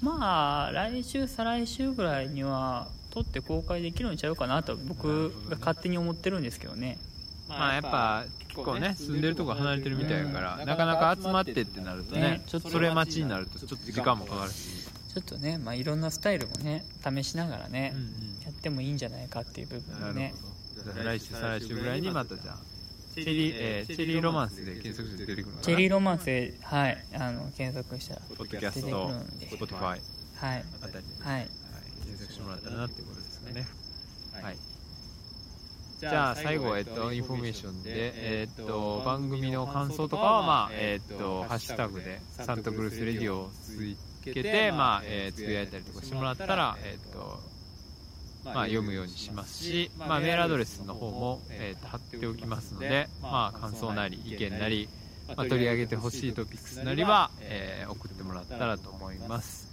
[SPEAKER 1] まあ来週再来週ぐらいには撮って公開できるんちゃうかなと僕が勝手に思ってるんですけどね
[SPEAKER 2] まあやっぱ結構ね住んでるとこ離れてるみたいやからなかなか集まってってなるとね
[SPEAKER 1] ね
[SPEAKER 2] ちょっとそれ待ちになるとちょっと時間もかかるし
[SPEAKER 1] ちょっとね、まあ、いろんなスタイルもね試しながらね、やってもいいんじゃないかっていう部分もね
[SPEAKER 2] じゃあ来週再来週ぐらいにまたじゃあチェリー、えーチェリーロマンスで検索して出てくるのかな
[SPEAKER 1] チェリーロマンスで、はい、あの検索したら
[SPEAKER 2] ポッドキャス
[SPEAKER 1] 出てく
[SPEAKER 2] ト
[SPEAKER 1] るんで
[SPEAKER 2] Spotify
[SPEAKER 1] はい
[SPEAKER 2] あたりで、
[SPEAKER 1] はい
[SPEAKER 2] 検索してもらったらなっていうことですかねはいじゃあ最後は、えっと、インフォメーションで、えっと、番組の感想とかは、まあ、えっと、ハッシュタグで、サンタクルースレディオを続けて、まあ、えーつぶやいたりとかしてもらったら、えっと、まあ、読むようにしますし、まあ、メールアドレスの方も、えーと貼っておきますので、まあ、感想なり意見なり、まあ、取り上げてほしいトピックスなりは、えー送ってもらったらと思います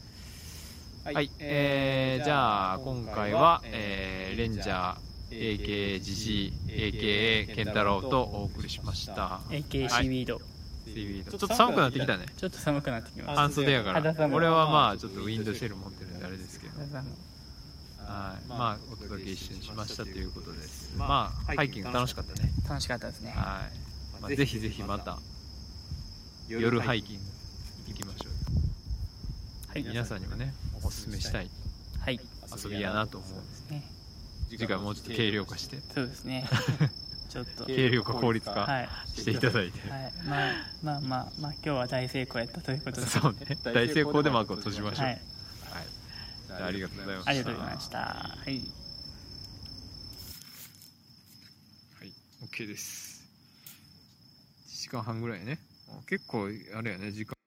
[SPEAKER 2] はい、えーじゃあ今回は、えーレンジャー AKA ジジイ AKA ケンタロウとお送りしましたはい
[SPEAKER 1] AKC ウィード、
[SPEAKER 2] ちょっと寒くなってきたね
[SPEAKER 1] ちょっと寒くなってきま
[SPEAKER 2] 半袖やか
[SPEAKER 1] 肌
[SPEAKER 2] ら
[SPEAKER 1] 寒い
[SPEAKER 2] 俺はまあちょっとウィンドシェル持ってるんであれですけど
[SPEAKER 1] す
[SPEAKER 2] はい、まあお届け一緒にしましたということです。まあハイキング楽しかったね。
[SPEAKER 1] 楽しかったですね
[SPEAKER 2] はい、まあ、ぜひぜひまた夜ハイキング行きましょ
[SPEAKER 1] は
[SPEAKER 2] う。
[SPEAKER 1] い
[SPEAKER 2] 皆さんにもねおすすめしたい
[SPEAKER 1] はい
[SPEAKER 2] 遊びやなと思うんです。
[SPEAKER 1] ね
[SPEAKER 2] 次回もうちょっと軽量化して
[SPEAKER 1] そうですね ちょっと
[SPEAKER 2] 軽量化効率
[SPEAKER 1] は
[SPEAKER 2] 化
[SPEAKER 1] い
[SPEAKER 2] していただいて。
[SPEAKER 1] はい、まあまあまあまあ今日は大成功やったということで
[SPEAKER 2] そうね、大成功でマークを閉じましょ
[SPEAKER 1] は
[SPEAKER 2] う。はいい、じゃあありがとうございました。
[SPEAKER 1] ありがとうございましたはい
[SPEAKER 2] はい、OK です。1時間半ぐらいね。結構あれやね時間。